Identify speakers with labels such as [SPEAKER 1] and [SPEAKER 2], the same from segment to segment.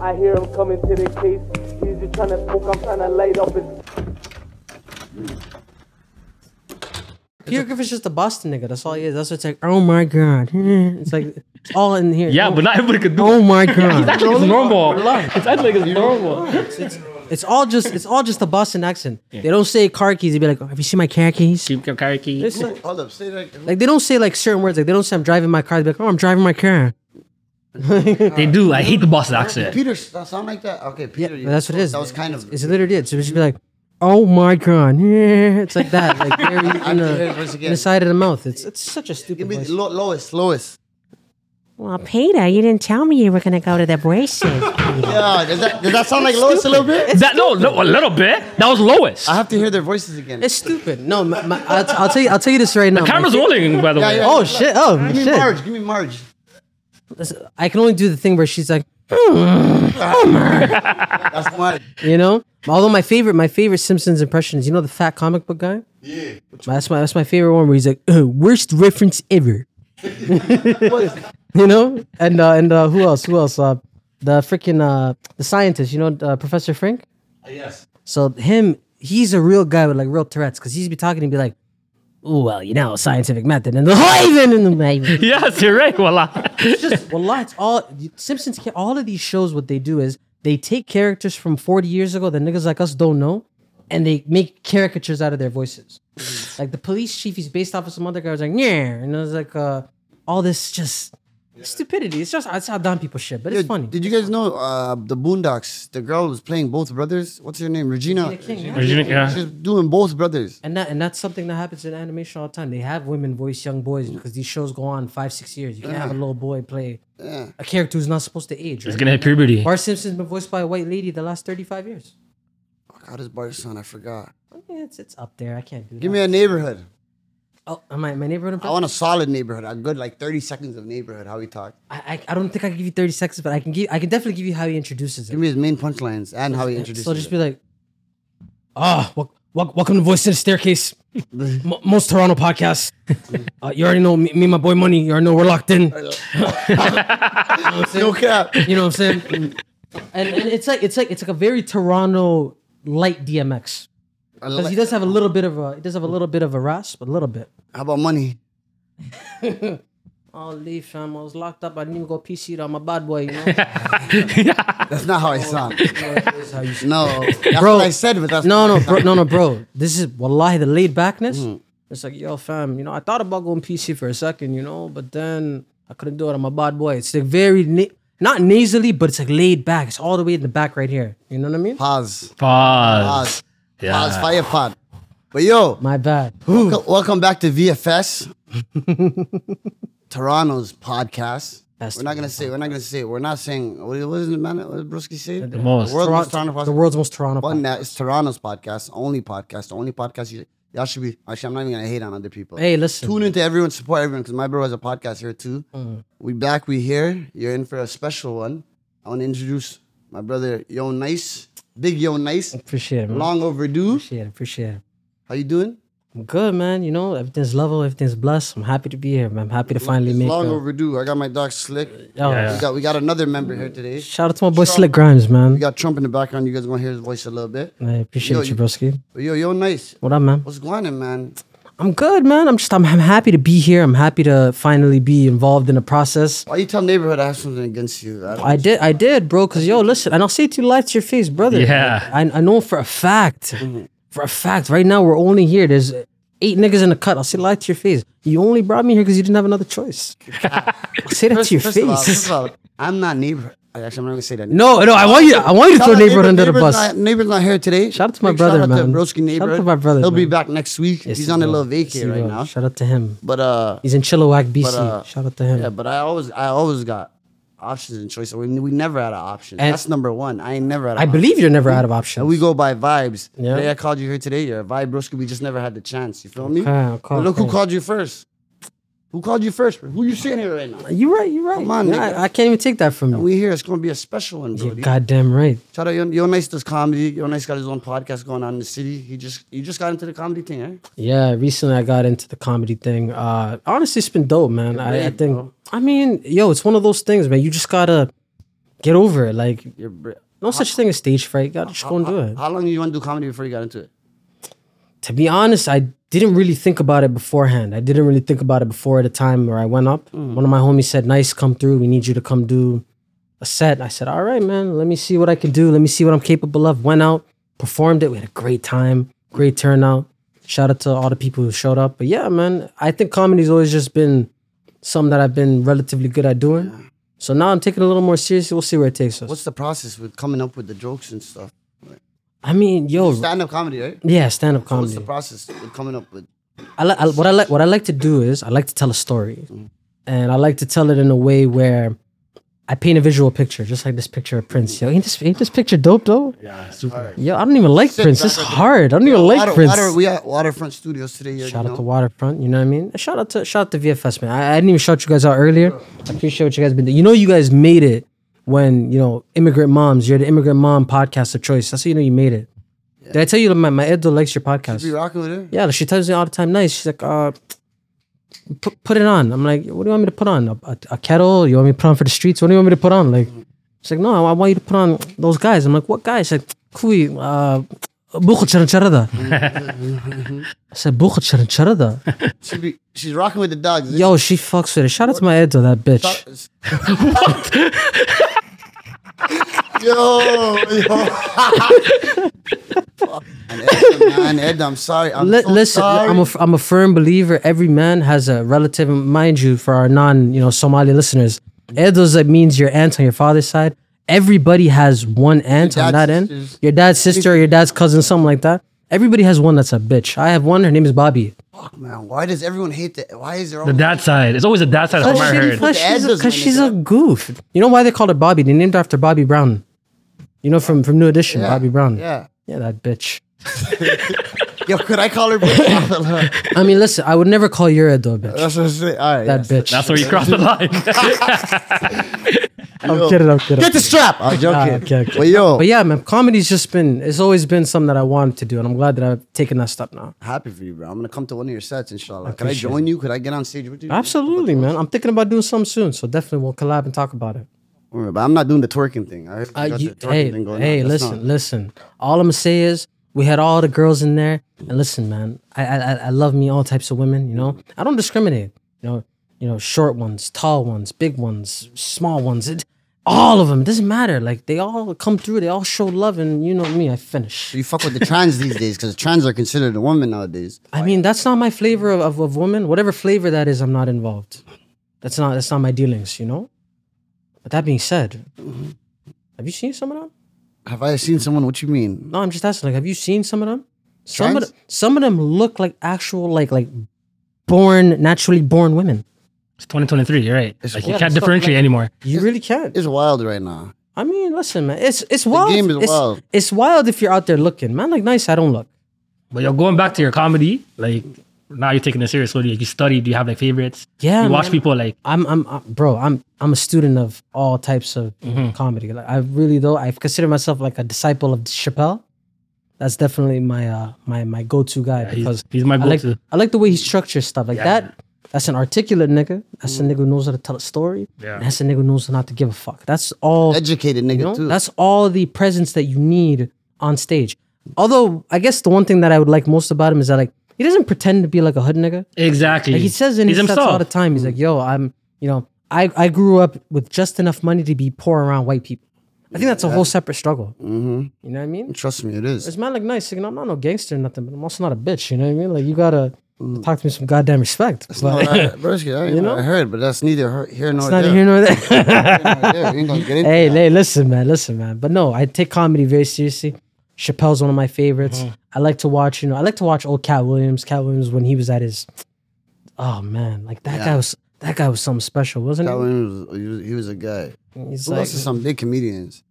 [SPEAKER 1] I hear him coming to the case. He's just trying to smoke, I'm trying to light up his.
[SPEAKER 2] Peter Griffin's just a Boston nigga. That's all he is. That's what's like, oh my god. It's like it's all in here.
[SPEAKER 3] Yeah,
[SPEAKER 2] Oh,
[SPEAKER 3] but not everybody could do
[SPEAKER 2] Oh
[SPEAKER 3] it.
[SPEAKER 2] my
[SPEAKER 3] It's
[SPEAKER 2] god.
[SPEAKER 3] actually it's normal. It's actually it's normal.
[SPEAKER 2] It's all just it's all just a Boston accent. They don't say car keys, they be like, oh, have you seen my car keys?
[SPEAKER 3] Keep your car key.
[SPEAKER 2] Listen,
[SPEAKER 4] Hold up, say that.
[SPEAKER 2] Like they don't say like certain words. Like they don't say I'm driving my car. They be like, oh, I'm driving my car.
[SPEAKER 3] They do. I hate the Boston accent.
[SPEAKER 4] Peter, that sound like that? Okay,
[SPEAKER 2] Yeah,
[SPEAKER 4] Peter.
[SPEAKER 2] but
[SPEAKER 4] you-
[SPEAKER 2] that's what it is.
[SPEAKER 4] That was kind
[SPEAKER 2] It's-
[SPEAKER 4] of.
[SPEAKER 2] It's literally it. So we should be like, oh my god, yeah. It's like that. Like very in
[SPEAKER 4] doing
[SPEAKER 2] the,
[SPEAKER 4] it once
[SPEAKER 2] in
[SPEAKER 4] again.
[SPEAKER 2] the side of the mouth. It's it's such a
[SPEAKER 4] Give
[SPEAKER 2] stupid.
[SPEAKER 4] me the
[SPEAKER 2] Voice.
[SPEAKER 4] lo- lowest, lowest.
[SPEAKER 5] Well, Peter, you didn't tell me you were gonna go to the braces.
[SPEAKER 4] Yeah, does that, does that sound like lowest a little bit?
[SPEAKER 3] That no, no, a little bit. That was lowest.
[SPEAKER 4] I have to hear their voices again.
[SPEAKER 2] It's stupid. No, my, my, I'll, I'll tell you. I'll tell you this right now. my
[SPEAKER 3] Camera's
[SPEAKER 2] kid-
[SPEAKER 3] rolling, by the
[SPEAKER 4] Yeah,
[SPEAKER 3] way.
[SPEAKER 4] yeah.
[SPEAKER 2] Oh shit! Oh
[SPEAKER 4] Give me
[SPEAKER 2] shit!
[SPEAKER 4] Marge. Give me Marge.
[SPEAKER 2] Listen, I can only do the thing where she's like, hmm.
[SPEAKER 4] That's Marge.
[SPEAKER 2] you know. Although my favorite, my favorite Simpsons impression is you know the fat comic book guy.
[SPEAKER 6] Yeah.
[SPEAKER 2] That's my that's my favorite one where he's like, "Uh, worst reference ever. you know and uh, and uh, who else who else uh, the freaking uh, the scientist you know uh, professor frank
[SPEAKER 6] Yes.
[SPEAKER 2] so him he's a real guy with like real tourette's because he's be talking and be like "Ooh, well you know scientific method and the even and the
[SPEAKER 3] Yes, you're right. Voila.
[SPEAKER 2] it's just well it's all simpsons ca- all of these shows what they do is they take characters from 40 years ago that niggas like us don't know and they make caricatures out of their voices like the police chief he's based off of some other guy who's like yeah and it was like uh, all this just stupidity it's just it's how dumb people shit but it's
[SPEAKER 4] Yo,
[SPEAKER 2] funny
[SPEAKER 4] Did you guys know uh, the Boondocks? The girl was playing both brothers. What's her name? Regina.
[SPEAKER 3] Regina, yeah.
[SPEAKER 4] She's doing both brothers.
[SPEAKER 2] And that and that's something that happens in animation all the time. They have women voice young boys because these shows go on five, six years. You can't have a little boy play a character who's not supposed to age.
[SPEAKER 3] It's
[SPEAKER 2] Right?
[SPEAKER 3] gonna hit puberty.
[SPEAKER 2] Bart Simpson's been voiced by a white lady the last thirty-five years.
[SPEAKER 4] How does Bart sound? I forgot.
[SPEAKER 2] I mean, it's it's up there. I can't do
[SPEAKER 4] Give
[SPEAKER 2] that.
[SPEAKER 4] me a neighborhood.
[SPEAKER 2] oh, my my neighborhood.
[SPEAKER 4] I want a solid neighborhood. A good like thirty seconds of neighborhood. How he talked.
[SPEAKER 2] I, I I don't think I can give you thirty seconds, but I can give I can definitely give you how he introduces it.
[SPEAKER 4] Give me his main punchlines and how he introduced.
[SPEAKER 2] so just
[SPEAKER 4] it.
[SPEAKER 2] be like, ah, wel- wel- welcome to Voice to the Staircase, M- most Toronto podcast. Uh, you already know me, me, and my boy Money. You already know we're locked in.
[SPEAKER 4] no cap.
[SPEAKER 2] You know what I'm saying? and, and it's like it's like it's like a very Toronto light DMX
[SPEAKER 4] I
[SPEAKER 2] because
[SPEAKER 4] like-
[SPEAKER 2] he does have a little bit of a he does have a little bit of a rasp, a little bit.
[SPEAKER 4] How about money?
[SPEAKER 2] Oh, leave fam! I was locked up. I didn't even go PC. I'm a bad boy. You know?
[SPEAKER 4] That's not how I sound.
[SPEAKER 2] how you sound.
[SPEAKER 4] No, that's
[SPEAKER 2] Oh. Bro.
[SPEAKER 4] what I said, but that's
[SPEAKER 2] no,
[SPEAKER 4] not how
[SPEAKER 2] no, bro,
[SPEAKER 4] I sound.
[SPEAKER 2] no, no, bro. This is wallahi the laid backness.
[SPEAKER 4] Mm.
[SPEAKER 2] It's like yo, fam. You know, I thought about going PC for a second, you know, but then I couldn't do it. I'm a bad boy. It's like very na- not nasally, but it's like laid back. It's all the way in the back right here. You know what I mean?
[SPEAKER 4] Pause.
[SPEAKER 3] Pause.
[SPEAKER 4] Pause. Pause. Fire pod. But yo,
[SPEAKER 2] My bad.
[SPEAKER 4] welcome, welcome back to VFS, Toronto's podcast.
[SPEAKER 2] That's
[SPEAKER 4] we're not gonna say. We're not gonna say. We're not saying. What, what is the man? What did Broski say? The
[SPEAKER 3] most.
[SPEAKER 4] world's
[SPEAKER 2] Toronto-
[SPEAKER 4] most Toronto podcast.
[SPEAKER 2] the world's most Toronto.
[SPEAKER 4] But
[SPEAKER 2] podcast.
[SPEAKER 4] now it's Toronto's podcast, only podcast, the only podcast. You, y'all should be. Actually, I'm not even gonna hate on other people.
[SPEAKER 2] Hey, listen.
[SPEAKER 4] Tune into everyone, support everyone, because my bro has a podcast here too.
[SPEAKER 2] Mm.
[SPEAKER 4] We back, we here. You're in for a special one. I want to introduce my brother Yo Nice, Big Yo Nice,
[SPEAKER 2] Appreciate it, man.
[SPEAKER 4] long overdue.
[SPEAKER 2] appreciate it, appreciate it.
[SPEAKER 4] How you doing?
[SPEAKER 2] I'm good, man. You know, everything's level, everything's blessed. I'm happy to be here, man. I'm happy to finally
[SPEAKER 4] It's
[SPEAKER 2] make
[SPEAKER 4] long
[SPEAKER 2] a-
[SPEAKER 4] overdue. I got my dog Slick.
[SPEAKER 2] Yo,
[SPEAKER 4] We got we got another member here today.
[SPEAKER 2] Shout out to my boy Slick Grimes,
[SPEAKER 4] We
[SPEAKER 2] man.
[SPEAKER 4] got Trump in the background. You guys gonna hear his voice a little bit.
[SPEAKER 2] I appreciate
[SPEAKER 4] Yo,
[SPEAKER 2] you,
[SPEAKER 4] you-
[SPEAKER 2] broski.
[SPEAKER 4] But yo, Yo Nice,
[SPEAKER 2] What up, man?
[SPEAKER 4] what's going on, man?
[SPEAKER 2] I'm good, man. I'm just, I'm, I'm happy to be here. I'm happy to finally be involved in the process.
[SPEAKER 4] Why you tell neighborhood I have something against you? I don't-
[SPEAKER 2] I did, I did, bro. Cause yo, listen, and I'll say it to you live to your face, brother.
[SPEAKER 3] Yeah.
[SPEAKER 2] I, I know for a fact, for a fact. Right now, we're only here. There's eight niggas in the cut. I'll say it live to your face. You only brought me here because you didn't have another choice. I'll say that to your
[SPEAKER 4] First of all,
[SPEAKER 2] face.
[SPEAKER 4] first of all, I'm not neighborhood. Actually, I'm not gonna say that.
[SPEAKER 2] No, no, I want you. I want you to
[SPEAKER 4] Shout
[SPEAKER 2] throw
[SPEAKER 4] out
[SPEAKER 2] neighborhood under the
[SPEAKER 4] neighbor's
[SPEAKER 2] bus.
[SPEAKER 4] Not, neighbor's not here today.
[SPEAKER 2] Shout out to my
[SPEAKER 4] Big
[SPEAKER 2] brother,
[SPEAKER 4] shout out
[SPEAKER 2] man.
[SPEAKER 4] To Broski
[SPEAKER 2] Shout out
[SPEAKER 4] neighbor.
[SPEAKER 2] to my brother,
[SPEAKER 4] He'll be
[SPEAKER 2] man.
[SPEAKER 4] back next week.
[SPEAKER 2] Yes,
[SPEAKER 4] He's
[SPEAKER 2] he
[SPEAKER 4] on a
[SPEAKER 2] will.
[SPEAKER 4] little
[SPEAKER 2] Yes, he
[SPEAKER 4] vacay right
[SPEAKER 2] will.
[SPEAKER 4] now.
[SPEAKER 2] Shout out to him.
[SPEAKER 4] But uh,
[SPEAKER 2] He's in Chilliwack, BC.
[SPEAKER 4] uh,
[SPEAKER 2] Shout out to him.
[SPEAKER 4] yeah. But I always, I always got options and choice. We, we never had an option.
[SPEAKER 2] And-
[SPEAKER 4] That's number one. I ain't never had. An
[SPEAKER 2] I believe you're never out of options.
[SPEAKER 4] And we go by vibes.
[SPEAKER 2] Yeah.
[SPEAKER 4] Today I called you here today. You're a vibe, broski. We just never had the chance. You feel me?
[SPEAKER 2] Okay, okay,
[SPEAKER 4] But look who
[SPEAKER 2] okay.
[SPEAKER 4] called you first. Who called you first? Who you sitting here right now?
[SPEAKER 2] you're right. You're right.
[SPEAKER 4] Come on,
[SPEAKER 2] Yeah,
[SPEAKER 4] nigga.
[SPEAKER 2] I, I can't even take that from you.
[SPEAKER 4] We here. It's gonna be a special one, bro.
[SPEAKER 2] You're goddamn right.
[SPEAKER 4] Shout out, Yo, Yo Nice does comedy. Yo Nice got his own podcast going on in the city. He just you just got into the comedy thing, eh?
[SPEAKER 2] Yeah, recently I got into the comedy thing. Uh, honestly, it's been dope, man. I, I think. I mean, yo, it's one of those things, man. You just gotta get over it. Like you're br- no such thing as stage fright. You gotta just go and do it.
[SPEAKER 4] How long you want to do comedy before you got into it?
[SPEAKER 2] To be honest, I didn't really think about it beforehand. I didn't really think about it before the time where I went up.
[SPEAKER 4] Hmm.
[SPEAKER 2] One of my homies said, "Nice, come through. We need you to come do a set." I said, "All right, man. Let me see what I can do. Let me see what I'm capable of." Went out, performed it. We had a great time. Great turnout. Shout out to all the people who showed up. But yeah, man, I think comedy's always just been something that I've been relatively good at doing. So now I'm taking it a little more seriously. We'll see where it takes us.
[SPEAKER 4] What's the process with coming up with the jokes and stuff?
[SPEAKER 2] I mean, yo,
[SPEAKER 4] Stand up comedy, right?
[SPEAKER 2] yeah, stand up
[SPEAKER 4] What's
[SPEAKER 2] comedy.
[SPEAKER 4] the process with coming up with?
[SPEAKER 2] I li- I, what I like what I like to do is I like to tell a story,
[SPEAKER 3] Mm.
[SPEAKER 2] and I like to tell it in a way where I paint a visual picture, just like this picture of Prince. Yo, ain't this ain't this picture dope though?
[SPEAKER 3] Yeah, super.
[SPEAKER 2] Yo, I don't even like Prince.
[SPEAKER 4] back
[SPEAKER 2] It's
[SPEAKER 4] with the-
[SPEAKER 2] hard. I don't even like
[SPEAKER 4] Water,
[SPEAKER 2] Prince.
[SPEAKER 4] water, we at Waterfront Studios today. you
[SPEAKER 2] shout
[SPEAKER 4] know?
[SPEAKER 2] out to Waterfront. You know what I mean? Shout out to shout out to VFS man. I, I didn't even shout you guys out earlier. I appreciate what you guys been doing. You know, you guys made it when you know immigrant moms. You're the immigrant mom podcast of choice. That's how you know you made it. Did I tell you that my my Edo likes your podcast?
[SPEAKER 4] Be rocking with her.
[SPEAKER 2] yeah, she tells me all the time, nice. She's like, uh, put, put it on. I'm like, what do you want me to put on? A, a, a kettle? You want me to put on for the streets? What do you want me to put on? Like, she's like, no, I, I want you to put on those guys. I'm like, what guys? She's like, "Kui, uh, Bukhut Sharan Sharada." I said, Bukhut Sharan Sharada.
[SPEAKER 4] She be, she's rocking with the dogs.
[SPEAKER 2] Yo, she fucks with it. Shout out to my Edo, that bitch.
[SPEAKER 4] yo, yo. and Ed, man, Ed, I'm sorry. I'm
[SPEAKER 2] Li-
[SPEAKER 4] so
[SPEAKER 2] listen,
[SPEAKER 4] sorry.
[SPEAKER 2] I'm a, f- I'm a firm believer. Every man has a relative, and mind you, for our non you know Somali listeners. Edos that means your aunt on your father's side. Everybody has one aunt on that
[SPEAKER 4] dad's
[SPEAKER 2] end.
[SPEAKER 4] sisters.
[SPEAKER 2] Your dad's sister, or your dad's cousin, something like that. Everybody has one that's a bitch. I have one. Her name is Bobby.
[SPEAKER 4] man, why does everyone hate that? Why is there
[SPEAKER 3] The
[SPEAKER 4] always
[SPEAKER 3] dad side. It's always the dad side from
[SPEAKER 2] Because
[SPEAKER 3] my
[SPEAKER 2] she,
[SPEAKER 3] heard.
[SPEAKER 2] plus she's, a,
[SPEAKER 4] Edos, my
[SPEAKER 2] 'cause she's a
[SPEAKER 4] nigga.
[SPEAKER 2] goof. You know why they called her Bobby? They named her after Bobby Brown. You know from from New Edition, Bobby Brown.
[SPEAKER 4] Yeah.
[SPEAKER 2] yeah, that bitch.
[SPEAKER 4] Yo, could I call her? bitch?
[SPEAKER 2] I mean, listen, I would never call your Edo a bitch.
[SPEAKER 4] That's what I'm saying. All right.
[SPEAKER 2] That
[SPEAKER 4] yeah.
[SPEAKER 2] bitch.
[SPEAKER 3] That's where you cross the line.
[SPEAKER 2] I'm kidding. I'm kidding.
[SPEAKER 4] Get the strap. I'm joking.
[SPEAKER 2] okay, okay.
[SPEAKER 4] Well, yo,
[SPEAKER 2] But yeah, man, comedy's just been, it's always been something that I wanted to do, and I'm glad that I've taken that step now.
[SPEAKER 4] happy for you, bro. I'm gonna come to one of your sets, inshallah. Can I join you? Could I get on stage with you?
[SPEAKER 2] Absolutely, man. I'm thinking about doing something soon, so definitely we'll collab and talk about it.
[SPEAKER 4] Don't worry, But I'm not doing the twerking thing. I heard you
[SPEAKER 2] Uh,
[SPEAKER 4] got
[SPEAKER 2] you-
[SPEAKER 4] the twerking
[SPEAKER 2] hey,
[SPEAKER 4] thing going
[SPEAKER 2] hey,
[SPEAKER 4] on. That's
[SPEAKER 2] listen,
[SPEAKER 4] not-
[SPEAKER 2] listen. All I'm gonna say is we had all the girls in there, and listen, man, I, I, I- I love me all types of women. You know, I don't discriminate. You know, you know, short ones, tall ones, big ones, small ones. It, all of them. It doesn't matter. Like they all come through. They all show love, and you know me, I finish.
[SPEAKER 4] you fuck with the trans these days because trans are considered a woman nowadays.
[SPEAKER 2] I mean, that's not my flavor
[SPEAKER 4] mm.
[SPEAKER 2] of, of, of woman. Whatever flavor that is, I'm not involved. That's not that's not my dealings, you know? But that being said, have you seen some of them?
[SPEAKER 4] Have I seen someone? What you mean?
[SPEAKER 2] No, I'm just asking, like, have you seen some of them? Some of
[SPEAKER 4] Trans?
[SPEAKER 2] them, some of them look like actual like like born naturally born women.
[SPEAKER 3] It's 2023. You're right. Like you
[SPEAKER 2] wild.
[SPEAKER 3] can't differentiate anymore.
[SPEAKER 2] You really can't.
[SPEAKER 4] It's wild right now.
[SPEAKER 2] I mean, listen, man. It's it's wild.
[SPEAKER 4] game is
[SPEAKER 2] it's,
[SPEAKER 4] wild.
[SPEAKER 2] It's wild if you're out there looking. Man, like nice, I don't look.
[SPEAKER 3] But you're going back to your comedy. Like now you're taking it seriously. Like, you study. Do you have like favorites?
[SPEAKER 2] Yeah,
[SPEAKER 3] You watch
[SPEAKER 2] Oh, man.
[SPEAKER 3] people like
[SPEAKER 2] I'm, I'm, i bro. I'm, I'm a student of all types of
[SPEAKER 3] Mm-hmm.
[SPEAKER 2] comedy. Like, I really though, I consider myself like a disciple of Chappelle. That's definitely my, uh, my, my go-to guy
[SPEAKER 3] he's-
[SPEAKER 2] because
[SPEAKER 3] he's my
[SPEAKER 2] I like,
[SPEAKER 3] go-to.
[SPEAKER 2] I like the way he structures stuff like that. That's an articulate nigga. That's a nigga who knows how to tell a story.
[SPEAKER 3] Mm. Yeah.
[SPEAKER 2] And that's a nigga who knows not to give a fuck. That's all.
[SPEAKER 4] Educated nigga
[SPEAKER 2] You know,
[SPEAKER 4] too.
[SPEAKER 2] that's all the presence that you need on stage. Although I guess the one thing that I would like most about him is that like he doesn't pretend to be like a hood nigga.
[SPEAKER 3] exactly.
[SPEAKER 2] Like he says in
[SPEAKER 3] he's
[SPEAKER 2] his sets all
[SPEAKER 3] himself.
[SPEAKER 2] the time. He's like, "Yo, I'm, you know, I I grew up with just enough money to be poor around white people." I think that's a whole separate struggle. Mm-hmm. You know what I mean?
[SPEAKER 4] Trust me, it is.
[SPEAKER 2] It's man like nice. You know, I'm not no gangster or nothing, but I'm also not a bitch. You know what I mean? Like you gotta talk to me with some goddamn respect. But
[SPEAKER 4] No, I, Brisky, I, you know? I heard, but that's neither her, here nor
[SPEAKER 2] it's not
[SPEAKER 4] there.
[SPEAKER 2] here nor there.
[SPEAKER 4] Nor there. We ain't gonna get into
[SPEAKER 2] hey, hey, listen, man, listen, man. But no, I take comedy very seriously. Chappelle's one of my favorites. I like to watch, you know, I like to watch old Cat Williams. Cat Williams when he was at his, oh man, like that guy was that guy was something special, wasn't
[SPEAKER 4] that
[SPEAKER 2] he?
[SPEAKER 4] one was, he, was, he was a guy.
[SPEAKER 2] He's
[SPEAKER 4] Who
[SPEAKER 2] like,
[SPEAKER 4] else is some big comedians?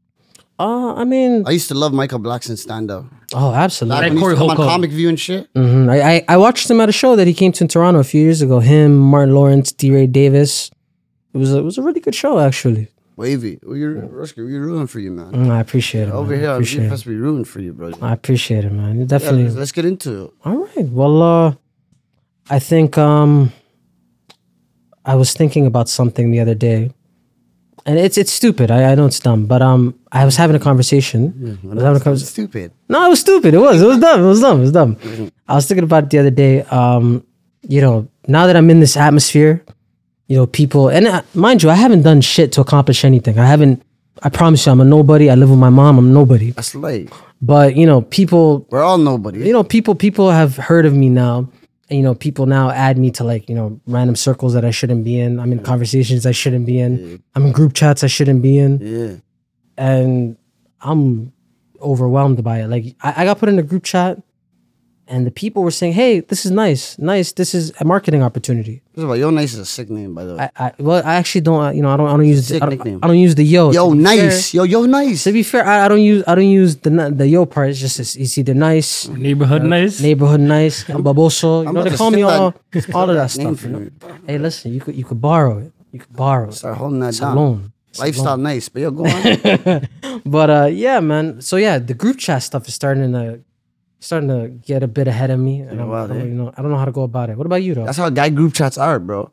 [SPEAKER 2] uh, I mean,
[SPEAKER 4] I used to love Michael Blackson stand up.
[SPEAKER 2] oh, absolutely.
[SPEAKER 3] Like
[SPEAKER 4] Like when he
[SPEAKER 3] Corey
[SPEAKER 4] used to come on
[SPEAKER 3] Holcomb.
[SPEAKER 4] Comic View and shit.
[SPEAKER 2] Mhm. I, I I watched him at a show that he came to in Toronto a few years ago. Him, Martin Lawrence, D. Ray Davis. It was a, it was a really good show actually.
[SPEAKER 4] Wavy, we are we rooting for you, man.
[SPEAKER 2] Mm, I appreciate it.
[SPEAKER 4] Over
[SPEAKER 2] man.
[SPEAKER 4] here,
[SPEAKER 2] I
[SPEAKER 4] I'm
[SPEAKER 2] appreciate it.
[SPEAKER 4] supposed to be rooting for you, bro.
[SPEAKER 2] I appreciate it, man. It
[SPEAKER 4] Yeah,
[SPEAKER 2] definitely.
[SPEAKER 4] let's, let's get into it.
[SPEAKER 2] All right. Well, uh, I think um, I was thinking about something the other day, and it's it's stupid. I, I know it's dumb, but um, I was having a conversation.
[SPEAKER 4] Mm,
[SPEAKER 2] I was having a conversation.
[SPEAKER 4] Stupid.
[SPEAKER 2] No, it was stupid. It was. It was dumb. It was dumb. It was dumb. I was thinking about it the other day. Um, you know, now that I'm in this atmosphere, you know, people, and I, mind you, I haven't done shit to accomplish anything. I haven't. I promise you, I'm a nobody. I live with my mom. I'm nobody.
[SPEAKER 4] That's like
[SPEAKER 2] But you know, people,
[SPEAKER 4] we're all nobody.
[SPEAKER 2] you know, people, people have heard of me now. And, you know, people now add me to like you know random circles that I shouldn't be in. I'm in conversations I shouldn't be in. I'm in group chats I shouldn't be in
[SPEAKER 4] Yeah.
[SPEAKER 2] and I'm overwhelmed by it. Like I, I got put in a group chat, and the people were saying, "Hey, this is nice, nice. This is a marketing opportunity."
[SPEAKER 4] First of all, Yo Nice is a sick name, by the way.
[SPEAKER 2] I, I well, I actually don't, you know, I don't, I don't use,
[SPEAKER 4] Sick
[SPEAKER 2] I don't,
[SPEAKER 4] nickname.
[SPEAKER 2] I don't use the yo.
[SPEAKER 4] yo
[SPEAKER 2] To be fair-
[SPEAKER 4] Nice. Yo, Yo Nice.
[SPEAKER 2] to be fair, I, I don't use, I don't use the n- the yo part. It's just it's, it's either nice,
[SPEAKER 3] Neighborhood nice.
[SPEAKER 2] neighborhood nice, I'm baboso. You know,
[SPEAKER 4] about
[SPEAKER 2] they
[SPEAKER 4] to
[SPEAKER 2] call me
[SPEAKER 4] steal
[SPEAKER 2] all,
[SPEAKER 4] that-
[SPEAKER 2] all of that
[SPEAKER 4] steal that
[SPEAKER 2] stuff.
[SPEAKER 4] name
[SPEAKER 2] You know?
[SPEAKER 4] from
[SPEAKER 2] Hey, listen, you could you could borrow it. You could borrow it.
[SPEAKER 4] Start holding that down.
[SPEAKER 2] Alone.
[SPEAKER 4] Lifestyle nice, but yo, go on.
[SPEAKER 2] But uh, yeah, man. So yeah, the group chat stuff is starting to starting to get a bit ahead of me. And I'm- I
[SPEAKER 4] wild,
[SPEAKER 2] don't
[SPEAKER 4] eh?
[SPEAKER 2] really know. I don't know how to go about it. What about you, though?
[SPEAKER 4] That's how guy group chats are, bro.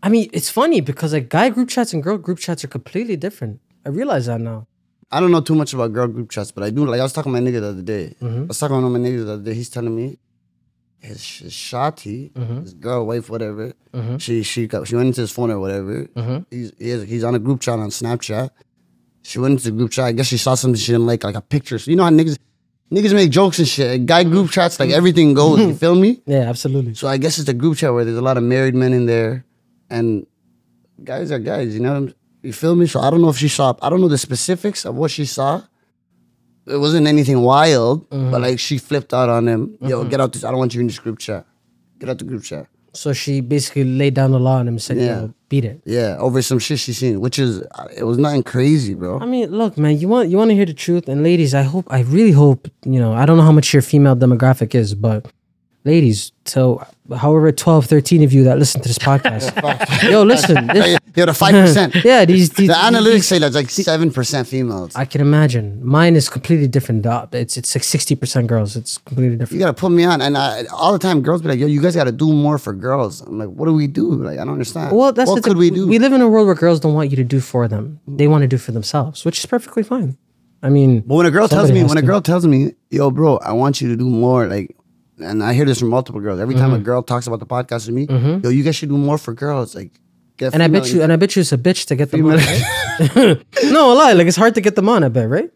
[SPEAKER 2] I mean, it's funny because like guy group chats and girl group chats are completely different. I realize that now.
[SPEAKER 4] I don't know too much about girl group chats, but I do. Like I was talking to my nigga the other day. I was talking to one of my niggas the other day. He's telling me his, sh- his shawty, his girl, wife, whatever. She she got, she went into his phone or whatever. He's he is, he's on a group chat on Snapchat. She went into the group chat. I guess she saw something she didn't like, like a picture. So you know how niggas niggas make jokes and shit. Guy group chats, like everything goes. You feel me?
[SPEAKER 2] Yeah, absolutely.
[SPEAKER 4] So I guess it's a group chat where there's a lot of married men in there, and guys are guys. You know, what I'm- you feel me? So I don't know if she saw. I don't know the specifics of what she saw. It wasn't anything wild, but like she flipped out on him. Yo, get out this! I don't want you in this group chat. Get out the group chat.
[SPEAKER 2] So she basically laid down the law on him and said,
[SPEAKER 4] Yeah.
[SPEAKER 2] "Yo, beat it."
[SPEAKER 4] Yeah, over some shit she seen, which is it was nothing crazy,
[SPEAKER 2] I
[SPEAKER 4] bro.
[SPEAKER 2] mean, look, man. You want you want to hear the truth, and ladies, I hope, I really hope, you know, I don't know how much your female demographic is, but ladies, so however, 12, 13 of you that listen to this podcast, yo, listen, this,
[SPEAKER 4] Yo, the five percent.
[SPEAKER 2] yeah, these, these
[SPEAKER 4] The analytics say that's like seven percent females.
[SPEAKER 2] I can imagine. Mine is completely different. The- It's it's like sixty percent girls. It's completely
[SPEAKER 4] You
[SPEAKER 2] different.
[SPEAKER 4] gotta put me on, and I, all the time girls be like, "Yo, you guys gotta do more for girls." I'm like, "What do we do?" Like, I don't understand.
[SPEAKER 2] Well, that's
[SPEAKER 4] what
[SPEAKER 2] the
[SPEAKER 4] could
[SPEAKER 2] thing.
[SPEAKER 4] we do?
[SPEAKER 2] We live in a world where girls don't want you to do for them. They want to do for themselves, which is perfectly fine. I mean,
[SPEAKER 4] But when a girl tells
[SPEAKER 2] Somebody
[SPEAKER 4] me,
[SPEAKER 2] has
[SPEAKER 4] when a
[SPEAKER 2] to.
[SPEAKER 4] girl tells me, yo, bro, I want you to do more, like, and I hear this from multiple girls. Every
[SPEAKER 2] Mm-hmm.
[SPEAKER 4] time a girl talks about the podcast with me, yo, you guys should do more for girls. Like, get
[SPEAKER 2] and I bet
[SPEAKER 4] female-
[SPEAKER 2] you, and I bet you, it's a bitch to get them on. Right? no, a lie. Like it's hard to get them on. I bet, right?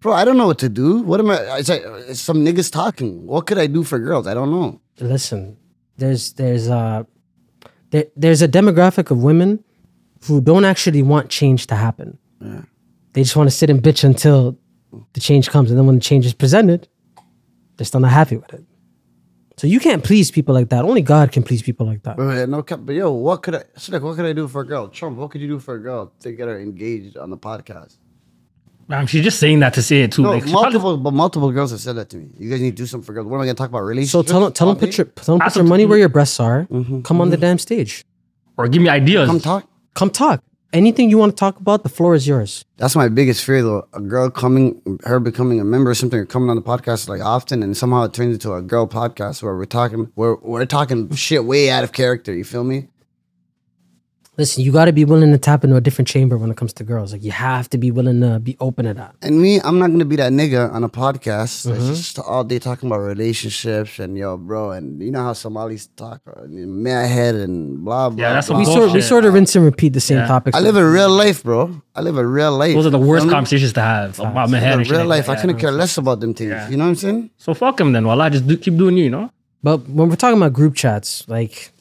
[SPEAKER 4] bro, I don't know what to do. What am I? It's like it's some niggas talking. What could I do for girls? I don't know.
[SPEAKER 2] Listen, there's there's uh there, there's a demographic of women who don't actually want change to happen. They just want to sit and bitch until the change comes, and then when the change is presented, they're still not happy with it. So you can't please people like that. Only God can please people like that.
[SPEAKER 4] Bro, yeah, no cap. But yo, what could I? Slick, what could I do for a girl? Trump, what could you do for a girl to get her engaged on the podcast?
[SPEAKER 3] Man, she's just saying that to say it too.
[SPEAKER 4] No,
[SPEAKER 3] like, she probably-
[SPEAKER 4] multiple, but multiple girls have said that to me. You guys need to do something for girls. What am I gonna talk about? Relationships?
[SPEAKER 2] So tell them, tell them,
[SPEAKER 4] All day?
[SPEAKER 2] put your, tell them put
[SPEAKER 3] That's
[SPEAKER 2] your
[SPEAKER 3] what-
[SPEAKER 2] money where your breasts are. Come on the damn stage.
[SPEAKER 3] or give me ideas.
[SPEAKER 4] Come talk.
[SPEAKER 2] Come talk. Anything you want to talk about, the floor is yours.
[SPEAKER 4] That's my biggest fear, though. A girl coming, her becoming a member or something, or coming on the podcast like often, and somehow it turns into a girl podcast where we're talking, we're we're talking shit way out of character. You feel me?
[SPEAKER 2] Listen, you got to be willing to tap into a different chamber when it comes to girls. Like you have to be willing to be open to that.
[SPEAKER 4] And me, I'm not gonna be that nigga on a podcast that's
[SPEAKER 3] Mm-hmm.
[SPEAKER 4] just all day talking about relationships and yo, bro, and you know how Somalis talk, uh, mad head and blah blah.
[SPEAKER 3] Yeah, that's some
[SPEAKER 4] blah.
[SPEAKER 2] we
[SPEAKER 3] Oh,
[SPEAKER 2] sort we
[SPEAKER 3] shit.
[SPEAKER 2] sort of rinse and repeat the same
[SPEAKER 3] Yeah.
[SPEAKER 2] topics.
[SPEAKER 4] I live a real life, bro. I live a real life.
[SPEAKER 3] Those are the worst
[SPEAKER 4] You know what
[SPEAKER 3] conversations to have about my head.
[SPEAKER 4] I mean?
[SPEAKER 3] and
[SPEAKER 4] The
[SPEAKER 3] shit
[SPEAKER 4] real
[SPEAKER 3] like
[SPEAKER 4] life.
[SPEAKER 3] that,
[SPEAKER 4] I
[SPEAKER 3] yeah.
[SPEAKER 4] couldn't care less about them things. You know what I'm saying?
[SPEAKER 3] So fuck him then. Wallah, just do, keep doing you. You know.
[SPEAKER 2] but when we're talking about group chats, like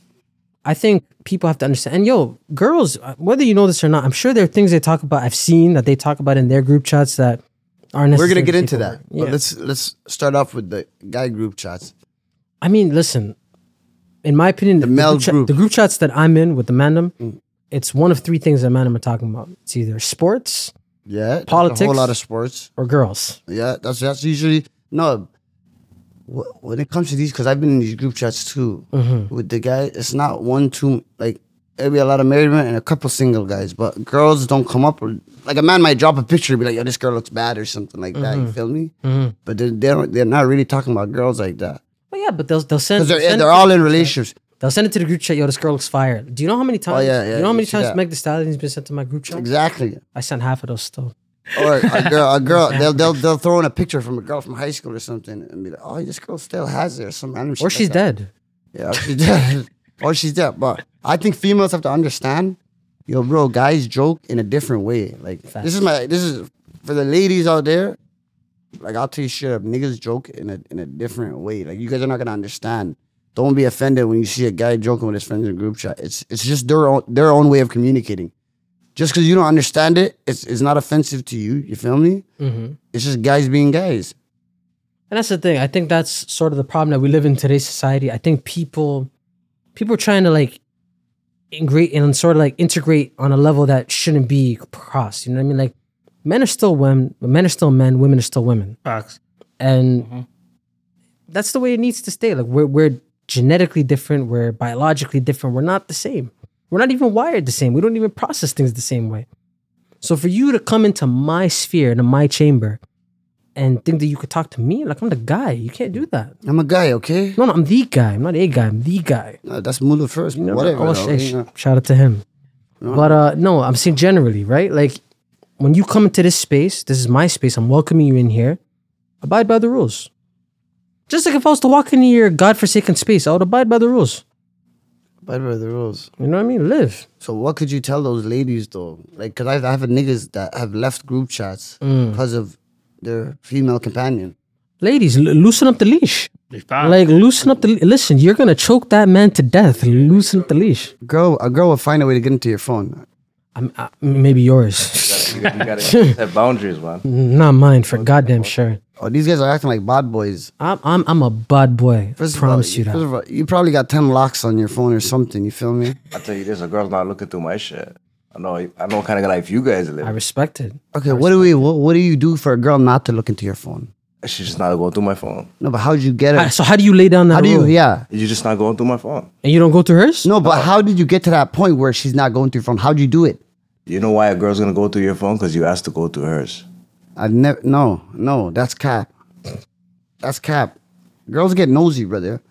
[SPEAKER 2] I think people have to understand. And yo, girls, uh, whether you know this or not, I'm sure there are things they talk about. I've seen that they talk about in their group chats that aren't.
[SPEAKER 4] We're
[SPEAKER 2] necessarily
[SPEAKER 4] gonna get into that.
[SPEAKER 2] paperwork.
[SPEAKER 4] But
[SPEAKER 2] Yeah.
[SPEAKER 4] let's let's start off with the guy group chats.
[SPEAKER 2] I mean, listen. In my opinion, the,
[SPEAKER 4] male
[SPEAKER 2] group, chat-
[SPEAKER 4] group. Mm.
[SPEAKER 2] the group chats that I'm in with the mandem, it's one of three things that mandem are talking about. It's either sports
[SPEAKER 4] Yeah, that's A whole
[SPEAKER 2] Politics.
[SPEAKER 4] lot of sports.
[SPEAKER 2] or girls.
[SPEAKER 4] Yeah, that's that's usually no. wh- When it comes to these, because I've been in these group chats too with the guy. It's not one two like it'll be a lot of married men and a couple single guys, but girls don't come up. Or, like a man might drop a picture and be like, "Yo, this girl looks bad" or something like that. You feel me? But they, they don't. They're not really talking about girls like that
[SPEAKER 2] But yeah, but they'll they'll send.
[SPEAKER 4] because they're
[SPEAKER 2] send-
[SPEAKER 4] they're all in relationships.
[SPEAKER 2] They'll send it to the group chat. Yo, this girl looks fire. Do you know how many times?
[SPEAKER 4] Oh, yeah,
[SPEAKER 2] You
[SPEAKER 4] yeah,
[SPEAKER 2] know how
[SPEAKER 4] you
[SPEAKER 2] many
[SPEAKER 4] see
[SPEAKER 2] times
[SPEAKER 4] that. Oh,
[SPEAKER 2] Meg Thee Stallion's been sent to my group chat?
[SPEAKER 4] Exactly.
[SPEAKER 2] I sent half of those still.
[SPEAKER 4] Or a girl, a girl, they'll, they'll they'll throw in a picture from a girl from high school or something, and be like, "Oh, this girl still has it," or some random. shit
[SPEAKER 2] Or
[SPEAKER 4] like
[SPEAKER 2] she's
[SPEAKER 4] that.
[SPEAKER 2] dead.
[SPEAKER 4] Yeah, she did. or she's dead. But I think females have to understand, yo, bro, guys joke in a different way. Like this is my this is for the ladies out there. Like I'll tell you shit up, niggas joke in a in a different way. Like you guys are not gonna understand. Don't be offended when you see a guy joking with his friends in a group chat. It's it's just their own their own way of communicating. Just because you don't understand it, it's it's not offensive to you. You feel me?
[SPEAKER 2] Mm-hmm.
[SPEAKER 4] It's just guys being guys.
[SPEAKER 2] And that's the thing. I think that's sort of the problem that we live in today's society. I think people people are trying to like integrate and sort of like integrate on a level that shouldn't be crossed. You know what I mean? Like men are still women, men are still men, women are still women.
[SPEAKER 3] Facts.
[SPEAKER 2] And that's the way it needs to stay. Like we're we're genetically different, we're biologically different, we're not the same. We're not even wired the same. We don't even process things the same way. So for you to come into my sphere, into my chamber, and think that you could talk to me like I'm the guy, you can't do that.
[SPEAKER 4] I'm a guy, okay?
[SPEAKER 2] No, no, I'm the guy. I'm not a guy. I'm the guy.
[SPEAKER 4] No, that's Mula first. whatever.
[SPEAKER 2] Oh,
[SPEAKER 4] though,
[SPEAKER 2] sh-
[SPEAKER 4] you know.
[SPEAKER 2] sh- shout out to him. But uh, no, I'm saying generally, right? Like when you come into this space, this is my space. I'm welcoming you in here. Abide by the rules. Just like if I was to walk into your godforsaken space, I would abide by the rules.
[SPEAKER 4] By the rules.
[SPEAKER 2] You know what I mean? Live.
[SPEAKER 4] So what could you tell those ladies though? Like, cause I I have niggas that have left group chats because of their female companion.
[SPEAKER 2] Ladies, l- loosen up the leash.
[SPEAKER 3] They foul.
[SPEAKER 2] Like loosen up the le- listen. You're gonna choke that man to death. Loosen up the leash.
[SPEAKER 4] Girl, a girl will find a way to get into your phone.
[SPEAKER 2] I'm, I, maybe yours,
[SPEAKER 6] You gotta, you gotta have boundaries, man.
[SPEAKER 2] not mine. For goddamn sure.
[SPEAKER 4] Oh, these guys are acting like bad boys.
[SPEAKER 2] I'm I'm, I'm a bad boy.
[SPEAKER 4] First of
[SPEAKER 2] promise
[SPEAKER 4] all,
[SPEAKER 2] you that.
[SPEAKER 4] First of all, you probably got ten locks on your phone or something. You feel me?
[SPEAKER 6] I tell you this, a girl's not looking through my shit. I know, I know, what kind of life you guys
[SPEAKER 2] I
[SPEAKER 6] live.
[SPEAKER 2] respect it.
[SPEAKER 4] Okay, what do we? What, what do you do for a girl not to look into your phone?
[SPEAKER 6] She's just not going through my phone.
[SPEAKER 4] No, but how did you get
[SPEAKER 2] Ah,
[SPEAKER 4] her?
[SPEAKER 2] So how do you lay down that
[SPEAKER 4] How do you?
[SPEAKER 2] rule?
[SPEAKER 4] Yeah.
[SPEAKER 6] You're just not going through my phone.
[SPEAKER 2] And you don't go to hers?
[SPEAKER 4] No, but how did you get to that point where she's not going through your phone? How'd you do it?
[SPEAKER 6] You know why a girl's gonna go through your phone? Because you asked to go through hers.
[SPEAKER 4] I've never. No, no, that's cap. That's cap. Girls get nosy, brother.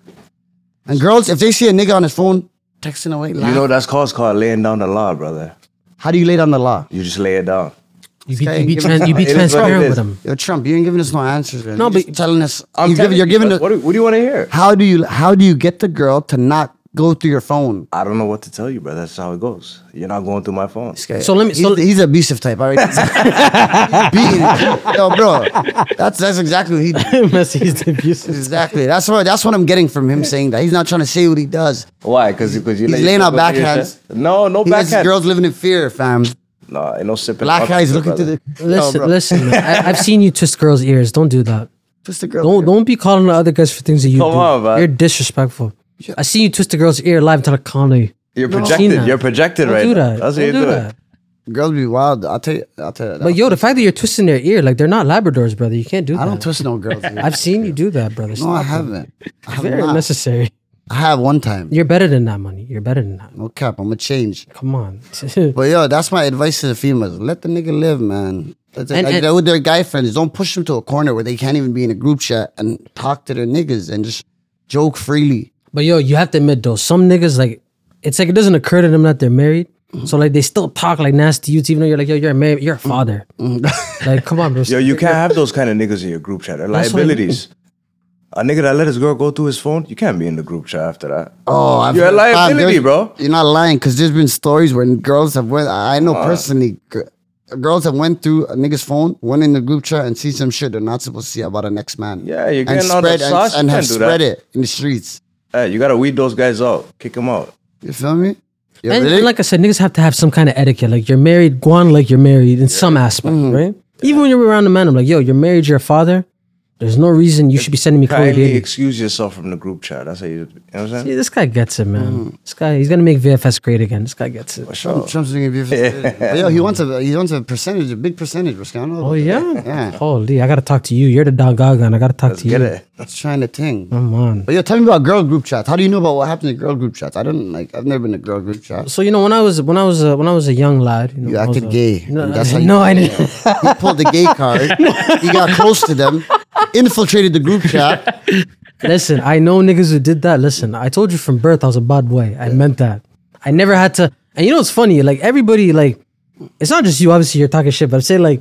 [SPEAKER 4] And girls, if they see a nigga on his phone texting away,
[SPEAKER 6] You
[SPEAKER 4] laugh.
[SPEAKER 6] know that's called, it's called laying down the law, brother.
[SPEAKER 4] how do you lay down the law?
[SPEAKER 6] You just lay it down.
[SPEAKER 2] You be,
[SPEAKER 4] Okay.
[SPEAKER 2] you be,
[SPEAKER 4] Give
[SPEAKER 2] tran-
[SPEAKER 4] it-
[SPEAKER 2] you be
[SPEAKER 6] it is what it
[SPEAKER 2] transparent
[SPEAKER 6] is.
[SPEAKER 2] with them.
[SPEAKER 4] Yo, Trump, you ain't giving us no answers. Man.
[SPEAKER 2] No,
[SPEAKER 4] You're
[SPEAKER 2] but-
[SPEAKER 4] just telling us. I'm you're
[SPEAKER 6] telling
[SPEAKER 4] giving, you're giving
[SPEAKER 6] what,
[SPEAKER 4] the.
[SPEAKER 6] do, what do you want to hear?
[SPEAKER 4] How do you? How do you get the girl to not go through your phone?
[SPEAKER 6] I don't know what to tell you, brother. That's how it goes. You're not going through my phone.
[SPEAKER 4] Okay.
[SPEAKER 2] So let me-
[SPEAKER 4] He's,
[SPEAKER 2] so-
[SPEAKER 4] he's abusive type. All right. Beat- Yo, bro. That's that's exactly what he. did.
[SPEAKER 2] Messi's abusive.
[SPEAKER 4] Exactly. That's what that's what I'm getting from him saying that. He's not trying to say what he does.
[SPEAKER 6] Why? Because because you
[SPEAKER 4] He's
[SPEAKER 6] let
[SPEAKER 4] laying out
[SPEAKER 6] yourself go through your
[SPEAKER 4] backhands.
[SPEAKER 6] shit? No, no
[SPEAKER 4] He lets
[SPEAKER 6] backhand.
[SPEAKER 4] girls living in fear, fam.
[SPEAKER 6] No, ain't no sipping.
[SPEAKER 4] Black
[SPEAKER 6] coffee,
[SPEAKER 4] guys looking to
[SPEAKER 6] brother.
[SPEAKER 4] the
[SPEAKER 2] Listen,
[SPEAKER 4] Yo, bro.
[SPEAKER 2] listen. Man. I, I've seen you twist girls' ears. Don't do that.
[SPEAKER 4] Just the girl.
[SPEAKER 2] Don't don't be calling the other guys for things that you
[SPEAKER 6] Come
[SPEAKER 2] do.
[SPEAKER 6] on, man.
[SPEAKER 2] You're disrespectful. I see you twist a girl's ear live until I call you.
[SPEAKER 6] You're
[SPEAKER 2] Seen
[SPEAKER 6] projected.
[SPEAKER 2] that.
[SPEAKER 6] You're projected
[SPEAKER 2] Don't
[SPEAKER 6] right
[SPEAKER 2] do
[SPEAKER 6] now.
[SPEAKER 2] that.
[SPEAKER 6] That's what
[SPEAKER 2] don't
[SPEAKER 6] you're
[SPEAKER 2] do
[SPEAKER 6] doing.
[SPEAKER 2] that.
[SPEAKER 4] Girls be wild. I'll tell you. I'll tell you.
[SPEAKER 2] But yo, the fact that you're twisting their ear, like they're not Labradors, brother. You can't do that.
[SPEAKER 4] I don't twist no girls. dude.
[SPEAKER 2] I've seen you do that, brother.
[SPEAKER 4] no, I
[SPEAKER 2] Stop.
[SPEAKER 4] haven't. I have,
[SPEAKER 2] Very
[SPEAKER 4] not.
[SPEAKER 2] unnecessary.
[SPEAKER 4] I have one time.
[SPEAKER 2] You're better than that, money. You're better than that.
[SPEAKER 4] No cap. I'm a change.
[SPEAKER 2] Come on.
[SPEAKER 4] But yo, that's my advice to the females. Let the nigga live, man. Let the,
[SPEAKER 2] And-
[SPEAKER 4] like,
[SPEAKER 2] and-
[SPEAKER 4] they're with their guy friends, don't push them to a corner where they can't even be in a group chat and talk to their niggas and just joke freely.
[SPEAKER 2] But yo, you have to admit though, some niggas like it's like it doesn't occur to them that they're married. So like they still talk like nasty youths, even though you're like, yo, you're a married, you're a father. like, come on, bro.
[SPEAKER 6] Mm. Yo, you can't have those kind of niggas in your group chat. They're
[SPEAKER 2] That's what I mean.
[SPEAKER 6] liabilities. A nigga that let his girl go through his phone, you can't be in the group chat after that.
[SPEAKER 4] Oh, I've
[SPEAKER 6] You're a
[SPEAKER 4] heard- fam,
[SPEAKER 6] liability,
[SPEAKER 4] there's-
[SPEAKER 6] bro.
[SPEAKER 4] You're not lying because there's been stories where girls have went. I I
[SPEAKER 6] Uh.
[SPEAKER 4] know personally, gr- girls have went through a nigga's phone, went in the group chat, and see some shit they're not supposed to see about an ex man.
[SPEAKER 6] Yeah, you're
[SPEAKER 4] and
[SPEAKER 6] getting all
[SPEAKER 4] spread
[SPEAKER 6] that
[SPEAKER 4] and,
[SPEAKER 6] sauce, you
[SPEAKER 4] and have
[SPEAKER 6] can't do that.
[SPEAKER 4] spread it in the streets.
[SPEAKER 6] Hey, you gotta weed those guys out. Kick them out.
[SPEAKER 4] You feel me? You
[SPEAKER 2] and,
[SPEAKER 4] really?
[SPEAKER 2] and like I said, niggas have to have some kind of etiquette. Like you're married, go on like you're married in some aspect,
[SPEAKER 6] Mm-hmm.
[SPEAKER 2] right? Even when you're around the man, I'm like, yo, you're married, you're a father. There's no reason you should be sending me Chloe
[SPEAKER 6] Kindly
[SPEAKER 2] Bailey.
[SPEAKER 6] excuse yourself from the group chat. That's how you. You know what I'm
[SPEAKER 2] Yeah,
[SPEAKER 6] saying?
[SPEAKER 2] this guy gets it, man.
[SPEAKER 6] Mm.
[SPEAKER 2] This guy, he's gonna make VFS great again. This guy gets
[SPEAKER 6] Oh,
[SPEAKER 2] it.
[SPEAKER 4] Trump, Oh, Trump's gonna be. But yo, he wants a he wants a percentage, a big percentage, Roscano.
[SPEAKER 2] Oh yeah?
[SPEAKER 4] Yeah.
[SPEAKER 2] Holy, I gotta talk to you. You're the Don Gaga, and I gotta talk
[SPEAKER 6] Let's
[SPEAKER 2] to
[SPEAKER 6] get
[SPEAKER 2] you. Uh-huh.
[SPEAKER 6] it.
[SPEAKER 4] That's trying to ting.
[SPEAKER 2] Come on.
[SPEAKER 4] But yo, tell me about girl group chats. How do you know about what happens in girl group chats? I don't like. I've never been in a girl group chat.
[SPEAKER 2] So you know when I was when I was a, when I was a young lad, you, know,
[SPEAKER 4] You
[SPEAKER 2] I was
[SPEAKER 4] acted
[SPEAKER 2] a-
[SPEAKER 4] gay,
[SPEAKER 2] No,
[SPEAKER 4] and that's how you-
[SPEAKER 2] no, I didn't.
[SPEAKER 4] He pulled the gay card. he got close to them, infiltrated the group chat,
[SPEAKER 2] Listen, I know niggas who did that. Listen, I told you from birth I was a bad boy. I meant that. I never had to. And you know what's funny? Like everybody, like it's not just you. Obviously, you're talking shit, but I'm saying like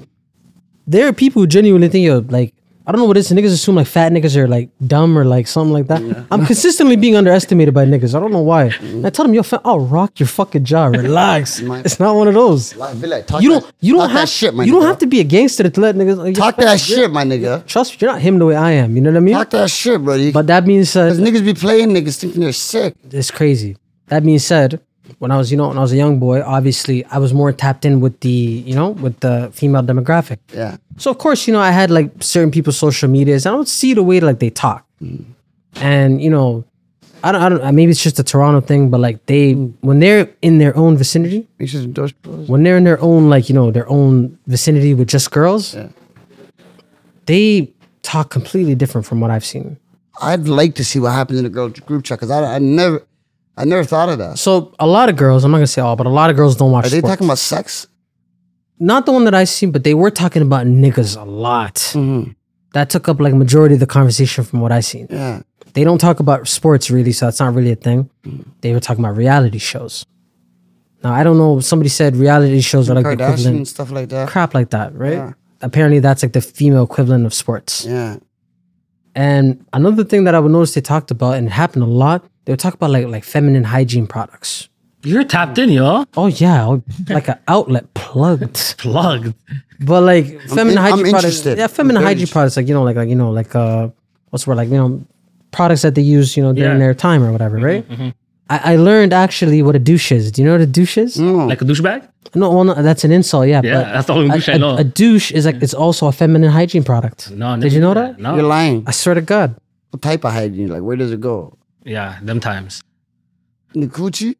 [SPEAKER 2] there are people who genuinely think you're like I don't know what it is. Niggas assume like fat niggas are like dumb or like something like that. I'm consistently being underestimated by niggas. I don't know why.
[SPEAKER 4] Mm-hmm.
[SPEAKER 2] And I tell them, yo, fat, I'll rock your fucking jaw. Relax. it's not one of those.
[SPEAKER 4] I feel like talk
[SPEAKER 2] You don't.
[SPEAKER 4] that-
[SPEAKER 2] You don't
[SPEAKER 4] talk that
[SPEAKER 2] have.
[SPEAKER 4] shit, my
[SPEAKER 2] you don't
[SPEAKER 4] nigga.
[SPEAKER 2] have to be a gangster to let niggas like,
[SPEAKER 4] Talk
[SPEAKER 2] yo,
[SPEAKER 4] that shit, my nigga.
[SPEAKER 2] Trust me, you're not him the way I am. You know what I mean?
[SPEAKER 4] Talk that shit, buddy.
[SPEAKER 2] But that being
[SPEAKER 4] Cause
[SPEAKER 2] said,
[SPEAKER 4] niggas be playing niggas thinking they're sick.
[SPEAKER 2] it's crazy. That being said, when I was, you know, when I was a young boy, obviously I was more tapped in with the, you know, with the female demographic.
[SPEAKER 4] Yeah.
[SPEAKER 2] So of course, you know, I had like certain people's social medias, and I would see the way like they talk, and you know, I don't, I don't, maybe it's just a Toronto thing, but like they, when they're in their own vicinity,
[SPEAKER 4] Make sure the door's closed.
[SPEAKER 2] when they're in their own like you know their own vicinity with just girls, they talk completely different from what I've seen.
[SPEAKER 4] I'd like to see what happens in a girl group chat because I, I never, I never thought of that.
[SPEAKER 2] So a lot of girls, I'm not gonna say all, but a lot of girls don't watch.
[SPEAKER 4] Are they
[SPEAKER 2] sports.
[SPEAKER 4] talking about sex?
[SPEAKER 2] not the one that I seen, but they were talking about niggas a lot.
[SPEAKER 4] Mm-hmm.
[SPEAKER 2] That took up like majority of the conversation from what I seen.
[SPEAKER 4] Yeah.
[SPEAKER 2] They don't talk about sports really, so that's not really a thing. They were talking about reality shows. Now I don't know. Somebody said reality shows are like the
[SPEAKER 4] Kardashian and
[SPEAKER 2] equivalent
[SPEAKER 4] stuff like that.
[SPEAKER 2] crap like that, right?
[SPEAKER 4] Yeah.
[SPEAKER 2] Apparently, that's like the female equivalent of sports.
[SPEAKER 4] Yeah.
[SPEAKER 2] And another thing that I would notice they talked about and it happened a lot. They would talk about like like feminine hygiene products.
[SPEAKER 3] You're tapped in, yo.
[SPEAKER 2] Oh yeah, like an outlet plugged.
[SPEAKER 3] Plugged.
[SPEAKER 2] But like feminine
[SPEAKER 4] in- I'm
[SPEAKER 2] hygiene products,
[SPEAKER 4] interested.
[SPEAKER 2] yeah, feminine
[SPEAKER 4] I'm very
[SPEAKER 2] hygiene
[SPEAKER 4] interested.
[SPEAKER 2] products, like you know, like like you know, like uh, what's the word, like you know, products that they use, you know, during
[SPEAKER 3] Yeah. Mm-hmm,
[SPEAKER 2] their time or whatever, right? I, I learned actually what a douche is. Do you know what a douche is?
[SPEAKER 4] Hmm.
[SPEAKER 3] Like a douchebag?
[SPEAKER 2] No, well, no, that's an insult. Yeah,
[SPEAKER 3] Yeah, that's the only douche
[SPEAKER 2] a,
[SPEAKER 3] I
[SPEAKER 2] a-
[SPEAKER 3] know.
[SPEAKER 2] a douche is like it's also a feminine hygiene product.
[SPEAKER 3] No,
[SPEAKER 2] did you know that?
[SPEAKER 3] No.
[SPEAKER 4] You're lying.
[SPEAKER 2] I swear to God,
[SPEAKER 4] What type of hygiene? Like, where does it go?
[SPEAKER 3] yeah, them times.
[SPEAKER 4] In the coochie?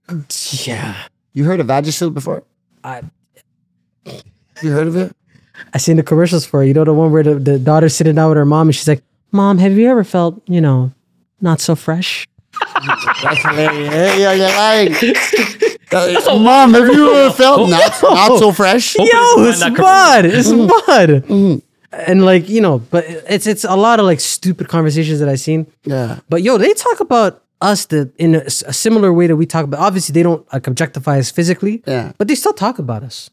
[SPEAKER 2] yeah.
[SPEAKER 4] You heard of Vagisil before?
[SPEAKER 2] I
[SPEAKER 4] You heard of it?
[SPEAKER 2] I seen the commercials for it. You know the one where the, the daughter's sitting down with her mom and she's like, "Mom, have you ever felt you know not so fresh?"
[SPEAKER 4] That's hilarious. Hey, yo, you're lying.
[SPEAKER 2] er
[SPEAKER 4] That's Mom, have you ever felt not, not so fresh?
[SPEAKER 2] Yo,
[SPEAKER 3] Hopefully
[SPEAKER 2] it's
[SPEAKER 3] it's not that
[SPEAKER 2] bud. It's
[SPEAKER 4] Mm-hmm.
[SPEAKER 2] bud. And like you know, but it's it's a lot of like stupid conversations that I seen.
[SPEAKER 4] Yeah.
[SPEAKER 2] But yo, they talk about us the in a, s- a similar way that we talk about. Obviously, they don't like objectify us physically.
[SPEAKER 4] Yeah.
[SPEAKER 2] But they still talk about us.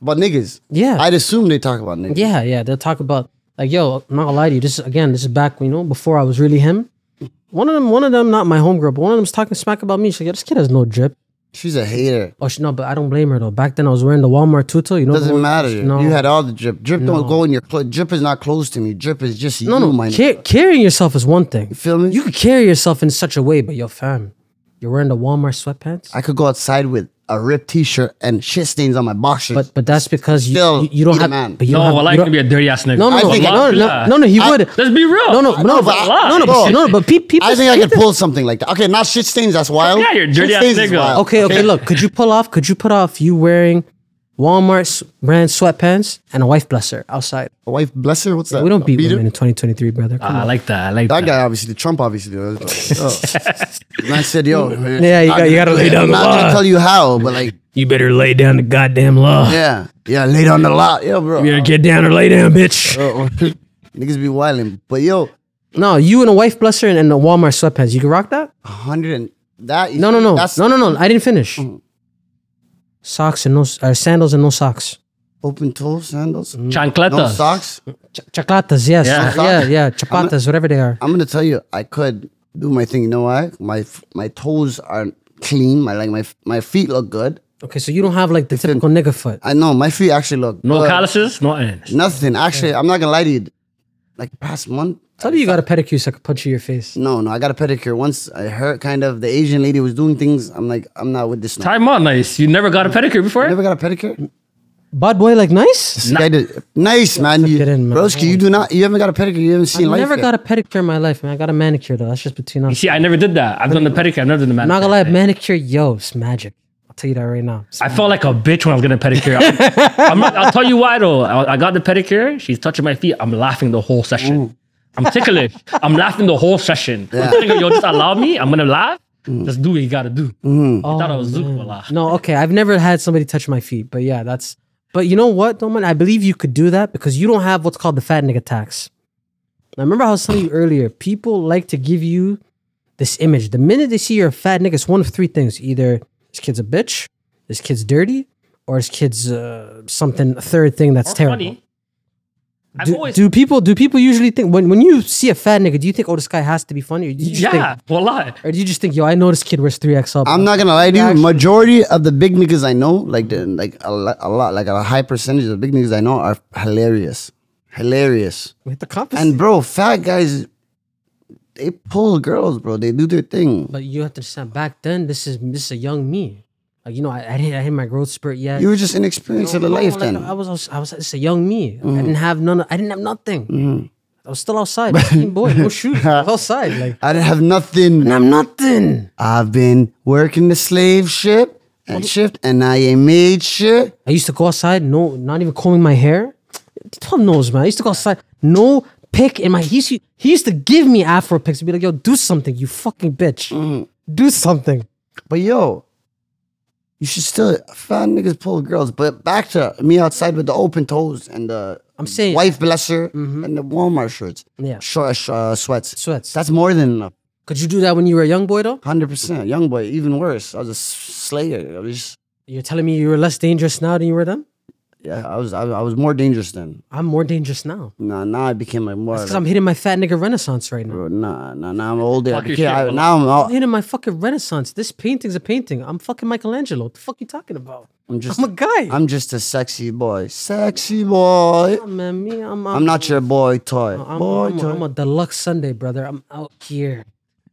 [SPEAKER 4] About niggas.
[SPEAKER 2] Yeah.
[SPEAKER 4] I'd assume they talk about niggas.
[SPEAKER 2] yeah, yeah. They'll talk about like yo. I'm not gonna lie to you. This is again. This is back you know before I was really him. One of them, one of them, not my homegirl, but one of them's talking smack about me. She's like, yo, this kid has no drip.
[SPEAKER 4] She's a hater.
[SPEAKER 2] Oh, she, no, but I don't blame her though. Back then, I was wearing the Walmart tutu. You know, the
[SPEAKER 4] Doesn't
[SPEAKER 2] one-
[SPEAKER 4] matter.
[SPEAKER 2] No,
[SPEAKER 4] You had all the drip. Drip don't go in your clothes. Drip is not close to me. Drip is just
[SPEAKER 2] no,
[SPEAKER 4] you,
[SPEAKER 2] no.
[SPEAKER 4] my nigga.
[SPEAKER 2] Ca- carrying yourself is one thing.
[SPEAKER 4] You feel me?
[SPEAKER 2] You could carry yourself in such a way, but yo, fam, you're wearing the Walmart sweatpants.
[SPEAKER 4] I could go outside with a ripped t-shirt and shit stains on my boxers.
[SPEAKER 2] but but that's because you
[SPEAKER 4] Still,
[SPEAKER 2] you, you don't
[SPEAKER 4] eat a
[SPEAKER 2] have.
[SPEAKER 4] man.
[SPEAKER 2] But you
[SPEAKER 3] No,
[SPEAKER 2] don't have,
[SPEAKER 3] well, I
[SPEAKER 2] you
[SPEAKER 3] could
[SPEAKER 2] don't-
[SPEAKER 3] be a dirty ass nigga.
[SPEAKER 2] no, no,
[SPEAKER 4] I
[SPEAKER 2] no,
[SPEAKER 4] think-
[SPEAKER 2] no, no, no, no. He would.
[SPEAKER 3] Let's be real.
[SPEAKER 2] No, no,
[SPEAKER 3] I
[SPEAKER 2] no,
[SPEAKER 4] know, but
[SPEAKER 2] but,
[SPEAKER 4] I-
[SPEAKER 2] no, no, but,
[SPEAKER 4] Bro.
[SPEAKER 2] no, no, but pe- people.
[SPEAKER 4] I think I could pull something like that. Okay, not shit stains. That's wild.
[SPEAKER 3] Yeah, you're a dirty
[SPEAKER 4] Shit
[SPEAKER 3] ass
[SPEAKER 4] stains is
[SPEAKER 3] nigga.
[SPEAKER 4] wild.
[SPEAKER 2] Okay, okay, look, could you pull off? Could you put off you wearing Walmart s- brand sweatpants and a wife blesser outside?
[SPEAKER 4] A wife bless her. What's that?
[SPEAKER 2] We don't
[SPEAKER 4] A
[SPEAKER 2] beat
[SPEAKER 4] beater?
[SPEAKER 2] women in 2023, brother. Come
[SPEAKER 3] Ah, I
[SPEAKER 2] on.
[SPEAKER 3] like that. I like
[SPEAKER 4] That
[SPEAKER 3] that.
[SPEAKER 4] guy, obviously, the Trump, obviously. Oh. The oh. man said, "Yo,
[SPEAKER 2] Yeah, you
[SPEAKER 4] I'm
[SPEAKER 2] got- you gotta lay down
[SPEAKER 4] I'm
[SPEAKER 2] the
[SPEAKER 4] not gonna
[SPEAKER 2] law.
[SPEAKER 4] tell you how, but like,
[SPEAKER 2] You better lay down the goddamn law.
[SPEAKER 4] yeah, yeah, lay down the lot, yo, bro.
[SPEAKER 2] You better get down or lay down, bitch.
[SPEAKER 4] Uh-oh. Niggas be wilding, but yo,
[SPEAKER 2] No, you and a wife blesser and, and a Walmart sweatpants. You can rock that?
[SPEAKER 4] a hundred and that.
[SPEAKER 2] No, no, no,
[SPEAKER 4] That's Mm.
[SPEAKER 2] no, no, no. I didn't finish. Socks and no s- uh, sandals and no socks.
[SPEAKER 4] open toe sandals,
[SPEAKER 2] Mm.
[SPEAKER 4] no
[SPEAKER 3] Chancletas.
[SPEAKER 4] socks.
[SPEAKER 2] Ch- chaclatas, yes,
[SPEAKER 3] Yeah.
[SPEAKER 2] yeah, yeah, chapatas, whatever they are.
[SPEAKER 4] I'm gonna tell you, I could do my thing. You know why? My my toes aren't clean. My like my my feet look good.
[SPEAKER 2] Okay, so you don't have like the typical nigga foot.
[SPEAKER 4] I know my feet actually look
[SPEAKER 3] No
[SPEAKER 4] good.
[SPEAKER 3] calluses, no eh. ends.
[SPEAKER 4] Nothing. Actually, I'm not gonna lie to you. Like past month,
[SPEAKER 2] Tell me you got a pedicure so I could punch you in your face.
[SPEAKER 4] No, no, I got a pedicure. Once I heard kind of the Asian lady was doing things, I'm like, I'm not with this. No.
[SPEAKER 3] Time out, nice. You never got a pedicure before?
[SPEAKER 4] Never got a pedicure.
[SPEAKER 2] Bad boy, like nice.
[SPEAKER 4] This guy did- Nice man, you,
[SPEAKER 2] Get in, man.
[SPEAKER 4] broski. You do not. You haven't got a pedicure. You haven't
[SPEAKER 2] I
[SPEAKER 4] seen life.
[SPEAKER 2] never
[SPEAKER 4] yet.
[SPEAKER 2] got a pedicure in my life, man. I got a manicure though. That's just between us.
[SPEAKER 3] See, I never did that. I've done the pedicure. I've never done the
[SPEAKER 2] I'm
[SPEAKER 3] manicure.
[SPEAKER 2] not gonna lie, manicure, yo, it's magic. I'll tell you that right now.
[SPEAKER 3] I felt like a bitch when I was getting a pedicure. I'm, I'm not, I'll tell you why though. I, I got the pedicure. She's touching my feet. I'm laughing the whole session. I'm ticklish. I'm laughing the whole session. I'm thinking, yo, just allow me. I'm gonna laugh.
[SPEAKER 4] Mm.
[SPEAKER 3] Just do what you gotta do. You thought I was
[SPEAKER 2] Mm.
[SPEAKER 3] Zook, wallah.
[SPEAKER 2] No, okay. I've never had somebody touch my feet, but yeah, that's. But you know what, Doman? I believe you could do that because you don't have what's called the fat nigga tax. Now, remember how I was telling you earlier, people like to give you this image. The minute they see you're a fat nigga, it's one of three things: either this kid's a bitch, this kid's dirty, or this kid's uh, something a third thing that's
[SPEAKER 3] Or
[SPEAKER 2] terrible.
[SPEAKER 3] funny. I've
[SPEAKER 2] Do,
[SPEAKER 3] always
[SPEAKER 2] do people do people usually think when when you see a fat nigga, do you think oh this guy has to be funny? Or do you just
[SPEAKER 3] yeah,
[SPEAKER 2] think,
[SPEAKER 3] voila.
[SPEAKER 2] or do you just think yo I know this kid wears three XL?
[SPEAKER 4] I'm not gonna lie to you. Majority of the big niggas I know, like the, like a lot, a lot, like a high percentage of the big niggas I know are hilarious, hilarious.
[SPEAKER 2] with the compass.
[SPEAKER 4] And bro, fat guys, they pull girls, bro. They do their thing.
[SPEAKER 2] but you have to understand back then this is this is a young me. Like you know I, I didn't I hit my growth spurt yet.
[SPEAKER 4] You were just inexperienced in the
[SPEAKER 2] No,
[SPEAKER 4] life
[SPEAKER 2] like,
[SPEAKER 4] then. Mm-hmm.
[SPEAKER 2] I was, I was, I was it's a young me. I didn't have none. I didn't have nothing. I was still outside, teen boy, no shoes. I was outside, like
[SPEAKER 4] I didn't have nothing.
[SPEAKER 2] and I'm nothing.
[SPEAKER 4] I've been working the slave ship and shift, and I ain't made shit.
[SPEAKER 2] I used to go outside, no, not even combing my hair. Tom knows, man. I used to go outside, no pick in my. He used to, he used to give me afro picks and be like, "Yo, do something, you fucking bitch,
[SPEAKER 4] Mm-hmm.
[SPEAKER 2] do something."
[SPEAKER 4] But yo, you should still fat niggas pull girls. But back to me outside with the open toes and the
[SPEAKER 2] I'm saying-
[SPEAKER 4] wife blesser
[SPEAKER 3] Mm-hmm.
[SPEAKER 4] and the Walmart shirts,
[SPEAKER 2] Yeah.
[SPEAKER 4] short sh- uh, sweats.
[SPEAKER 2] Sweats.
[SPEAKER 4] That's more than enough.
[SPEAKER 2] Could you do that when you were a young boy, though?
[SPEAKER 4] Hundred percent, young boy. Even worse, I was a s- slayer. I was just,
[SPEAKER 2] You're telling me you were less dangerous now than you were then?
[SPEAKER 4] yeah, I was I, I was more dangerous then.
[SPEAKER 2] I'm more dangerous now
[SPEAKER 4] Nah, now I became like more.
[SPEAKER 2] because
[SPEAKER 4] like,
[SPEAKER 2] I'm hitting my fat nigga renaissance right now.
[SPEAKER 4] bro, nah, nah, nah. I'm older. I
[SPEAKER 3] Fuck your
[SPEAKER 4] became,
[SPEAKER 3] shit,
[SPEAKER 4] I,
[SPEAKER 3] bro.
[SPEAKER 4] now I'm
[SPEAKER 2] I'm
[SPEAKER 4] all,
[SPEAKER 2] hitting my fucking renaissance. This painting's a painting. I'm fucking Michelangelo. What the fuck you talking about?
[SPEAKER 4] I'm just
[SPEAKER 2] I'm a guy.
[SPEAKER 4] I'm just a sexy boy. Sexy boy.
[SPEAKER 2] Yeah, man, me, I'm, I'm,
[SPEAKER 4] I'm not your boy toy.
[SPEAKER 2] I'm,
[SPEAKER 4] boy
[SPEAKER 2] I'm,
[SPEAKER 4] toy.
[SPEAKER 2] I'm a deluxe Sunday, brother. I'm out here.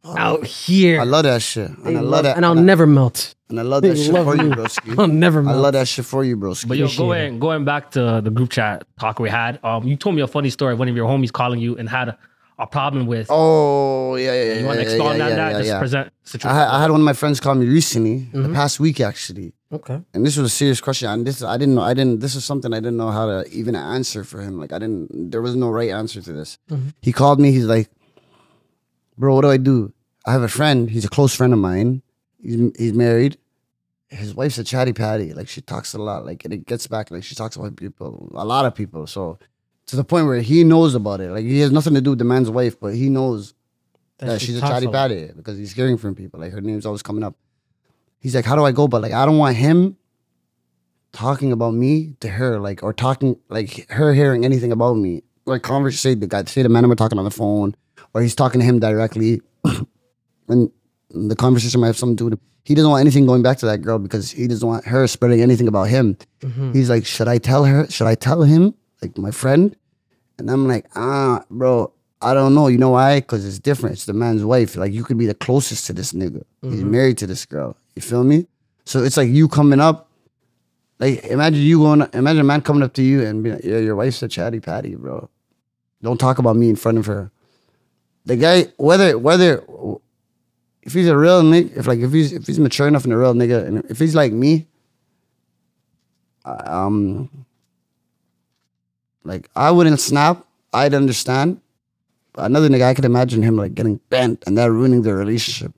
[SPEAKER 2] Out here.
[SPEAKER 4] Oh. I love that shit. And I love that.
[SPEAKER 2] And I'll never melt.
[SPEAKER 4] And I love that
[SPEAKER 2] They
[SPEAKER 4] shit
[SPEAKER 2] love
[SPEAKER 4] for you,
[SPEAKER 2] you.
[SPEAKER 4] broski.
[SPEAKER 2] I'll never
[SPEAKER 4] I
[SPEAKER 2] melt.
[SPEAKER 4] love that shit for you, broski.
[SPEAKER 3] But yo,
[SPEAKER 2] Appreciate
[SPEAKER 3] going going back to the group chat talk we had, um, you told me a funny story. One of your homies calling you and had a, a problem with.
[SPEAKER 4] oh, yeah, yeah, yeah.
[SPEAKER 3] you want to
[SPEAKER 4] yeah,
[SPEAKER 3] expound
[SPEAKER 4] yeah,
[SPEAKER 3] on
[SPEAKER 4] yeah,
[SPEAKER 3] that?
[SPEAKER 4] yeah,
[SPEAKER 3] just
[SPEAKER 4] yeah.
[SPEAKER 3] present
[SPEAKER 4] I,
[SPEAKER 3] situation.
[SPEAKER 4] had, I had one of my friends call me recently, the past week actually,
[SPEAKER 2] Okay.
[SPEAKER 4] and this was a serious question. And this, I didn't know. I didn't. This was something I didn't know how to even answer for him. Like I didn't. There was no right answer to this. He called me. He's like, "Bro, what do I do? I have a friend. He's a close friend of mine. He's he's married. His wife's a chatty patty. Like she talks a lot. Like and it gets back. Like she talks about people, a lot of people. So to the point where he knows about it. Like he has nothing to do with the man's wife, but he knows
[SPEAKER 2] That
[SPEAKER 4] yeah,
[SPEAKER 2] shit
[SPEAKER 4] she's a
[SPEAKER 2] talks
[SPEAKER 4] chatty
[SPEAKER 2] lot.
[SPEAKER 4] patty because he's hearing from people. Like her name's always coming up. He's like, how do I go? But like, I don't want him talking about me to her, like, or talking like her hearing anything about me. Like, conversate the guy, say the man we're talking on the phone, or he's talking to him directly, and the conversation might have something to do with. He doesn't want anything going back to that girl because he doesn't want her spreading anything about him.
[SPEAKER 2] Mm-hmm.
[SPEAKER 4] He's like, should I tell her? Should I tell him? Like my friend, and I'm like, ah, bro, I don't know. You know why? Because it's different. It's the man's wife. Like, you could be the closest to this nigga. He's married to this girl. You feel me? So it's like you coming up. Like, imagine you going, imagine a man coming up to you and being like, yeah, your wife's a chatty patty, bro. Don't talk about me in front of her. The guy, whether, whether, if he's a real nigga, if like, if he's, if he's mature enough and a real nigga, and if he's like me, I- um, like I wouldn't snap. I'd understand. But another nigga, I could imagine him like getting bent and that ruining their relationship.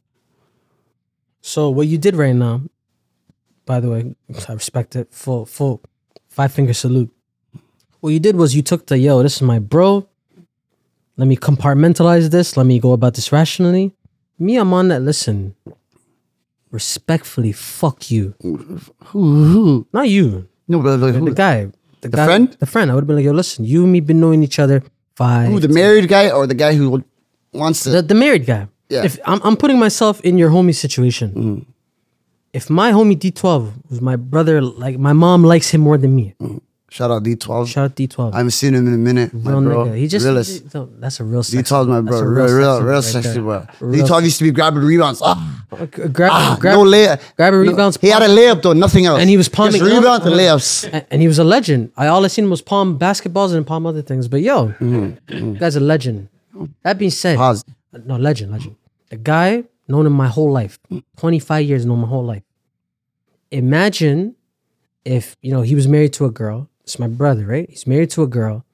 [SPEAKER 2] So what you did right now, by the way, I respect it. Full, full, five finger salute. What you did was you took the yo, this is my bro. Let me compartmentalize this. Let me go about this rationally. Me, I'm on that. Listen, respectfully, fuck you.
[SPEAKER 4] Who? who?
[SPEAKER 2] Not you,
[SPEAKER 4] No, but like,
[SPEAKER 2] the
[SPEAKER 4] who?
[SPEAKER 2] guy, the, guy,
[SPEAKER 4] friend?
[SPEAKER 2] the friend. I would have been like, yo, listen, you and me been knowing each other five,
[SPEAKER 4] who, The married guy or the guy who wants to?
[SPEAKER 2] the, the married guy.
[SPEAKER 4] Yeah. Mm-hmm.
[SPEAKER 2] If I'm, I'm putting myself in your homie situation. If my homie D12, who's my brother, like my mom likes him more than me.
[SPEAKER 4] shout out D12.
[SPEAKER 2] Shout out D12.
[SPEAKER 4] Mm. I haven't seen him in a minute, my
[SPEAKER 2] real
[SPEAKER 4] bro.
[SPEAKER 2] nigga. He just
[SPEAKER 4] Realist.
[SPEAKER 2] he- no, that's a real sexy.
[SPEAKER 4] D12 's my
[SPEAKER 2] that's
[SPEAKER 4] bro.
[SPEAKER 2] a
[SPEAKER 4] Real, real,
[SPEAKER 2] sexy
[SPEAKER 4] real
[SPEAKER 2] right
[SPEAKER 4] sexy
[SPEAKER 2] there.
[SPEAKER 4] bro.
[SPEAKER 2] Real
[SPEAKER 4] D12 used to be grabbing rebounds. Ah,
[SPEAKER 2] G- Grab,
[SPEAKER 4] ah,
[SPEAKER 2] grab,
[SPEAKER 4] no layup.
[SPEAKER 2] grab a
[SPEAKER 4] No,
[SPEAKER 2] rebounds.
[SPEAKER 4] he had a layup though, nothing else.
[SPEAKER 2] And he was palming
[SPEAKER 4] Just
[SPEAKER 2] it up.
[SPEAKER 4] rebounds and layups.
[SPEAKER 2] and, and he was a legend. I all I seen was palm basketballs and palm other things. But yo,
[SPEAKER 4] Mm-hmm.
[SPEAKER 2] guy's a legend. That being said,
[SPEAKER 4] Pause.
[SPEAKER 2] no legend, legend. The guy known him my whole life, twenty five years known my whole life. Imagine if you know he was married to a girl. It's my brother, right? He's married to a girl,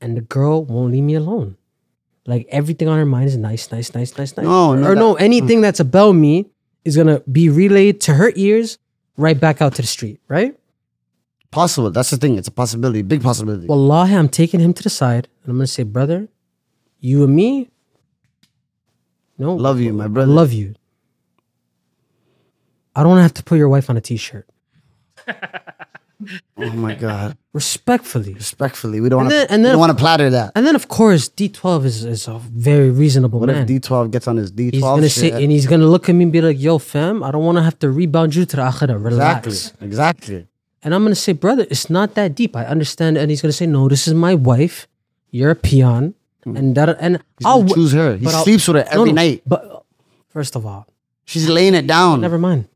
[SPEAKER 2] and the girl won't leave me alone. Like everything on her mind is nice, nice, nice, nice, nice.
[SPEAKER 4] No,
[SPEAKER 2] or
[SPEAKER 4] no,
[SPEAKER 2] no, anything that's about me is gonna be relayed to her ears, right back out to the street, right?
[SPEAKER 4] Possible. That's the thing. It's a possibility. Big possibility.
[SPEAKER 2] Wallahi, I'm taking him to the side and I'm gonna say, brother, you and me. No,
[SPEAKER 4] Love you, my brother.
[SPEAKER 2] love you. I don't have to put your wife on a T-shirt.
[SPEAKER 4] Oh my God.
[SPEAKER 2] Respectfully,
[SPEAKER 4] Respectfully, we don't
[SPEAKER 2] And
[SPEAKER 4] want
[SPEAKER 2] then-
[SPEAKER 4] to.
[SPEAKER 2] and
[SPEAKER 4] We
[SPEAKER 2] then-
[SPEAKER 4] don't want to platter that.
[SPEAKER 2] and then of course D12 is, is a very reasonable
[SPEAKER 4] What
[SPEAKER 2] man.
[SPEAKER 4] if D12 gets on his D12
[SPEAKER 2] he's gonna
[SPEAKER 4] shit?
[SPEAKER 2] say and he's gonna look at me and be like, "Yo, fam, I don't want to have to rebound you to the akhirah. Relax."
[SPEAKER 4] exactly. Exactly.
[SPEAKER 2] And I'm gonna say, brother, it's not that deep. I understand. And he's gonna say, no, this is my wife. You're a peon, and that, and
[SPEAKER 4] Hmm. gonna
[SPEAKER 2] I'll
[SPEAKER 4] choose her. He
[SPEAKER 2] but I'll-
[SPEAKER 4] sleeps with her
[SPEAKER 2] No,
[SPEAKER 4] every
[SPEAKER 2] no,
[SPEAKER 4] night.
[SPEAKER 2] But uh, first of all,
[SPEAKER 4] She's laying it down.
[SPEAKER 2] never mind.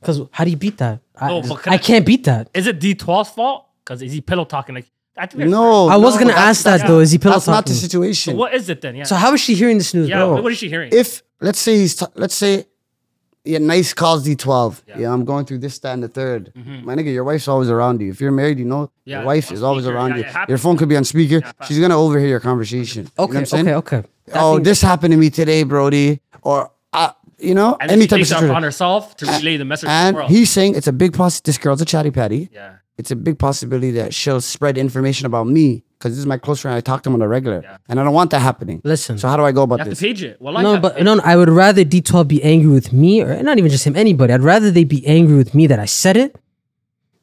[SPEAKER 2] Because how do you beat that? I,
[SPEAKER 3] No, Oh, but can
[SPEAKER 2] I
[SPEAKER 3] I-
[SPEAKER 2] can't beat that.
[SPEAKER 3] Is it D12's fault? Because is he pillow talking? Like I think they're-
[SPEAKER 4] No,
[SPEAKER 2] I was
[SPEAKER 4] no,
[SPEAKER 2] gonna
[SPEAKER 4] that's-
[SPEAKER 2] ask that
[SPEAKER 4] that's-
[SPEAKER 2] though. Is he pillow
[SPEAKER 4] That's not the
[SPEAKER 2] talking?
[SPEAKER 4] situation.
[SPEAKER 3] What is it then? Yeah.
[SPEAKER 2] so how is she hearing this news,
[SPEAKER 3] yeah.
[SPEAKER 2] bro?
[SPEAKER 3] What is she hearing?
[SPEAKER 4] if let's say he's t- let's say yeah, nice calls D12. Yeah. I'm going through this, that, and the 3rd My nigga, your wife's always around you. If you're married, you know
[SPEAKER 3] Mm-hmm. Yeah,
[SPEAKER 4] your wife
[SPEAKER 3] on
[SPEAKER 4] is always
[SPEAKER 3] speaker.
[SPEAKER 4] around
[SPEAKER 3] Yeah,
[SPEAKER 4] you.
[SPEAKER 3] it happens.
[SPEAKER 4] your phone could be on speaker. She's gonna overhear your conversation. You know what
[SPEAKER 2] okay,
[SPEAKER 4] I'm saying?
[SPEAKER 2] okay, okay. That
[SPEAKER 4] Oh,
[SPEAKER 2] thing-
[SPEAKER 4] this happened to me today, Brody. Or uh, you know,
[SPEAKER 3] and then
[SPEAKER 4] any
[SPEAKER 3] she
[SPEAKER 4] type of
[SPEAKER 3] takes it upon
[SPEAKER 4] situation.
[SPEAKER 3] herself to relay the message to the
[SPEAKER 4] And
[SPEAKER 3] world.
[SPEAKER 4] he's saying it's a big poss. This girl's a chatty patty.
[SPEAKER 3] yeah.
[SPEAKER 4] It's a big possibility that she'll spread information about me because this is my close friend. I talk to him on a regular, and I don't want that happening.
[SPEAKER 2] Listen.
[SPEAKER 4] So how do I go about
[SPEAKER 3] You have
[SPEAKER 4] this?
[SPEAKER 3] to page it. Well,
[SPEAKER 2] no, but no, no, I would rather D12 be angry with me, or not even just him, anybody. I'd rather they be angry with me that I said it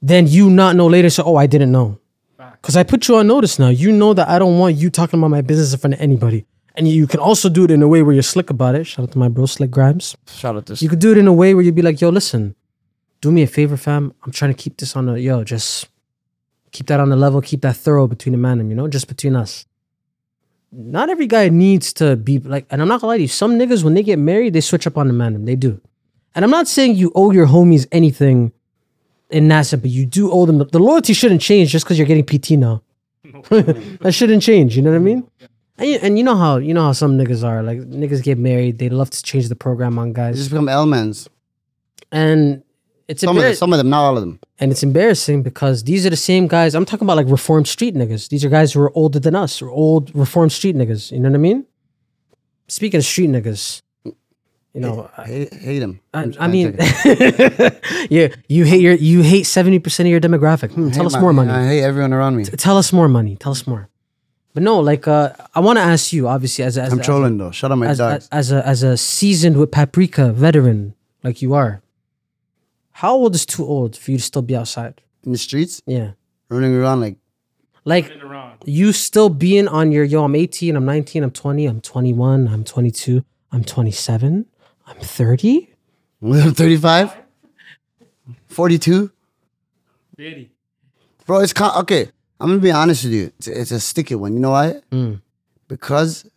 [SPEAKER 2] than you not know later. So, oh, I didn't know. Because I put you on notice now. You know that I don't want you talking about my business in front of anybody. And you can also do it in a way where you're slick about it. Shout out to my bro, Slick Grimes.
[SPEAKER 4] Shout out to
[SPEAKER 2] You could do it in a way where you'd be like, yo, listen, do me a favor, fam. I'm trying to keep this on a, yo, just keep that on the level, keep that thorough between the man and, him, you know, just between us. Not every guy needs to be like, and I'm not gonna lie to you, some niggas, when they get married, they switch up on the man. and They do. And I'm not saying you owe your homies anything in that sense, but you do owe them. The loyalty shouldn't change just because you're getting PT now. that shouldn't change. You know what I mean? And you, and you know how you know how some niggas are. Like niggas get married, they love to change the program on guys
[SPEAKER 4] They just become L-mans.
[SPEAKER 2] and it's
[SPEAKER 4] Some of, them,
[SPEAKER 2] embarrassing.
[SPEAKER 4] some of them, not all of them.
[SPEAKER 2] and it's embarrassing because these are the same guys. I'm talking about like reformed street niggas. These are guys who are older than us, or old reformed street niggas. You know what I mean? Speaking of street niggas, you know, I,
[SPEAKER 4] Hate, hate them.
[SPEAKER 2] I, I mean, yeah, you hate your you hate seventy percent of your demographic. Hmm, tell us more, money.
[SPEAKER 4] I hate everyone around me.
[SPEAKER 2] Tell us more, money. Tell us more. But no, like uh, I want to ask you, obviously, as a- as
[SPEAKER 4] I'm
[SPEAKER 2] a-
[SPEAKER 4] trolling though. Shut up, my
[SPEAKER 2] as, as,
[SPEAKER 4] dogs.
[SPEAKER 2] as a as a seasoned with paprika veteran like you are, how old is too old for you to still be outside?
[SPEAKER 4] In the streets,
[SPEAKER 2] Yeah,
[SPEAKER 4] running around like
[SPEAKER 2] like you still being on your yo. I'm 18. I'm 19. I'm 20. I'm 21. I'm 22. I'm 27. I'm 30.
[SPEAKER 4] I'm 35, 42.
[SPEAKER 3] Really?
[SPEAKER 4] Bro, it's con- okay. I'm gonna be honest with you. It's, it's a sticky one. You know why? Because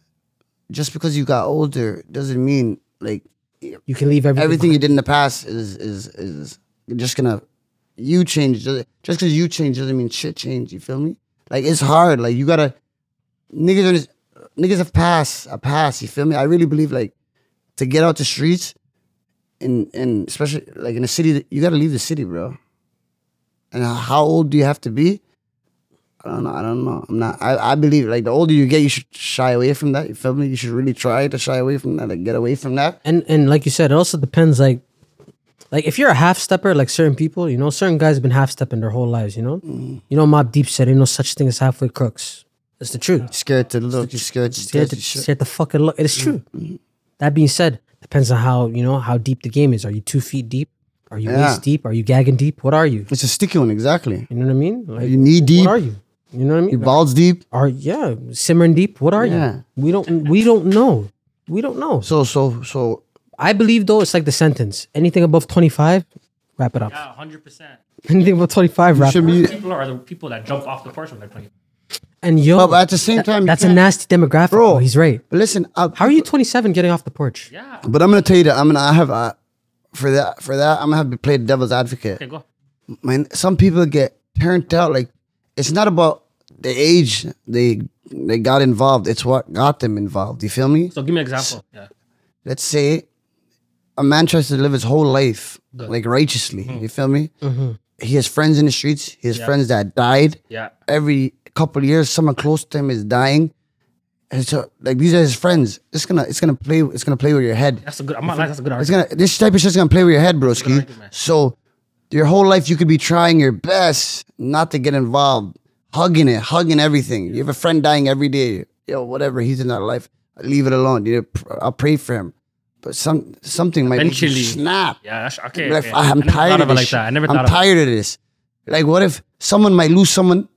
[SPEAKER 4] just because you got older doesn't mean like
[SPEAKER 2] You can leave everything.
[SPEAKER 4] everything you did in the past is is is you're just gonna you change doesn't- just because you change doesn't mean shit change you feel me like it's hard like you gotta niggas are just, niggas have passed a pass you feel me i really believe like to get out the streets in in especially like in a city that- you gotta leave the city bro and how old do you have to be I don't know. I don't know. I'm not. I, I believe like the older you get, you should shy away from that. You feel me? You should really try to shy away from that. Like get away from that.
[SPEAKER 2] and and like you said, it also depends. Like, like if you're a half stepper, like certain people, you know, certain guys have been half stepping their whole lives. You know, you know, Mob Deep said, "Ain't no such thing as halfway crooks." It's the truth.
[SPEAKER 4] scared to look. You're scared to
[SPEAKER 2] They
[SPEAKER 4] scared
[SPEAKER 2] had
[SPEAKER 4] to
[SPEAKER 2] to,
[SPEAKER 4] shit.
[SPEAKER 2] they had to fucking look. It's true. That being said, depends on how you know how deep the game is. Are you two feet deep? Are you
[SPEAKER 4] Yeah.
[SPEAKER 2] waist deep? Are you gagging deep? What are you?
[SPEAKER 4] It's a sticky one, exactly.
[SPEAKER 2] You know what I mean? Like,
[SPEAKER 4] You knee deep.
[SPEAKER 2] What are you? You know what I mean?
[SPEAKER 4] Your balls deep.
[SPEAKER 2] are yeah simmering deep? What are
[SPEAKER 4] Yeah.
[SPEAKER 2] you? We don't we don't know. We don't know. So
[SPEAKER 4] So so so.
[SPEAKER 2] I believe though it's like the sentence: anything above twenty five, wrap it up.
[SPEAKER 3] Yeah, hundred percent.
[SPEAKER 2] Anything above twenty five, wrap it
[SPEAKER 4] Should
[SPEAKER 2] up.
[SPEAKER 4] be,
[SPEAKER 3] People are the people that jump off the porch when they're playing.
[SPEAKER 2] And yo,
[SPEAKER 4] but at the same time, you
[SPEAKER 2] that's a
[SPEAKER 4] can't-
[SPEAKER 2] nasty demographic.
[SPEAKER 4] Bro.
[SPEAKER 2] Oh, he's right.
[SPEAKER 4] But listen, I,
[SPEAKER 2] How are you twenty seven getting off the porch?
[SPEAKER 3] Yeah.
[SPEAKER 4] But I'm gonna tell you that I'm gonna I have uh, for that for that I'm gonna have to play the devil's advocate.
[SPEAKER 3] Okay, go.
[SPEAKER 4] Man, some people get turned out. Like it's not about the age they they got involved. It's what got them involved. You feel me?
[SPEAKER 3] So give me an example. Yeah.
[SPEAKER 4] let's say a man tries to live his whole life like righteously. You feel me? He has friends in the streets. He has friends that died.
[SPEAKER 3] Yeah.
[SPEAKER 4] Every couple of years, someone close to him is dying. And so, like these are his friends. It's gonna, it's gonna play, it's gonna play with your head.
[SPEAKER 3] That's a good. I'm not lying. That's a good
[SPEAKER 4] It's
[SPEAKER 3] argument.
[SPEAKER 4] gonna, this type of shit's gonna play with your head, broski. So, your whole life you could be trying your best not to get involved, hugging it, hugging everything. You have a friend dying every day. yo, whatever, he's in our life. Leave it alone. You know, pr- I'll pray for him. But some something might make you
[SPEAKER 3] Eventually.
[SPEAKER 4] snap.
[SPEAKER 3] Yeah, that's okay.
[SPEAKER 4] Like,
[SPEAKER 3] okay. I
[SPEAKER 4] I'm
[SPEAKER 3] never
[SPEAKER 4] tired
[SPEAKER 3] thought
[SPEAKER 4] of
[SPEAKER 3] of it
[SPEAKER 4] this.
[SPEAKER 3] like that. I never
[SPEAKER 4] am
[SPEAKER 3] thought of it.
[SPEAKER 4] tired of this. Like, what if someone might lose someone?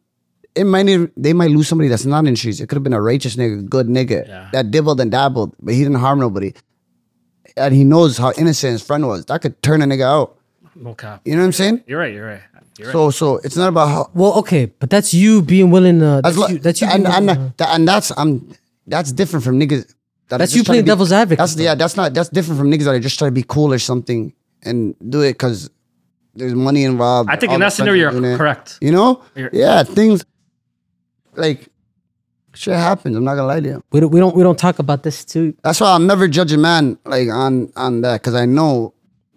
[SPEAKER 4] It might need- they might lose somebody that's not in trees. It could have been a righteous nigga, good nigga
[SPEAKER 3] Yeah.
[SPEAKER 4] that dibbled and dabbled, but he didn't harm nobody, and he knows how innocent his friend was. That could turn a nigga out.
[SPEAKER 3] No cap.
[SPEAKER 4] You know what I'm saying?
[SPEAKER 3] You're right. You're right. You're right.
[SPEAKER 4] So, so it's not about how
[SPEAKER 2] Well, okay, but that's you being willing to. That's,
[SPEAKER 4] That's
[SPEAKER 2] you.
[SPEAKER 4] like
[SPEAKER 2] That's you.
[SPEAKER 4] and
[SPEAKER 2] being
[SPEAKER 4] and,
[SPEAKER 2] willing to-
[SPEAKER 4] that, and that's I'm that's different from niggas. That are
[SPEAKER 2] That's
[SPEAKER 4] just
[SPEAKER 2] you
[SPEAKER 4] trying to
[SPEAKER 2] playing devil's advocate,
[SPEAKER 4] That's
[SPEAKER 2] though.
[SPEAKER 4] yeah. That's not that's different from niggas that are just trying to be cool or something and do it because there's money involved.
[SPEAKER 3] I think
[SPEAKER 4] all
[SPEAKER 3] in
[SPEAKER 4] the
[SPEAKER 3] that scenario,
[SPEAKER 4] friends
[SPEAKER 3] you're
[SPEAKER 4] doing it.
[SPEAKER 3] correct.
[SPEAKER 4] You know,
[SPEAKER 3] You're-
[SPEAKER 4] yeah, things like shit happens. I'm not gonna lie to you.
[SPEAKER 2] we don't. We don't. We don't talk about this too.
[SPEAKER 4] That's why I'll never judge a man like on on that because I know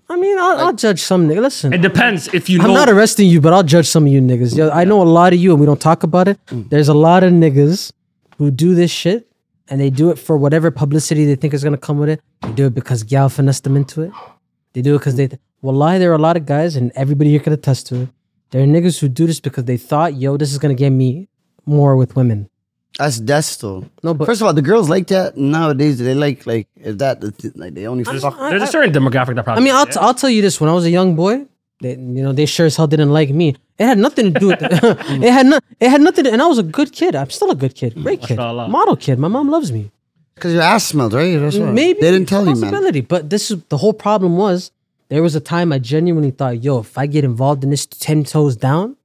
[SPEAKER 2] I mean, I'll, I'll judge some nigga. Listen,
[SPEAKER 3] It depends if you know.
[SPEAKER 2] I'm not arresting you, but I'll judge some of you niggas. Yo, I know a lot of you, and we don't talk about it.
[SPEAKER 3] Mm.
[SPEAKER 2] There's a lot of niggas who do this shit, and they do it for whatever publicity they think is gonna come with it. They do it because gal finessed them into it. They do it because they. Th- well, lie. There are a lot of guys, and everybody here can attest to it. There are niggas who do this because they thought, yo, this is gonna get me more with women.
[SPEAKER 4] that's that's though.
[SPEAKER 2] No, but
[SPEAKER 4] First of all, the girls like that nowadays. They like like if that like they only
[SPEAKER 3] There's,
[SPEAKER 4] fuck.
[SPEAKER 3] there's a certain demographic that
[SPEAKER 2] I
[SPEAKER 3] probably.
[SPEAKER 2] mean, I'll, t- I'll tell you this: when I was a young boy, they, you know, they sure as hell didn't like me. It had nothing to do with it. had no, it had nothing. To, and I was a good kid. I'm still a good kid, great kid,
[SPEAKER 3] Mashallah.
[SPEAKER 2] model kid. My mom loves me.
[SPEAKER 4] Because your ass smelled, right? That's why.
[SPEAKER 2] Mm, Maybe
[SPEAKER 4] they didn't tell you, man.
[SPEAKER 2] possibility, but this is the whole problem. Was there was a time I genuinely thought, yo, if I get involved in this ten toes down,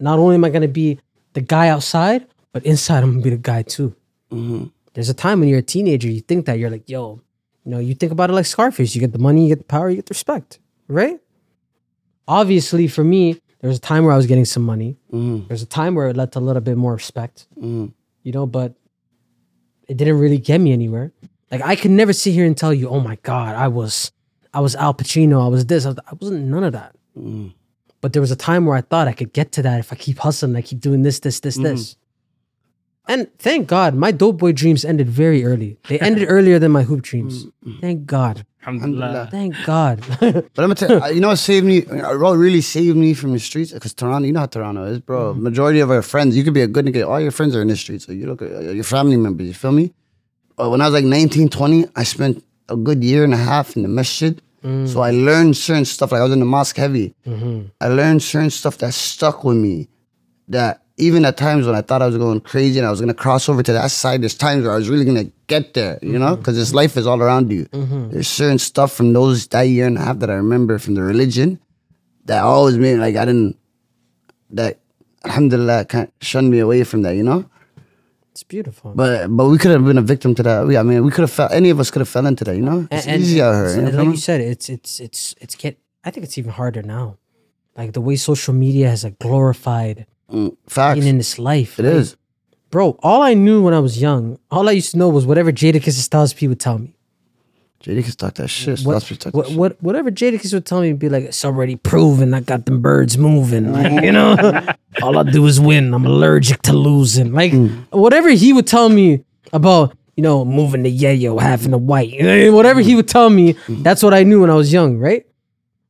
[SPEAKER 2] not only am I gonna be the guy outside, but inside I'm gonna be the guy too.
[SPEAKER 4] Mm-hmm.
[SPEAKER 2] There's a time when you're a teenager, you think that you're like, yo, you know, you think about it like Scarface. You get the money, you get the power, you get the respect, right? Obviously, for me, there was a time where I was getting some money.
[SPEAKER 4] Mm-hmm.
[SPEAKER 2] There's a time where it led to a little bit more respect, you know, but it didn't really get me anywhere. Like I could never sit here and tell you, oh my God, I was, I was Al Pacino, I was this, I, was, I wasn't none of that. But there was a time where I thought I could get to that if I keep hustling, I keep doing this, this, this, this. And thank God, my dope boy dreams ended very early. They ended earlier than my hoop dreams. Thank God.
[SPEAKER 3] Alhamdulillah.
[SPEAKER 2] Thank God.
[SPEAKER 4] But I'm gonna tell uh, you, know what saved me? uh, What really saved me from the streets? Because Toronto, you know how Toronto is, bro. Majority of our friends, you could be a good nigga. All your friends are in the streets. So you look at your family members. You feel me? Uh, When I was like 19, 20, I spent a good year and a half in the masjid. So I learned certain stuff. Like I was in the mosque heavy. I learned certain stuff that stuck with me. That even at times when I thought I was going crazy and I was gonna cross over to that side, there's times where I was really gonna get there, you know,
[SPEAKER 2] Mm-hmm.
[SPEAKER 4] because this life is all around you. There's certain stuff from those that year and a half that I remember from the religion that always made like I didn't that alhamdulillah can't shun me away from that, you know?
[SPEAKER 2] it's beautiful.
[SPEAKER 4] But but we could have been a victim to that. We, I mean we could have fell any of us could have fell into that, you know? It's easy out
[SPEAKER 2] it's-
[SPEAKER 4] here. you know?
[SPEAKER 2] like you said, it's it's it's it's get. I think it's even harder now. Like the way social media has like glorified
[SPEAKER 4] Mm, Facts.
[SPEAKER 2] being in this life.
[SPEAKER 4] It
[SPEAKER 2] like,
[SPEAKER 4] is.
[SPEAKER 2] bro. All I knew when I was young, all I used to know was whatever Jadakiss and Styles P would tell me.
[SPEAKER 4] JD can talk that shit.
[SPEAKER 2] What,
[SPEAKER 4] Stop protecting
[SPEAKER 2] what, what, whatever Jadakiss would tell me would be like, it's already proven. I got them birds moving. Like, you know, all I do is win. I'm allergic to losing. Like, whatever he would tell me about, you know, moving to yayo, having a white, you know, whatever he would tell me, that's what I knew when I was young, right?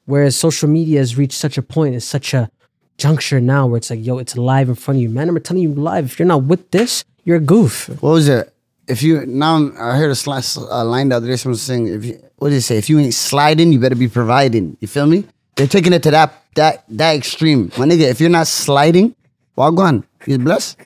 [SPEAKER 2] Whereas social media has reached such a point, it's such a juncture now where it's like, yo, it's live in front of you. Man, I'm telling you live, if you're not with this, you're a goof.
[SPEAKER 4] What was it? If you now, I'm- I heard a, sli- a line the other day. Someone was saying, "If you, what did they say? If you ain't sliding, you better be providing." You feel me? They're taking it to that that that extreme, my nigga. If you're not sliding, wagwan, he's blessed.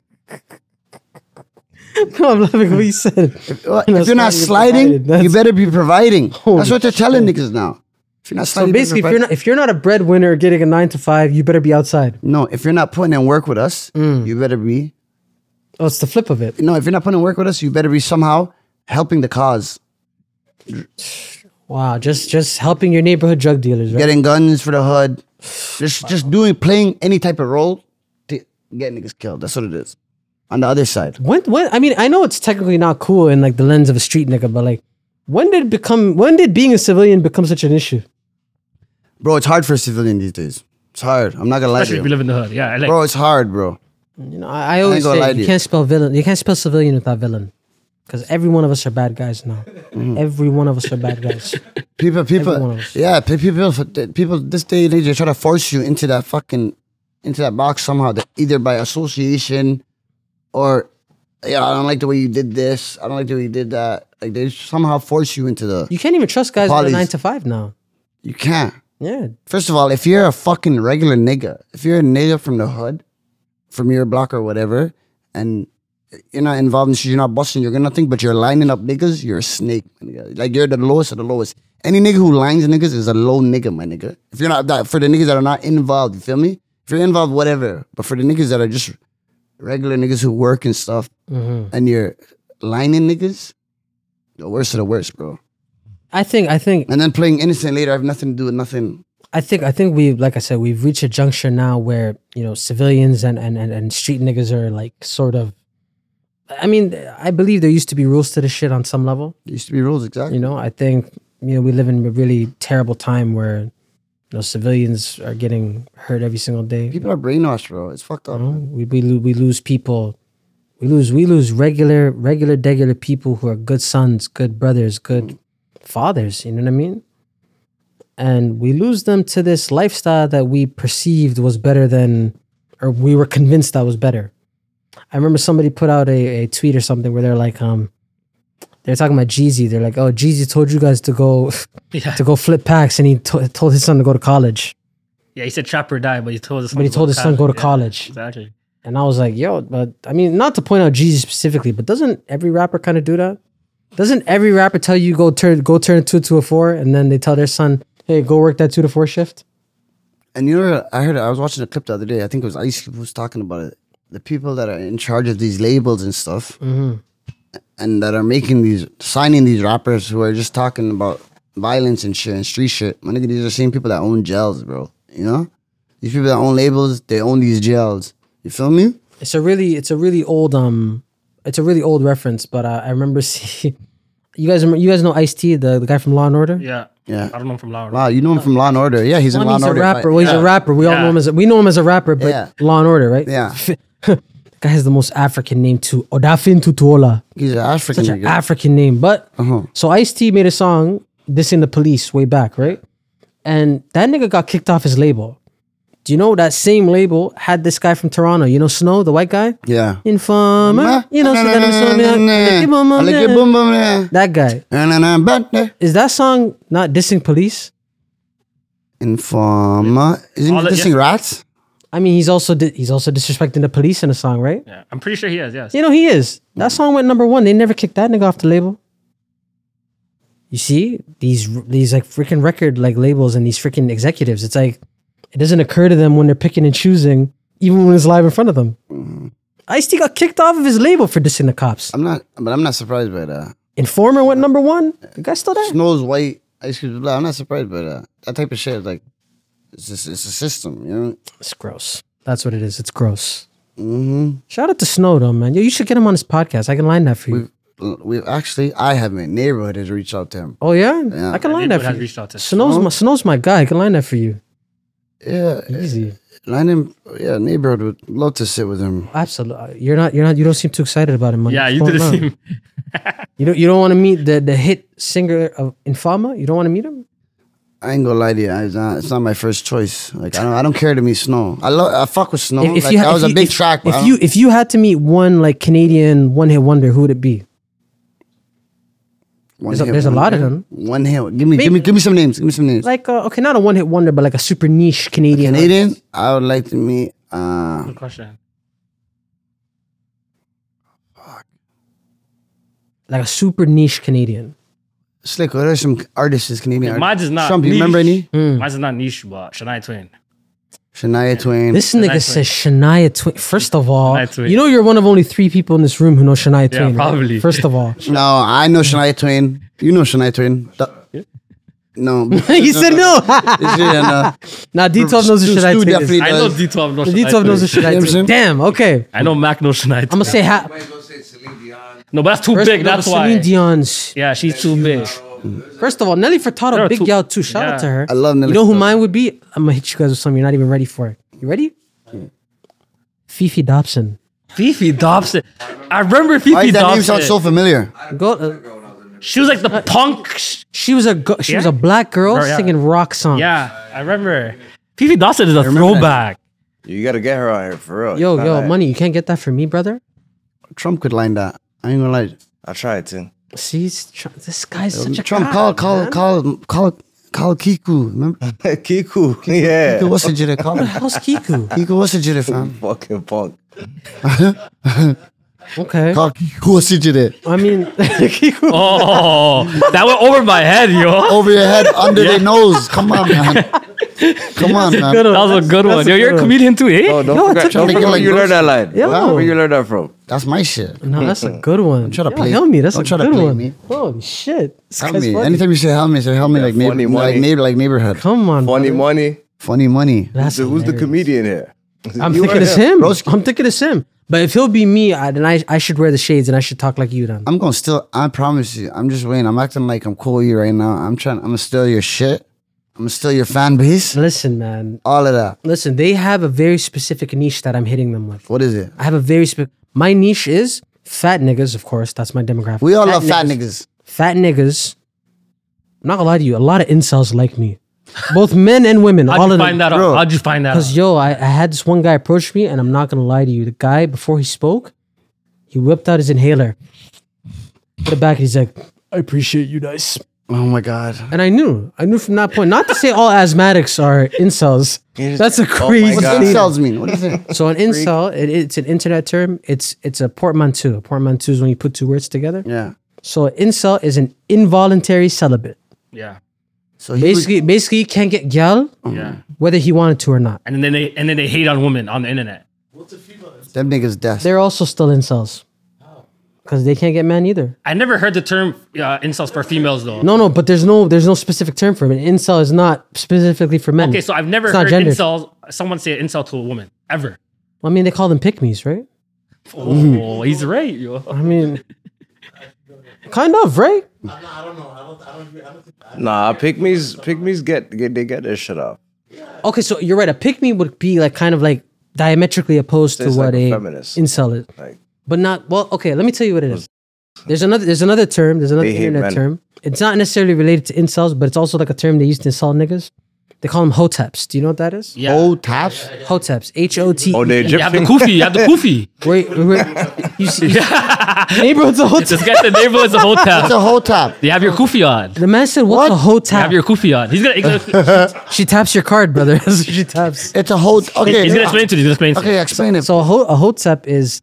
[SPEAKER 2] I'm loving what you said.
[SPEAKER 4] If you're
[SPEAKER 2] sliding, you're
[SPEAKER 4] not sliding,
[SPEAKER 2] providing.
[SPEAKER 4] you better be providing. That's what they're telling niggas now. If you're not
[SPEAKER 2] So
[SPEAKER 4] sliding,
[SPEAKER 2] basically, if you're not if you're not a breadwinner getting a nine to five, you better be outside.
[SPEAKER 4] no, if you're not putting in work with us,
[SPEAKER 2] Mm.
[SPEAKER 4] you better be
[SPEAKER 2] Oh, it's the flip of it.
[SPEAKER 4] no. If you're not putting in work with us, you better be somehow helping the cause,
[SPEAKER 2] Wow, just just helping your neighborhood drug dealers, right?
[SPEAKER 4] getting guns for the hood, just just doing playing any type of role to get niggas killed. That's what it is. On the other side,
[SPEAKER 2] When when I mean, I know it's technically not cool in like the lens of a street nigga, but like, when did it become when did being a civilian become such an issue?
[SPEAKER 4] bro, it's hard for a civilian these days. It's hard. I'm not gonna lie to
[SPEAKER 3] Especially if you
[SPEAKER 4] you,
[SPEAKER 3] live in the hood. Yeah. I Like,
[SPEAKER 4] bro. It's hard, bro.
[SPEAKER 2] You know, I, I always
[SPEAKER 4] gonna lie
[SPEAKER 2] say
[SPEAKER 4] to
[SPEAKER 2] you,
[SPEAKER 4] you.
[SPEAKER 2] can't spell villain, you can't spell civilian without villain, because every one of us are bad guys now.
[SPEAKER 4] Mm.
[SPEAKER 2] Every one of us are bad guys.
[SPEAKER 4] People,
[SPEAKER 2] Every
[SPEAKER 4] people,
[SPEAKER 2] one of us.
[SPEAKER 4] yeah, pe- people, people. This day and age, they try to force you into that fucking into that box somehow, that either by association or yo, I don't like the way you did this. I don't like the way you did that. Like they somehow force you into the.
[SPEAKER 2] You can't even trust guys with a
[SPEAKER 4] Polys.
[SPEAKER 2] nine to five now.
[SPEAKER 4] You can't.
[SPEAKER 2] Yeah.
[SPEAKER 4] First of all, if you're a fucking regular nigga, if you're a nigga from the hood, from your block or whatever, and you're not involved in shit, you're not busting, you're nothing, but you're lining up niggas, you're a snake, my nigga. Like you're the lowest of the lowest. Any nigga who lines niggas is a low nigga, my nigga. If you're not that for the niggas that are not involved, you feel me? If you're involved, whatever. But for the niggas that are just regular niggas who work and stuff, and you're lining niggas, the worst of the worst, bro.
[SPEAKER 2] I think I think
[SPEAKER 4] And then playing innocent later, I have nothing to do with nothing.
[SPEAKER 2] I think I think we like I said we've reached a juncture now where you know civilians and and and, and street niggas are like sort of. I mean, I believe there used to be rules to this shit on some level.
[SPEAKER 4] There used to be rules, exactly.
[SPEAKER 2] You know, I think you know we live in a really terrible time where you know civilians are getting hurt every single day.
[SPEAKER 4] People are brainwashed, bro. It's fucked up.
[SPEAKER 2] You know, we we, lo- we lose people. We lose we lose regular regular degular people who are good sons, good brothers, good fathers. You know what I mean? And we lose them to this lifestyle that we perceived was better than, or we were convinced that was better. I remember somebody put out a, a tweet or something where they're like, um, they're talking about Jeezy. They're like, oh, Jeezy told you guys to go,
[SPEAKER 3] Yeah.
[SPEAKER 2] to go flip packs, and he to- told his son to go to college.
[SPEAKER 3] Yeah, he said trap or die, but he told his son
[SPEAKER 2] But he
[SPEAKER 3] to
[SPEAKER 2] told his son go to
[SPEAKER 3] Yeah,
[SPEAKER 2] college.
[SPEAKER 3] Exactly.
[SPEAKER 2] And I was like, yo, but I mean, not to point out Jesus specifically, but doesn't every rapper kind of do that? Doesn't every rapper tell you go turn go turn a two to a four, and then they tell their son, hey, go work that two to four shift?
[SPEAKER 4] And you know, I heard I was watching a clip the other day. I think it was Ice Cube who was talking about it. The people that are in charge of these labels and stuff,
[SPEAKER 2] Mm-hmm.
[SPEAKER 4] and that are making these signing these rappers who are just talking about violence and shit and street shit. My nigga, these are the same people that own jails, bro. You know, these people that own labels, they own these jails. You feel me?
[SPEAKER 2] It's a really it's a really old um it's a really old reference, but uh, I remember seeing you guys remember, you guys know Ice T, the, the guy from Law and Order.
[SPEAKER 3] Yeah.
[SPEAKER 4] Yeah.
[SPEAKER 3] I don't know from Laura.
[SPEAKER 4] Wow, you know him from Law and Order. Yeah, he's in
[SPEAKER 2] One,
[SPEAKER 4] Law
[SPEAKER 2] he's
[SPEAKER 4] and
[SPEAKER 2] a
[SPEAKER 4] Order.
[SPEAKER 2] rapper.
[SPEAKER 4] but-
[SPEAKER 2] Well, he's
[SPEAKER 4] yeah.
[SPEAKER 2] a rapper. We all
[SPEAKER 3] Yeah.
[SPEAKER 2] know him as a, we know him as a rapper, but
[SPEAKER 4] Yeah.
[SPEAKER 2] Law and Order, right?
[SPEAKER 4] Yeah.
[SPEAKER 2] guy has the most African name too, Odafin Tutuola.
[SPEAKER 4] He's an African
[SPEAKER 2] such an
[SPEAKER 4] nigga. Uh-huh.
[SPEAKER 2] African name. But so Ice T made a song dissing the police way back, right? And that nigga got kicked off his label. Do you know that same label had this guy from Toronto? You know Snow, the white guy,
[SPEAKER 4] yeah.
[SPEAKER 2] Informer. You know so that is so-
[SPEAKER 4] I like your boom boom, yeah.
[SPEAKER 2] that guy.
[SPEAKER 4] Na-na-na-ba-na.
[SPEAKER 2] Is that song not dissing police?
[SPEAKER 4] Informer. Isn't
[SPEAKER 3] All
[SPEAKER 4] he
[SPEAKER 3] that-
[SPEAKER 4] dissing
[SPEAKER 3] yeah.
[SPEAKER 4] rats?
[SPEAKER 2] I mean, he's also di- he's also disrespecting the police in a song, right?
[SPEAKER 3] Yeah. I'm pretty sure he has, yes.
[SPEAKER 2] You know he is. That song went number one. They never kicked that nigga off the label. You see these these like freaking record like labels and these freaking executives. It's like it doesn't occur to them when they're picking and choosing, even when it's live in front of them. Ice T got kicked off of his label for dissing the cops.
[SPEAKER 4] I'm not, but I'm not surprised by that.
[SPEAKER 2] Informer went number one. The guy's still there.
[SPEAKER 4] Snow's white, ice cube black. I'm not surprised by that. That type of shit is like, it's just, it's a system, you know?
[SPEAKER 2] It's gross. That's what it is. It's gross. Shout out to Snow though, man. Yo, you should get him on his podcast. I can line that for you.
[SPEAKER 4] We've, we've Mm-hmm. actually, I have my neighborhood has reached out to him.
[SPEAKER 2] oh yeah? I can line that
[SPEAKER 3] Neighborhood
[SPEAKER 2] for
[SPEAKER 3] has
[SPEAKER 2] you.
[SPEAKER 3] reached out to
[SPEAKER 2] Snow's my Snow's my guy. I can line that for you.
[SPEAKER 4] Yeah,
[SPEAKER 2] Easy.
[SPEAKER 4] line him. Yeah, neighborhood would love to sit with him.
[SPEAKER 2] Absolutely, uh, you're not. You're not. You don't seem too excited about it, man.
[SPEAKER 3] Yeah,
[SPEAKER 2] What's
[SPEAKER 3] you did
[SPEAKER 2] going on?
[SPEAKER 3] the same.
[SPEAKER 2] You don't. You don't want to meet the the hit singer of Infama. You don't want to meet him.
[SPEAKER 4] I ain't gonna lie to you. I, it's, not, it's not my first choice. Like I don't, I don't care to me snow. I love, I fuck with snow. like
[SPEAKER 2] ha-
[SPEAKER 4] that was a big
[SPEAKER 2] if,
[SPEAKER 4] track. but I
[SPEAKER 2] If
[SPEAKER 4] don't-
[SPEAKER 2] you if you had to meet one like Canadian one hit wonder, who would it be?
[SPEAKER 4] one
[SPEAKER 2] there's a-
[SPEAKER 4] hit
[SPEAKER 2] there's a
[SPEAKER 4] wonder.
[SPEAKER 2] lot of them.
[SPEAKER 4] One hit. Give me, give me, give me some names. Give me some names.
[SPEAKER 2] Like uh, okay, not a one hit wonder, but like a super niche Canadian.
[SPEAKER 4] Canadian. I would like to meet. Uh,
[SPEAKER 3] Good question.
[SPEAKER 2] Like a super niche Canadian.
[SPEAKER 4] Slick, what are some artists, Canadian artists?
[SPEAKER 3] Mine is not.
[SPEAKER 4] Some, you
[SPEAKER 3] niche.
[SPEAKER 4] remember any?
[SPEAKER 2] Hmm.
[SPEAKER 3] Mine is not niche, but Shania Twain.
[SPEAKER 4] Shania Twain.
[SPEAKER 2] This nigga says Shania Twain. First of all,
[SPEAKER 3] Shania Twain.
[SPEAKER 2] you know you're one of only three people in this room who know Shania Twain. right?
[SPEAKER 3] probably.
[SPEAKER 2] First of all,
[SPEAKER 4] no, I know Shania Twain. You know Shania Twain. The- no.
[SPEAKER 2] he said no.
[SPEAKER 4] yeah,
[SPEAKER 2] nah, D12 knows who
[SPEAKER 4] Stu-
[SPEAKER 2] Shania
[SPEAKER 4] Stu
[SPEAKER 2] Twain. is.
[SPEAKER 4] definitely
[SPEAKER 3] I know
[SPEAKER 4] does.
[SPEAKER 3] D12 knows Shania
[SPEAKER 2] D12 knows who
[SPEAKER 3] Twain.
[SPEAKER 4] You know
[SPEAKER 2] Shania
[SPEAKER 4] what I'm
[SPEAKER 2] Twain.
[SPEAKER 4] saying?
[SPEAKER 2] Damn. Okay.
[SPEAKER 3] I know Mac knows Shania
[SPEAKER 2] I'm
[SPEAKER 3] Twain.
[SPEAKER 2] gonna say ha-
[SPEAKER 6] Might as well say Celine Dion.
[SPEAKER 3] No, but that's too
[SPEAKER 2] First,
[SPEAKER 3] big.
[SPEAKER 2] no,
[SPEAKER 3] That's
[SPEAKER 2] Celine
[SPEAKER 3] why.
[SPEAKER 2] Dion's.
[SPEAKER 3] Yeah, she's too big.
[SPEAKER 2] First of all, Nelly Furtado,
[SPEAKER 3] No,
[SPEAKER 2] big
[SPEAKER 3] too-
[SPEAKER 2] y'all too. Shout out to
[SPEAKER 3] yeah.
[SPEAKER 2] her.
[SPEAKER 4] I love Nelly
[SPEAKER 2] You know who
[SPEAKER 4] Furtado.
[SPEAKER 2] mine would be? I'm gonna hit you guys with something you're not even ready for. You ready? Fifi Dobson.
[SPEAKER 3] Fifi Dobson. I remember Fifi
[SPEAKER 4] Why is that name
[SPEAKER 3] Dobson.
[SPEAKER 4] sound so familiar?
[SPEAKER 2] Go, uh,
[SPEAKER 3] she was like the punk. sh-
[SPEAKER 2] she was a go- she was
[SPEAKER 3] Yeah?
[SPEAKER 2] a black girl
[SPEAKER 3] Bro, yeah.
[SPEAKER 2] singing rock songs.
[SPEAKER 3] Yeah, I remember. Fifi Dobson is a throwback.
[SPEAKER 6] You gotta get her out here for real.
[SPEAKER 2] Yo,
[SPEAKER 6] Not
[SPEAKER 2] yo,
[SPEAKER 6] like-
[SPEAKER 2] money. You can't get that for me, brother.
[SPEAKER 4] Trump could line that. I ain't gonna lie.
[SPEAKER 6] I tried to.
[SPEAKER 2] See, he's tr- this guy's such a
[SPEAKER 4] Um, Trump,
[SPEAKER 2] cop,
[SPEAKER 4] call, call,
[SPEAKER 2] man.
[SPEAKER 4] call, call, call Kiku. Remember?
[SPEAKER 6] Kiku. Yeah.
[SPEAKER 4] Kiku, what's the jitter? Call him.
[SPEAKER 2] How's Kiku?
[SPEAKER 4] Kiku, what's the jitter, fam?
[SPEAKER 6] Fucking punk.
[SPEAKER 2] Okay.
[SPEAKER 4] Call Kiku, what's the jitter?
[SPEAKER 2] I mean, Kiku.
[SPEAKER 3] Oh, that went over my head, yo.
[SPEAKER 4] Over your head, under their nose. Come on, man. Come on, man.
[SPEAKER 3] That was a good one. Yo, you're a comedian too, eh?
[SPEAKER 6] Oh, don't
[SPEAKER 2] Yo, I
[SPEAKER 6] forget,
[SPEAKER 2] took
[SPEAKER 6] don't
[SPEAKER 4] it.
[SPEAKER 6] forget where you
[SPEAKER 4] Like
[SPEAKER 6] learned that line.
[SPEAKER 2] Yo.
[SPEAKER 6] Don't forget where you learned that from.
[SPEAKER 4] That's my shit.
[SPEAKER 2] No, that's a good one.
[SPEAKER 4] try to
[SPEAKER 2] Yo,
[SPEAKER 4] play-
[SPEAKER 2] Help me. That's
[SPEAKER 4] don't
[SPEAKER 2] a
[SPEAKER 4] try
[SPEAKER 2] good
[SPEAKER 4] to play
[SPEAKER 2] one.
[SPEAKER 4] me.
[SPEAKER 2] Holy shit. This
[SPEAKER 4] Help
[SPEAKER 2] guy's
[SPEAKER 4] me.
[SPEAKER 2] funny.
[SPEAKER 4] Anytime you say help me, say help me like
[SPEAKER 6] funny
[SPEAKER 4] neighbor,
[SPEAKER 6] money.
[SPEAKER 4] like neighbor, like neighborhood.
[SPEAKER 2] Come on.
[SPEAKER 6] Funny
[SPEAKER 2] brother.
[SPEAKER 6] money.
[SPEAKER 4] Funny money.
[SPEAKER 2] That's
[SPEAKER 6] So who's the
[SPEAKER 2] hilarious.
[SPEAKER 6] comedian here?
[SPEAKER 2] I'm
[SPEAKER 6] You
[SPEAKER 2] thinking
[SPEAKER 6] are
[SPEAKER 2] it's him. I'm thinking it's him. But if he'll be me, I, then I, I should wear the shades and I should talk like you then.
[SPEAKER 4] I'm gonna still. I promise you. I'm just waiting. I'm acting like I'm cool with you right now. I'm trying. I'm gonna steal your shit. I'm gonna steal your fan base.
[SPEAKER 2] Listen, man.
[SPEAKER 4] All of that.
[SPEAKER 2] Listen, they have a very specific niche that I'm hitting them with.
[SPEAKER 4] What is it?
[SPEAKER 2] I have a very spe- my niche is fat niggas, of course. That's my demographic.
[SPEAKER 4] We all love fat niggas.
[SPEAKER 2] Fat niggas. I'm not gonna lie to you. A lot of incels like me, both men and women.
[SPEAKER 3] How'd
[SPEAKER 2] all
[SPEAKER 3] you
[SPEAKER 2] of
[SPEAKER 3] find
[SPEAKER 2] them.
[SPEAKER 3] that
[SPEAKER 4] Bro.
[SPEAKER 3] out? How'd you find that out?
[SPEAKER 2] Because yo, I, I had this one guy approach me, and I'm not gonna lie to you. The guy before he spoke, he whipped out his inhaler, put it back, and he's like, "I appreciate you guys."
[SPEAKER 4] Oh my god.
[SPEAKER 2] And I knew, I knew from that point. Not to say all asthmatics are incels. That's a
[SPEAKER 6] Oh my
[SPEAKER 2] crazy.
[SPEAKER 4] What
[SPEAKER 6] God.
[SPEAKER 4] does incels mean? What do you think?
[SPEAKER 2] So an incel, it, it's an internet term. It's it's a portmanteau. A portmanteau is when you put two words together.
[SPEAKER 4] Yeah.
[SPEAKER 2] So an incel is an involuntary celibate.
[SPEAKER 3] Yeah,
[SPEAKER 4] So he
[SPEAKER 2] Basically, basically you can't get gal
[SPEAKER 3] yeah.
[SPEAKER 2] whether he wanted to or not.
[SPEAKER 3] And then they and then they hate on women on the internet.
[SPEAKER 4] was, them niggas death.
[SPEAKER 2] They're also still incels because they can't get men either.
[SPEAKER 3] I never heard the term uh, insults for females though.
[SPEAKER 2] No, no, but there's no there's no specific term for it. An incel is not specifically for men.
[SPEAKER 3] Okay, so I've never
[SPEAKER 2] It's not
[SPEAKER 3] heard
[SPEAKER 2] gendered.
[SPEAKER 3] insult someone say insult to a woman ever.
[SPEAKER 2] I mean, they call them pygmies, right?
[SPEAKER 3] Oh, he's right, yo.
[SPEAKER 2] I mean, kind of, right?
[SPEAKER 6] Nah, pygmies. Pygmies get, get they get their shit off.
[SPEAKER 2] Okay, so you're right. A pygmy would be like kind of like diametrically opposed to
[SPEAKER 6] It's
[SPEAKER 2] what
[SPEAKER 6] like a
[SPEAKER 2] a,
[SPEAKER 6] feminist.
[SPEAKER 2] incel is.
[SPEAKER 6] Like-
[SPEAKER 2] but not well. Okay, let me tell you what it is. There's another. There's another term. There's another
[SPEAKER 6] They hate
[SPEAKER 2] internet
[SPEAKER 6] men.
[SPEAKER 2] term. It's not necessarily related to incels, but it's also like a term they use to insult niggas. They call them hoteps. Do you know what that is?
[SPEAKER 3] Yeah.
[SPEAKER 4] Old taps.
[SPEAKER 2] Hoteps. H O T.
[SPEAKER 6] Oh,
[SPEAKER 2] E.
[SPEAKER 6] they
[SPEAKER 3] you have the
[SPEAKER 6] Egyptian.
[SPEAKER 3] kufi. You have the kufi.
[SPEAKER 2] Wait, wait, wait. You see, neighborhood's a hotep.
[SPEAKER 3] This guy's the neighborhood's a hotel.
[SPEAKER 4] It's a whole tap.
[SPEAKER 3] They have your kufi on.
[SPEAKER 2] The man said, "What's a
[SPEAKER 3] They have
[SPEAKER 2] hotep?"
[SPEAKER 3] your kufi on. He's gonna, he's gonna,
[SPEAKER 2] she taps your card, brother. That's what she taps.
[SPEAKER 4] It's a whole. Okay.
[SPEAKER 3] he's gonna explain to you. He's gonna explain to you.
[SPEAKER 4] okay. Explain it.
[SPEAKER 2] So a, ho- a hotep is,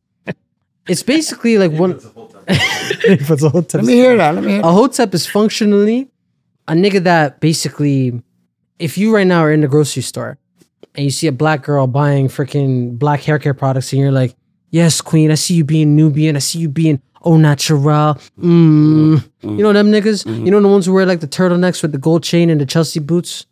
[SPEAKER 2] it's basically like one. Neighborhood's a hotep.
[SPEAKER 4] Let me hear that. Let me hear.
[SPEAKER 2] A hotep is functionally a nigga that basically, if you right now are in the grocery store and you see a black girl buying freaking black hair care products and you're like, yes, queen, I see you being Nubian. I see you being au natural. Mm. You know them niggas? You know the ones who wear like the turtlenecks with the gold chain and the Chelsea boots?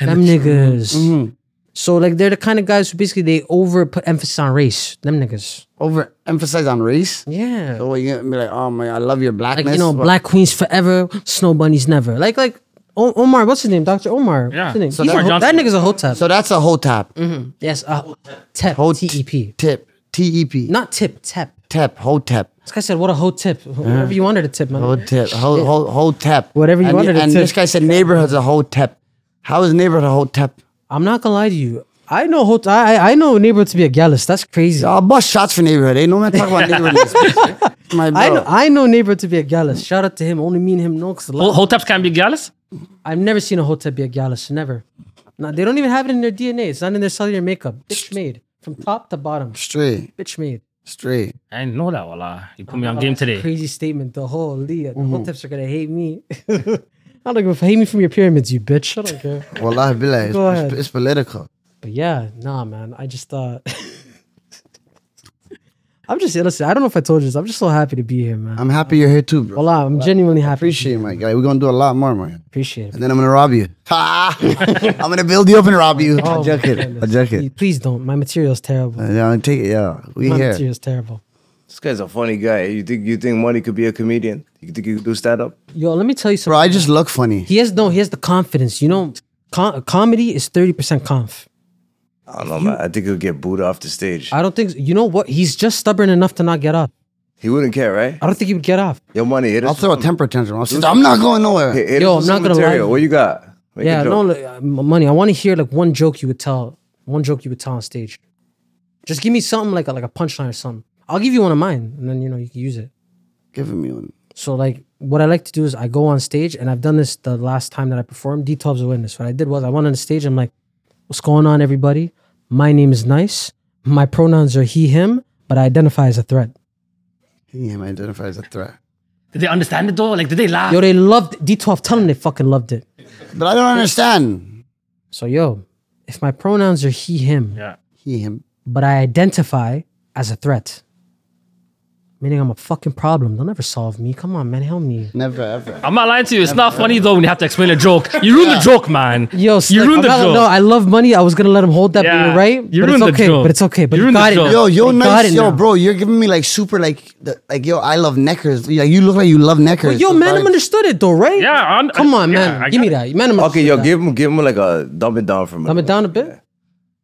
[SPEAKER 2] them niggas. So like they're the kind of guys who basically they over put emphasis on race. Them niggas.
[SPEAKER 4] Overemphasize on race.
[SPEAKER 2] Yeah.
[SPEAKER 4] So what, you gonna be like, oh my, I love your blackness.
[SPEAKER 2] like you know,
[SPEAKER 4] What-
[SPEAKER 2] black queens forever, snow bunnies never. Like like o- Omar, what's his name? Doctor Omar.
[SPEAKER 3] Yeah.
[SPEAKER 2] What's his name?
[SPEAKER 3] So
[SPEAKER 2] He's
[SPEAKER 3] that-
[SPEAKER 2] a ho- that
[SPEAKER 3] Johnson.
[SPEAKER 2] nigga's a hotep.
[SPEAKER 4] So that's a whole tap.
[SPEAKER 2] yes, a tep.
[SPEAKER 4] Hot-
[SPEAKER 2] T E P.
[SPEAKER 4] Tip. T E P.
[SPEAKER 2] Not tip. Tep.
[SPEAKER 4] Tep. Whole tap.
[SPEAKER 2] This guy said, "What a hotep." Whatever you wanted a tip, man.
[SPEAKER 4] Whole tip, whole, whole, whole tap.
[SPEAKER 2] Whatever you
[SPEAKER 4] and,
[SPEAKER 2] wanted to
[SPEAKER 4] And
[SPEAKER 2] tip.
[SPEAKER 4] this guy said neighborhood's a whole tap. How is neighborhood a whole tap?
[SPEAKER 2] I'm not gonna lie to you. I know hot. I I- I know neighborhood to be a gallus. That's crazy.
[SPEAKER 4] I'll bust shots for neighborhood. Ain't no man talk about neighborhood. in this bitch. My bro.
[SPEAKER 2] I know I know neighborhood to be a gallus. Shout out to him. Only me and him know. Cause a lot-
[SPEAKER 3] Ho- Hoteps can't be gallus.
[SPEAKER 2] I've never seen a hotep be a gallus. Never. No, they don't even have it in their DNA. It's not in their cellular makeup. Bitch made from top to bottom.
[SPEAKER 4] Straight,
[SPEAKER 2] Bitch made.
[SPEAKER 4] straight.
[SPEAKER 3] I didn't know that. Wallah, you put me on game today.
[SPEAKER 2] Crazy statement. The whole Leah, the
[SPEAKER 4] Mm-hmm.
[SPEAKER 2] whole tips are gonna hate me. I don't give a f- hate me from your pyramids, you bitch. I don't care.
[SPEAKER 4] Wallahi billah,
[SPEAKER 2] Go
[SPEAKER 4] it's,
[SPEAKER 2] ahead.
[SPEAKER 4] it's, it's political.
[SPEAKER 2] But yeah, nah, man. I just thought. I'm just listen. I don't know if I told you this. I'm just so happy to be here, man.
[SPEAKER 4] I'm happy you're here too, bro.
[SPEAKER 2] Wallah, I'm genuinely happy.
[SPEAKER 4] Appreciate you, my guy. We're gonna do a lot more, man.
[SPEAKER 2] Appreciate it.
[SPEAKER 4] And then I'm gonna rob you. Ha! I'm gonna build you up and rob you.
[SPEAKER 2] Oh
[SPEAKER 4] I joke it. I joke
[SPEAKER 2] Please,
[SPEAKER 4] it.
[SPEAKER 2] please don't. My material's terrible.
[SPEAKER 4] Yeah, I'll take it. Yeah, we
[SPEAKER 2] My
[SPEAKER 4] here.
[SPEAKER 2] material's terrible.
[SPEAKER 6] This guy's a funny guy. You think you think money could be a comedian? You think you could do stand up?
[SPEAKER 2] Yo, let me tell you
[SPEAKER 4] Bro,
[SPEAKER 2] something.
[SPEAKER 4] I just look funny.
[SPEAKER 2] He has no. He has the confidence. You know, com- comedy is thirty percent conf.
[SPEAKER 6] I don't know, man. I think he'll get booed off the stage.
[SPEAKER 2] I don't think you know what. He's just stubborn enough to not get up.
[SPEAKER 6] he wouldn't care, right?
[SPEAKER 2] I don't think he would get off.
[SPEAKER 6] Yo, money. Hit us
[SPEAKER 4] I'll
[SPEAKER 6] with
[SPEAKER 4] throw a
[SPEAKER 6] some-
[SPEAKER 4] temper tantrum. I'll say, I'm not going nowhere.
[SPEAKER 6] hit- hit
[SPEAKER 2] Yo,
[SPEAKER 6] us with
[SPEAKER 2] I'm not
[SPEAKER 6] some
[SPEAKER 2] gonna lie.
[SPEAKER 6] material. What you got? Make a
[SPEAKER 2] yeah,
[SPEAKER 6] joke.
[SPEAKER 2] no, like, uh, m- money. I want to hear like one joke you would tell, one joke you would tell on stage. Just give me something like a, like a punchline or something. I'll give you one of mine, and then you know you can use it.
[SPEAKER 4] Giving me one.
[SPEAKER 2] So like what I like to do is I go on stage and I've done this the last time that I performed. D Tub's a witness. What I did was I went on stage, I'm like, what's going on, everybody? My name is nice. My pronouns are he, him, but I identify as a threat.
[SPEAKER 4] He him identifies as a threat.
[SPEAKER 3] Did they understand it though? Like, did they laugh?
[SPEAKER 2] Yo, they loved D12. Tell them they fucking loved it.
[SPEAKER 4] But I don't understand.
[SPEAKER 2] So yo, if my pronouns are he, him,
[SPEAKER 3] yeah.
[SPEAKER 4] He him.
[SPEAKER 2] but I identify as a threat, meaning I'm a fucking problem. They'll never solve me. Come on, man, help me.
[SPEAKER 4] Never ever.
[SPEAKER 3] I'm not lying to you. It's not funny though when you have to explain a joke. You ruined the joke, man.
[SPEAKER 2] Yo,
[SPEAKER 3] you
[SPEAKER 2] Slick,
[SPEAKER 3] ruined the
[SPEAKER 2] I'm not-
[SPEAKER 3] joke.
[SPEAKER 2] No, I love money. I was gonna let him hold that, but
[SPEAKER 3] Yeah.
[SPEAKER 2] you're right.
[SPEAKER 3] You
[SPEAKER 2] but it's
[SPEAKER 3] ruined the
[SPEAKER 2] okay.
[SPEAKER 3] joke.
[SPEAKER 2] But it's okay. But
[SPEAKER 3] You
[SPEAKER 2] you,
[SPEAKER 3] ruined the
[SPEAKER 2] got it.
[SPEAKER 3] joke.
[SPEAKER 2] now.
[SPEAKER 4] Yo, yo,
[SPEAKER 2] You got it
[SPEAKER 4] nice, yo,
[SPEAKER 2] now.
[SPEAKER 4] bro. You're giving me like super, like, the, like, yo, I love Neckers. Yeah, you look like you love Neckers.
[SPEAKER 2] Yo,
[SPEAKER 4] Those
[SPEAKER 2] Manum
[SPEAKER 4] vibes.
[SPEAKER 2] understood it though, right?
[SPEAKER 3] Yeah, I un-
[SPEAKER 2] Come on,
[SPEAKER 3] yeah,
[SPEAKER 2] man.
[SPEAKER 3] I
[SPEAKER 2] give
[SPEAKER 3] got
[SPEAKER 2] me
[SPEAKER 3] it.
[SPEAKER 2] that. Manum
[SPEAKER 6] Okay,
[SPEAKER 2] understood
[SPEAKER 6] yo,
[SPEAKER 2] that.
[SPEAKER 6] give him, give him like a dumb it down from.
[SPEAKER 2] Dumb it down a bit.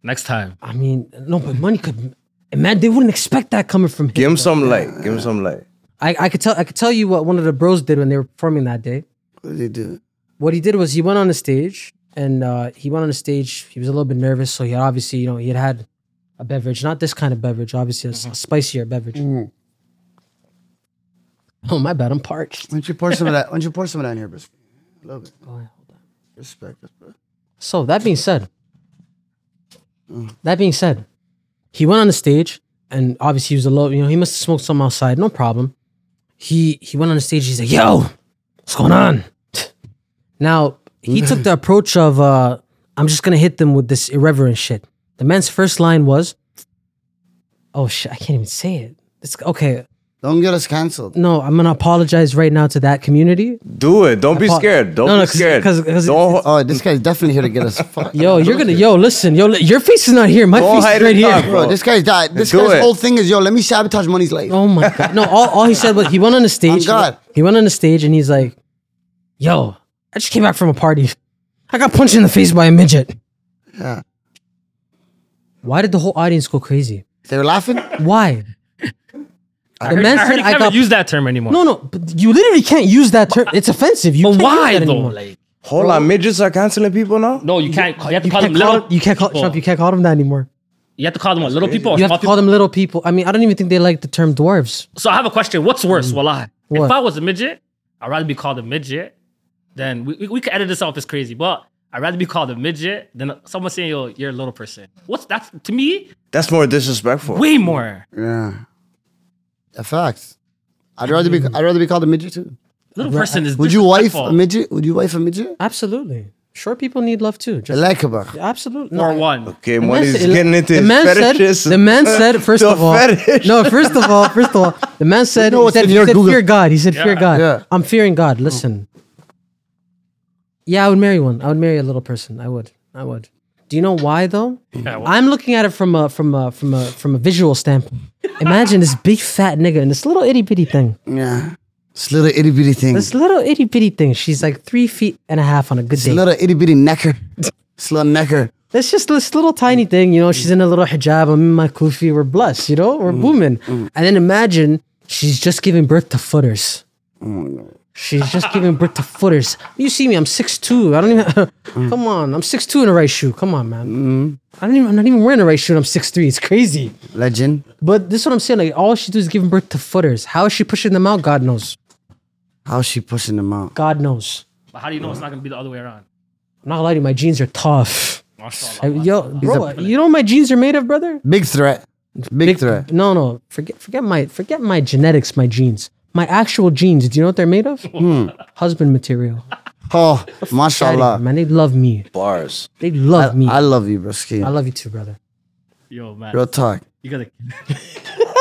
[SPEAKER 3] Next time.
[SPEAKER 2] I mean, no, but money could. Man, they wouldn't expect that coming from him.
[SPEAKER 6] Give him some light. Give him some light.
[SPEAKER 2] I, I could tell. I could tell you what one of the bros did when they were performing that day.
[SPEAKER 4] What did they do?
[SPEAKER 2] what he did was he went on the stage and uh, he went on the stage. He was a little bit nervous, so he obviously, you know, he had had a beverage, not this kind of beverage, obviously a, s- a spicier beverage. Oh my bad, I'm parched.
[SPEAKER 4] Why don't you pour some of that? Why don't you pour some of that in here, bro? Love it. Respect, respect.
[SPEAKER 2] So that being said, that being said, he went on the stage and obviously he was a little, you know, he must have smoked some outside, no problem. He he went on the stage. He's like, "Yo, what's going on?" Now he took the approach of, uh, "I'm just gonna hit them with this irreverent shit." The man's first line was, "Oh shit, I can't even say it." It's okay.
[SPEAKER 4] Don't get us canceled.
[SPEAKER 2] No, I'm gonna apologize right now to that community.
[SPEAKER 6] Do it. Don't be
[SPEAKER 2] Apo-
[SPEAKER 6] scared. Don't
[SPEAKER 2] No, no,
[SPEAKER 6] be
[SPEAKER 2] 'cause-
[SPEAKER 6] scared.
[SPEAKER 2] 'cause- 'cause
[SPEAKER 6] don't
[SPEAKER 4] Oh, this guy's definitely here to get us. fucked.
[SPEAKER 2] Yo, you're gonna yo listen. Yo, li- your face is not here. My
[SPEAKER 6] Don't
[SPEAKER 2] face
[SPEAKER 6] hide
[SPEAKER 2] is
[SPEAKER 6] it
[SPEAKER 2] right here.
[SPEAKER 6] up,
[SPEAKER 4] bro. This guy's died. This
[SPEAKER 6] Do
[SPEAKER 4] guy's
[SPEAKER 6] it.
[SPEAKER 4] whole thing is, yo, let me sabotage money's life.
[SPEAKER 2] Oh my god! No, all, all he said was he went on the stage.
[SPEAKER 4] On God.
[SPEAKER 2] He went on the stage and he's like, "Yo, I just came back from a party. I got punched in the face by a midget."
[SPEAKER 4] Yeah.
[SPEAKER 2] Why did the whole audience go crazy?
[SPEAKER 4] They were laughing.
[SPEAKER 2] Why? The man
[SPEAKER 3] I heard
[SPEAKER 2] said,
[SPEAKER 3] you
[SPEAKER 2] "I
[SPEAKER 3] can't
[SPEAKER 2] got."
[SPEAKER 3] use that term anymore.
[SPEAKER 2] no, no, but you literally can't use that term. It's offensive. You
[SPEAKER 3] But
[SPEAKER 2] can't
[SPEAKER 3] why
[SPEAKER 2] use that
[SPEAKER 3] though?
[SPEAKER 2] anymore.
[SPEAKER 3] Like,
[SPEAKER 6] Hold on, midgets are canceling people now.
[SPEAKER 3] no, you can't. You have to
[SPEAKER 2] You
[SPEAKER 3] call them
[SPEAKER 2] can't call,
[SPEAKER 3] little.
[SPEAKER 2] you can't call
[SPEAKER 3] people.
[SPEAKER 2] Trump. You can't call them that anymore.
[SPEAKER 3] You have to call them what, little people or
[SPEAKER 2] You
[SPEAKER 3] small
[SPEAKER 2] have to
[SPEAKER 3] people.
[SPEAKER 2] call them little people. I mean, I don't even think they like the term dwarves.
[SPEAKER 3] So I have a question. What's worse, Wallah?
[SPEAKER 2] Mm. What?
[SPEAKER 3] If I was a midget, I'd rather be called a midget than we, we, we could edit this off. It's crazy, but I'd rather be called a midget than someone saying yo, you're a little person. What's that's to me
[SPEAKER 6] That's more disrespectful.
[SPEAKER 3] way more
[SPEAKER 4] Yeah. A fact. I'd rather be. I'd rather be called a midget too.
[SPEAKER 3] little person is.
[SPEAKER 4] Would you wife
[SPEAKER 3] disrespectful.
[SPEAKER 4] a midget? Would you wife a midget?
[SPEAKER 2] Absolutely. Sure, people need love too. Just
[SPEAKER 4] Elekaba.
[SPEAKER 2] absolutely.
[SPEAKER 3] or
[SPEAKER 2] No,
[SPEAKER 3] one?
[SPEAKER 6] Okay,
[SPEAKER 2] The man
[SPEAKER 6] money's
[SPEAKER 2] said-
[SPEAKER 6] getting into
[SPEAKER 2] the
[SPEAKER 6] his
[SPEAKER 2] man
[SPEAKER 6] fetishes.
[SPEAKER 2] Said, the man said, first
[SPEAKER 6] The
[SPEAKER 2] of all,
[SPEAKER 6] fetish.
[SPEAKER 2] no, first of all, first of all, the man said,
[SPEAKER 4] know
[SPEAKER 2] he
[SPEAKER 4] what's
[SPEAKER 2] said,
[SPEAKER 4] in
[SPEAKER 2] he
[SPEAKER 4] your
[SPEAKER 2] said
[SPEAKER 4] Google.
[SPEAKER 2] fear God. He said, fear
[SPEAKER 3] Yeah.
[SPEAKER 2] God.
[SPEAKER 4] Yeah.
[SPEAKER 2] I'm fearing God. Listen. Yeah, I would marry one. I would marry a little person. I would. I would. Do you know why though?
[SPEAKER 3] well-
[SPEAKER 2] I'm looking at it from a from a from a from a visual standpoint. Imagine this big fat nigga and this little itty bitty thing.
[SPEAKER 4] Yeah. This little itty bitty thing.
[SPEAKER 2] This little itty bitty thing. She's like three feet and a half on a good
[SPEAKER 4] This
[SPEAKER 2] day.
[SPEAKER 4] little itty bitty necker. This little necker.
[SPEAKER 2] That's just this little tiny thing, you know. She's in a little hijab. I'm in my kufi. We're blessed, you know. We're booming. And then imagine she's just giving birth to footers. She's just giving birth to footers. You see me? I'm 6'2". I don't even. come on, I'm 6'2 in a right shoe. Come on, man. I don't even. I'm not even wearing a right shoe. And I'm 6'3". It's crazy.
[SPEAKER 4] Legend.
[SPEAKER 2] But this is what I'm saying. Like all she does is giving birth to footers. How is she pushing them out? God knows.
[SPEAKER 4] How's she pushing them out?
[SPEAKER 2] God knows.
[SPEAKER 3] But how do you know it's not gonna be the other way around?
[SPEAKER 2] I'm not lying. My jeans are tough.
[SPEAKER 3] Mashallah.
[SPEAKER 2] I- yo, bro, you know what my jeans are made of, brother.
[SPEAKER 4] Big threat. Big, threat.
[SPEAKER 2] No, no. Forget forget my forget my genetics, my genes. My actual genes. Do you know what they're made of?
[SPEAKER 4] Hmm.
[SPEAKER 2] Husband material.
[SPEAKER 4] Oh, mashallah.
[SPEAKER 2] Man, they love me.
[SPEAKER 6] Bars.
[SPEAKER 2] They love me.
[SPEAKER 4] I
[SPEAKER 2] I,
[SPEAKER 4] love you, broski.
[SPEAKER 2] love you too, brother.
[SPEAKER 3] Yo, man,
[SPEAKER 4] Real talk.
[SPEAKER 3] you gotta.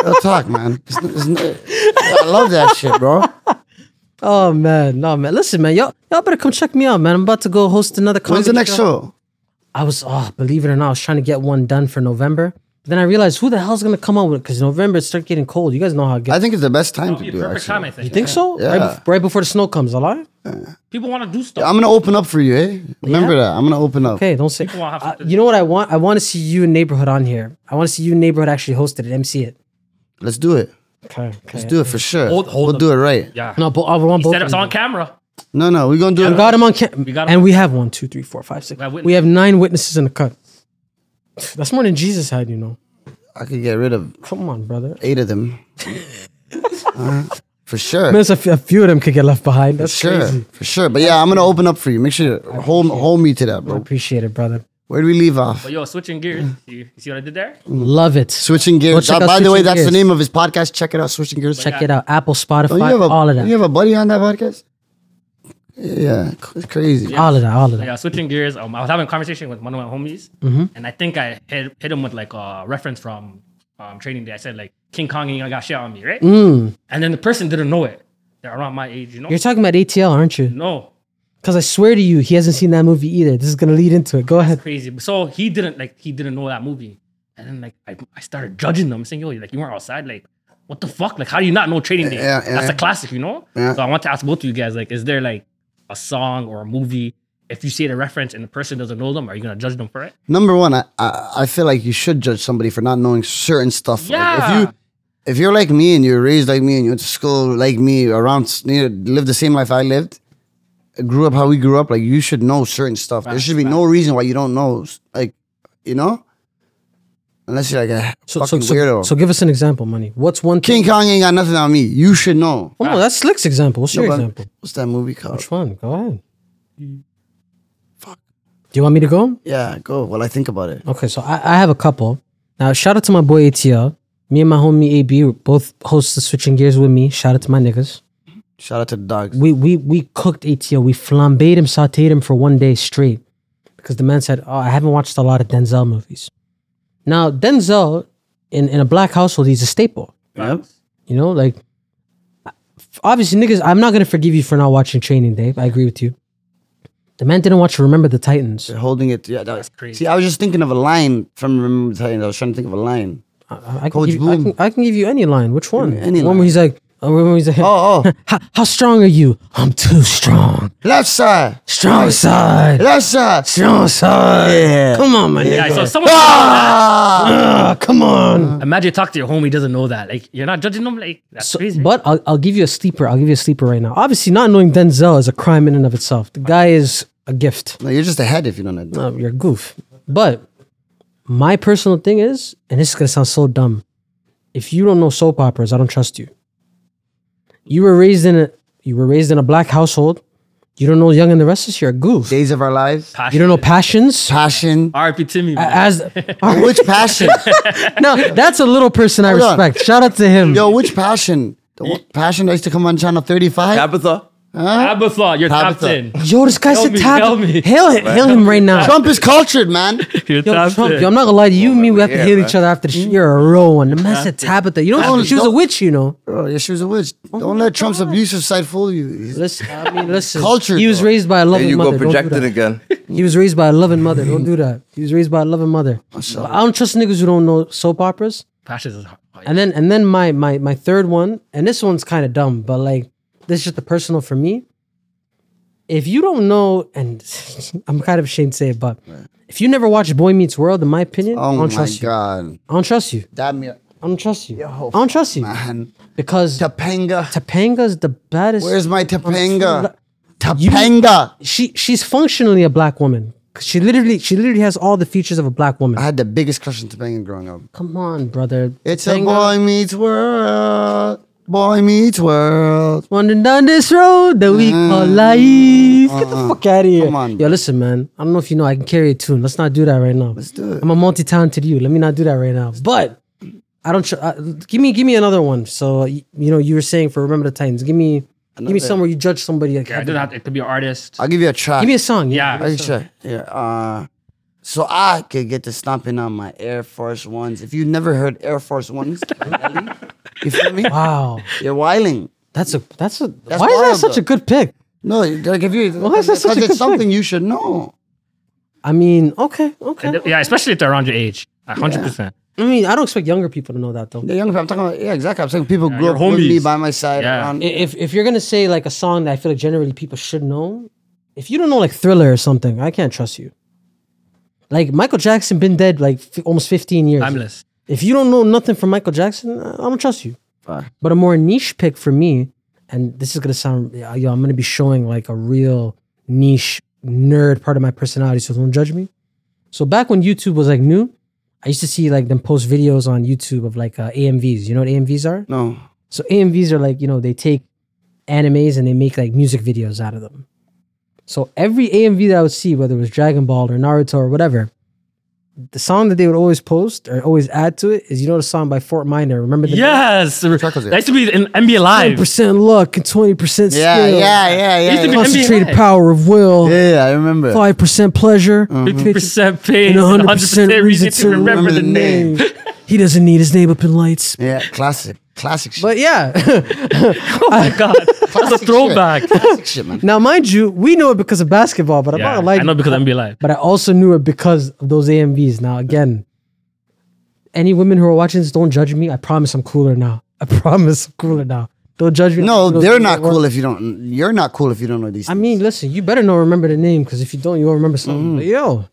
[SPEAKER 4] Real talk, man. It's n- it's n- I love that shit, bro.
[SPEAKER 2] Oh man, no man. Listen, man, y'all, y'all better come check me out, man. I'm about to go host another.
[SPEAKER 4] When's the
[SPEAKER 2] comedy
[SPEAKER 4] next show?
[SPEAKER 2] I was, oh, believe it or not, I was trying to get one done for November. But then I realized who the hell's gonna come out with it because November it starts getting cold. You guys know how it gets.
[SPEAKER 4] I think it's the best time to
[SPEAKER 3] Be a
[SPEAKER 4] do
[SPEAKER 3] perfect time,
[SPEAKER 4] actually.
[SPEAKER 3] I think.
[SPEAKER 2] you think so?
[SPEAKER 4] Yeah.
[SPEAKER 2] Right, bef- right before the snow comes, a lot.
[SPEAKER 3] People want to do stuff.
[SPEAKER 4] I'm gonna open up for you, eh? Remember that. I'm gonna open up.
[SPEAKER 2] Okay, don't say.
[SPEAKER 3] won't have
[SPEAKER 2] Uh,
[SPEAKER 3] to-
[SPEAKER 2] you know what I want? I want to see you and neighborhood on here. I want to see you and neighborhood actually host it and MC it.
[SPEAKER 4] Let's do it.
[SPEAKER 2] Okay, okay.
[SPEAKER 4] Let's do it for sure.
[SPEAKER 3] Hold- hold
[SPEAKER 4] we'll
[SPEAKER 3] on.
[SPEAKER 4] do it right.
[SPEAKER 3] yeah.
[SPEAKER 2] No, but I want both.
[SPEAKER 3] Set
[SPEAKER 2] of
[SPEAKER 3] us
[SPEAKER 2] them.
[SPEAKER 3] on camera.
[SPEAKER 4] No, no, we're gonna do
[SPEAKER 2] We
[SPEAKER 4] it.
[SPEAKER 2] got him on camera,
[SPEAKER 3] got 'em.
[SPEAKER 2] and we have one, two, three, four, five, six.
[SPEAKER 3] We have witnesses.
[SPEAKER 2] We have nine witnesses in the cut. That's more than Jesus had, you know.
[SPEAKER 4] I could get rid of
[SPEAKER 2] Come on, brother.
[SPEAKER 4] eight of them. Uh, for sure.
[SPEAKER 2] There's a, f- a few of them could get left behind.
[SPEAKER 4] For
[SPEAKER 2] That's
[SPEAKER 4] sure.
[SPEAKER 2] crazy.
[SPEAKER 4] For sure. But yeah, I'm gonna open up for you. Make sure you hold hold me to that,
[SPEAKER 2] I
[SPEAKER 4] bro.
[SPEAKER 2] appreciate it, brother.
[SPEAKER 4] Where do we leave off?
[SPEAKER 3] But yo, switching gears. You, you see what I did there?
[SPEAKER 2] Love it.
[SPEAKER 4] Switching gears.
[SPEAKER 2] check
[SPEAKER 4] That-
[SPEAKER 2] out
[SPEAKER 4] by the way,
[SPEAKER 2] Switching
[SPEAKER 4] that's the
[SPEAKER 2] Gears.
[SPEAKER 4] name of his podcast. Check it out, Switching Gears.
[SPEAKER 2] Check it out. Apple,
[SPEAKER 4] Don't
[SPEAKER 2] Spotify,
[SPEAKER 4] Oh, you have a,
[SPEAKER 2] all of
[SPEAKER 4] don't
[SPEAKER 2] that.
[SPEAKER 4] You have a buddy on that podcast? Yeah, it's crazy.
[SPEAKER 2] All of that. All of that.
[SPEAKER 3] Yeah, switching gears. Um, I was having a conversation with one of my homies, and I think I hit, hit him with like a reference from um, Training Day. I said like King Kong and I got shit on me, right? And then the person didn't know it. They're around my age, you know.
[SPEAKER 2] You're talking about ATL, aren't you?
[SPEAKER 3] no,
[SPEAKER 2] Because I swear to you, he hasn't seen that movie either. This is gonna lead into it. Go ahead.
[SPEAKER 3] crazy. So he didn't like he didn't know that movie, and then like I, I started judging them, saying yo, like you weren't outside, like what the fuck, like how do you not know Training Day?
[SPEAKER 4] Yeah, yeah,
[SPEAKER 3] That's
[SPEAKER 4] yeah.
[SPEAKER 3] a classic, you know.
[SPEAKER 4] Yeah.
[SPEAKER 3] So I want to ask both of you guys, like, is there like a song or a movie? If you see the reference and the person doesn't know them, are you gonna judge them for it?
[SPEAKER 4] Number one, I, I I feel like you should judge somebody for not knowing certain stuff. Like,
[SPEAKER 3] Yeah.
[SPEAKER 4] if you if you're like me and you're raised like me and you went to school like me around s- you know, lived the same life I lived, grew up how we grew up, like you should know certain stuff. there should be no reason why you don't know. s- Like, you know, unless you're like a
[SPEAKER 2] So, so,
[SPEAKER 4] fucking
[SPEAKER 2] so,
[SPEAKER 4] weirdo.
[SPEAKER 2] so give us an example, money. What's one
[SPEAKER 4] King
[SPEAKER 2] thing?
[SPEAKER 4] Kong ain't got nothing on me. You should know.
[SPEAKER 2] Oh no, that's Slick's example. What's your
[SPEAKER 4] But
[SPEAKER 2] example?
[SPEAKER 4] What's that movie called?
[SPEAKER 2] Which one? Go ahead. Do you want me to go?
[SPEAKER 4] Yeah, go. Well, I think about it.
[SPEAKER 2] Okay, so I, I have a couple. Now, shout out to my boy ATL. Me and my homie AB were both hosts of Switching Gears with me. Shout out to my niggas.
[SPEAKER 4] Shout out to the dogs.
[SPEAKER 2] We we we cooked ATL. We flambéed him, sautéed him for one day straight because the man said, "Oh, I haven't watched a lot of Denzel movies." Now, Denzel in in a black household, he's a staple.
[SPEAKER 4] Yep.
[SPEAKER 2] You know, like obviously niggas, I'm not gonna forgive you for not watching Training Day. I agree with you. The man didn't watch Remember the Titans.
[SPEAKER 4] They're holding it. Yeah, that was
[SPEAKER 3] crazy.
[SPEAKER 4] See, I was just thinking of a line from Remember the Titans. I was trying to think of a line.
[SPEAKER 2] I, I, can,
[SPEAKER 4] Coach
[SPEAKER 2] give, I,
[SPEAKER 4] Boom.
[SPEAKER 2] can, I can give you any line. Which one?
[SPEAKER 4] me any
[SPEAKER 2] one where he's like, oh, when he's like,
[SPEAKER 4] Oh, oh,
[SPEAKER 2] how, how strong are you? I'm too strong.
[SPEAKER 4] left side,
[SPEAKER 2] Strong side.
[SPEAKER 4] left side.
[SPEAKER 2] Strong side.
[SPEAKER 4] Yeah.
[SPEAKER 2] Come on, man.
[SPEAKER 3] Yeah, so someone
[SPEAKER 4] Ah!
[SPEAKER 2] come on.
[SPEAKER 3] Imagine you talk to your homie doesn't know that. Like you're not judging them. Like that's crazy.
[SPEAKER 2] But I'll, I'll give you a sleeper. I'll give you a sleeper right now. Obviously, not knowing Denzel is a crime in and of itself. The guy is a gift.
[SPEAKER 4] No, you're just ahead if you don't know.
[SPEAKER 2] No, you're a goof. But my personal thing is, and this is gonna sound so dumb, if you don't know soap operas, I don't trust you. You were raised in a you were raised in a black household. You don't know Young and the Restless. You're a goof.
[SPEAKER 4] Days of our lives,
[SPEAKER 2] You don't know passions.
[SPEAKER 4] passion.
[SPEAKER 3] R.I.P. Timmy. man.
[SPEAKER 2] As
[SPEAKER 4] Which passion?
[SPEAKER 2] no, that's a little person I
[SPEAKER 4] Hold on.
[SPEAKER 2] respect. Shout out to him.
[SPEAKER 4] Yo, which passion? The one passion that used to come on channel 35.
[SPEAKER 6] Tabitha.
[SPEAKER 3] Tabitha, you're top
[SPEAKER 4] Tabitha.
[SPEAKER 3] ten.
[SPEAKER 2] Yo, this guy
[SPEAKER 3] Help
[SPEAKER 2] said
[SPEAKER 3] me,
[SPEAKER 2] tab.
[SPEAKER 3] help me.
[SPEAKER 2] Hail, hail him right now.
[SPEAKER 4] Trump is cultured, man.
[SPEAKER 3] You're
[SPEAKER 2] Yo,
[SPEAKER 3] top
[SPEAKER 2] Trump,
[SPEAKER 3] 10.
[SPEAKER 2] yo, I'm not gonna lie to you. and Me, we have to
[SPEAKER 6] Yeah,
[SPEAKER 2] hate
[SPEAKER 6] man.
[SPEAKER 2] each other after the shit. You're a real one. The man said Tabitha. You know, she was a witch. You know.
[SPEAKER 4] Bro, Oh, yeah, she was a witch. Oh Don't let Trump's abusive side fool you. He's-
[SPEAKER 2] Listen, I mean, listen.
[SPEAKER 4] Culture,
[SPEAKER 2] He was
[SPEAKER 4] though.
[SPEAKER 2] raised by a
[SPEAKER 6] There
[SPEAKER 2] loving
[SPEAKER 6] you
[SPEAKER 2] mother.
[SPEAKER 6] go,
[SPEAKER 2] Don't do
[SPEAKER 6] projected
[SPEAKER 2] that.
[SPEAKER 6] again.
[SPEAKER 2] He was raised by a loving mother. Don't do that. He was raised by a loving mother. But I don't trust niggas who don't know soap operas.
[SPEAKER 3] Passions is hard. Oh, yeah.
[SPEAKER 2] And then, and then my my my third one, and this one's kind of dumb, but like this is just the personal for me. If you don't know, and I'm kind of ashamed to say it, but if you never watched Boy Meets World, in my opinion, I
[SPEAKER 4] Oh
[SPEAKER 2] don't
[SPEAKER 4] my
[SPEAKER 2] trust you.
[SPEAKER 4] God.
[SPEAKER 2] I don't trust you.
[SPEAKER 4] Damn you,
[SPEAKER 2] I don't trust you. I don't trust you
[SPEAKER 4] man.
[SPEAKER 2] because
[SPEAKER 4] Topanga.
[SPEAKER 2] Topanga's the baddest.
[SPEAKER 4] Where's my Topanga?
[SPEAKER 2] You-
[SPEAKER 4] Topanga.
[SPEAKER 2] she she's functionally a black woman. 'Cause She literally she literally has all the features of a black woman.
[SPEAKER 4] I had the biggest crush on Topanga growing up.
[SPEAKER 2] Come on, brother.
[SPEAKER 4] It's a boy meets world. Boy meets world.
[SPEAKER 2] Wandering down this road that we call life. Get the fuck out of here.
[SPEAKER 4] Mm. Uh-uh. Come on,
[SPEAKER 2] Yo, listen, man. I don't know if you know I can carry a tune. Let's not do that right now. Let's
[SPEAKER 4] do it.
[SPEAKER 2] I'm a multi-talented you. Let me not do that right now. But I don't. Tr- uh, give me give me another one. So you, you know you were saying for Remember the Titans. Give me give me somewhere you judge somebody. Like,
[SPEAKER 3] Yeah, it, doesn't have to- it could be an artist.
[SPEAKER 4] I'll give you a track.
[SPEAKER 2] give me a song.
[SPEAKER 3] yeah.
[SPEAKER 4] I'll give you a track. Yeah. Uh, so I could get to stomping on my Air Force Ones. If you never heard Air Force Ones, Ellie, you feel me?
[SPEAKER 2] Wow.
[SPEAKER 4] You're whiling.
[SPEAKER 2] That's a that's a. why is that
[SPEAKER 4] wild,
[SPEAKER 2] such a
[SPEAKER 4] though.
[SPEAKER 2] good pick?
[SPEAKER 4] No, like if you,
[SPEAKER 2] Why is that such a
[SPEAKER 4] because
[SPEAKER 2] good
[SPEAKER 4] it's something you should know.
[SPEAKER 2] I mean, okay, okay.
[SPEAKER 3] Yeah, especially if they're around your age. A hundred percent.
[SPEAKER 2] I mean, I don't expect younger people to know that though.
[SPEAKER 4] The young people, I'm talking about, yeah, exactly. I'm saying people grew
[SPEAKER 3] your
[SPEAKER 4] up with me
[SPEAKER 3] homies.
[SPEAKER 4] by my side.
[SPEAKER 3] Yeah.
[SPEAKER 4] around-
[SPEAKER 2] If if you're gonna say like a song that I feel like generally people should know, if you don't know like Thriller or something, I can't trust you. Like Michael Jackson been dead like f- almost 15 years.
[SPEAKER 3] Timeless.
[SPEAKER 2] If you don't know nothing from Michael Jackson, uh, I I don't trust you.
[SPEAKER 4] Fuck.
[SPEAKER 2] But a more niche pick for me, and this is gonna sound, yeah, yo, I'm gonna be showing like a real niche nerd part of my personality, so don't judge me. So back when YouTube was like new, I used to see like them post videos on YouTube of like uh, AMVs. You know what AMVs are?
[SPEAKER 4] No.
[SPEAKER 2] So AMVs are like, you know, they take animes and they make like music videos out of them. So every AMV that I would see, whether it was Dragon Ball or Naruto or whatever, the song that they would always post or always add to it is you know the song by Fort Minor. Remember the
[SPEAKER 3] Yes,
[SPEAKER 4] was it?
[SPEAKER 3] that used to be in NBA Live.
[SPEAKER 2] percent luck and twenty percent skill,
[SPEAKER 4] Yeah, yeah, yeah, yeah.
[SPEAKER 3] used to be
[SPEAKER 4] yeah.
[SPEAKER 2] concentrated
[SPEAKER 3] NBA.
[SPEAKER 2] power of will,
[SPEAKER 4] Yeah, Mm-hmm. I remember.
[SPEAKER 2] five percent pleasure,
[SPEAKER 3] 50% pain,
[SPEAKER 2] and
[SPEAKER 3] and
[SPEAKER 2] hundred percent
[SPEAKER 3] 100%
[SPEAKER 2] reason to remember the name. he doesn't need his name up in lights.
[SPEAKER 4] Yeah, classic, classic shit.
[SPEAKER 2] But yeah,
[SPEAKER 3] God, that's a
[SPEAKER 4] Classic
[SPEAKER 3] throwback.
[SPEAKER 4] Shit. Classic shit, man.
[SPEAKER 2] now mind you, we know it because of basketball, but I'm not
[SPEAKER 3] Yeah,
[SPEAKER 2] gonna lie.
[SPEAKER 3] I know because NBA Live.
[SPEAKER 2] but I also knew it because of those AMVs. Now, again, any women who are watching this, don't judge me. I promise I'm cooler now. I promise I'm cooler now. Don't judge me.
[SPEAKER 4] No,
[SPEAKER 2] Those
[SPEAKER 4] they're
[SPEAKER 2] people
[SPEAKER 4] not
[SPEAKER 2] that work-
[SPEAKER 4] cool if you don't. You're not cool if you don't know these.
[SPEAKER 2] I mean, listen, you better know remember the name because if you don't, you won't remember
[SPEAKER 4] Mm-hmm.
[SPEAKER 2] something. But yo,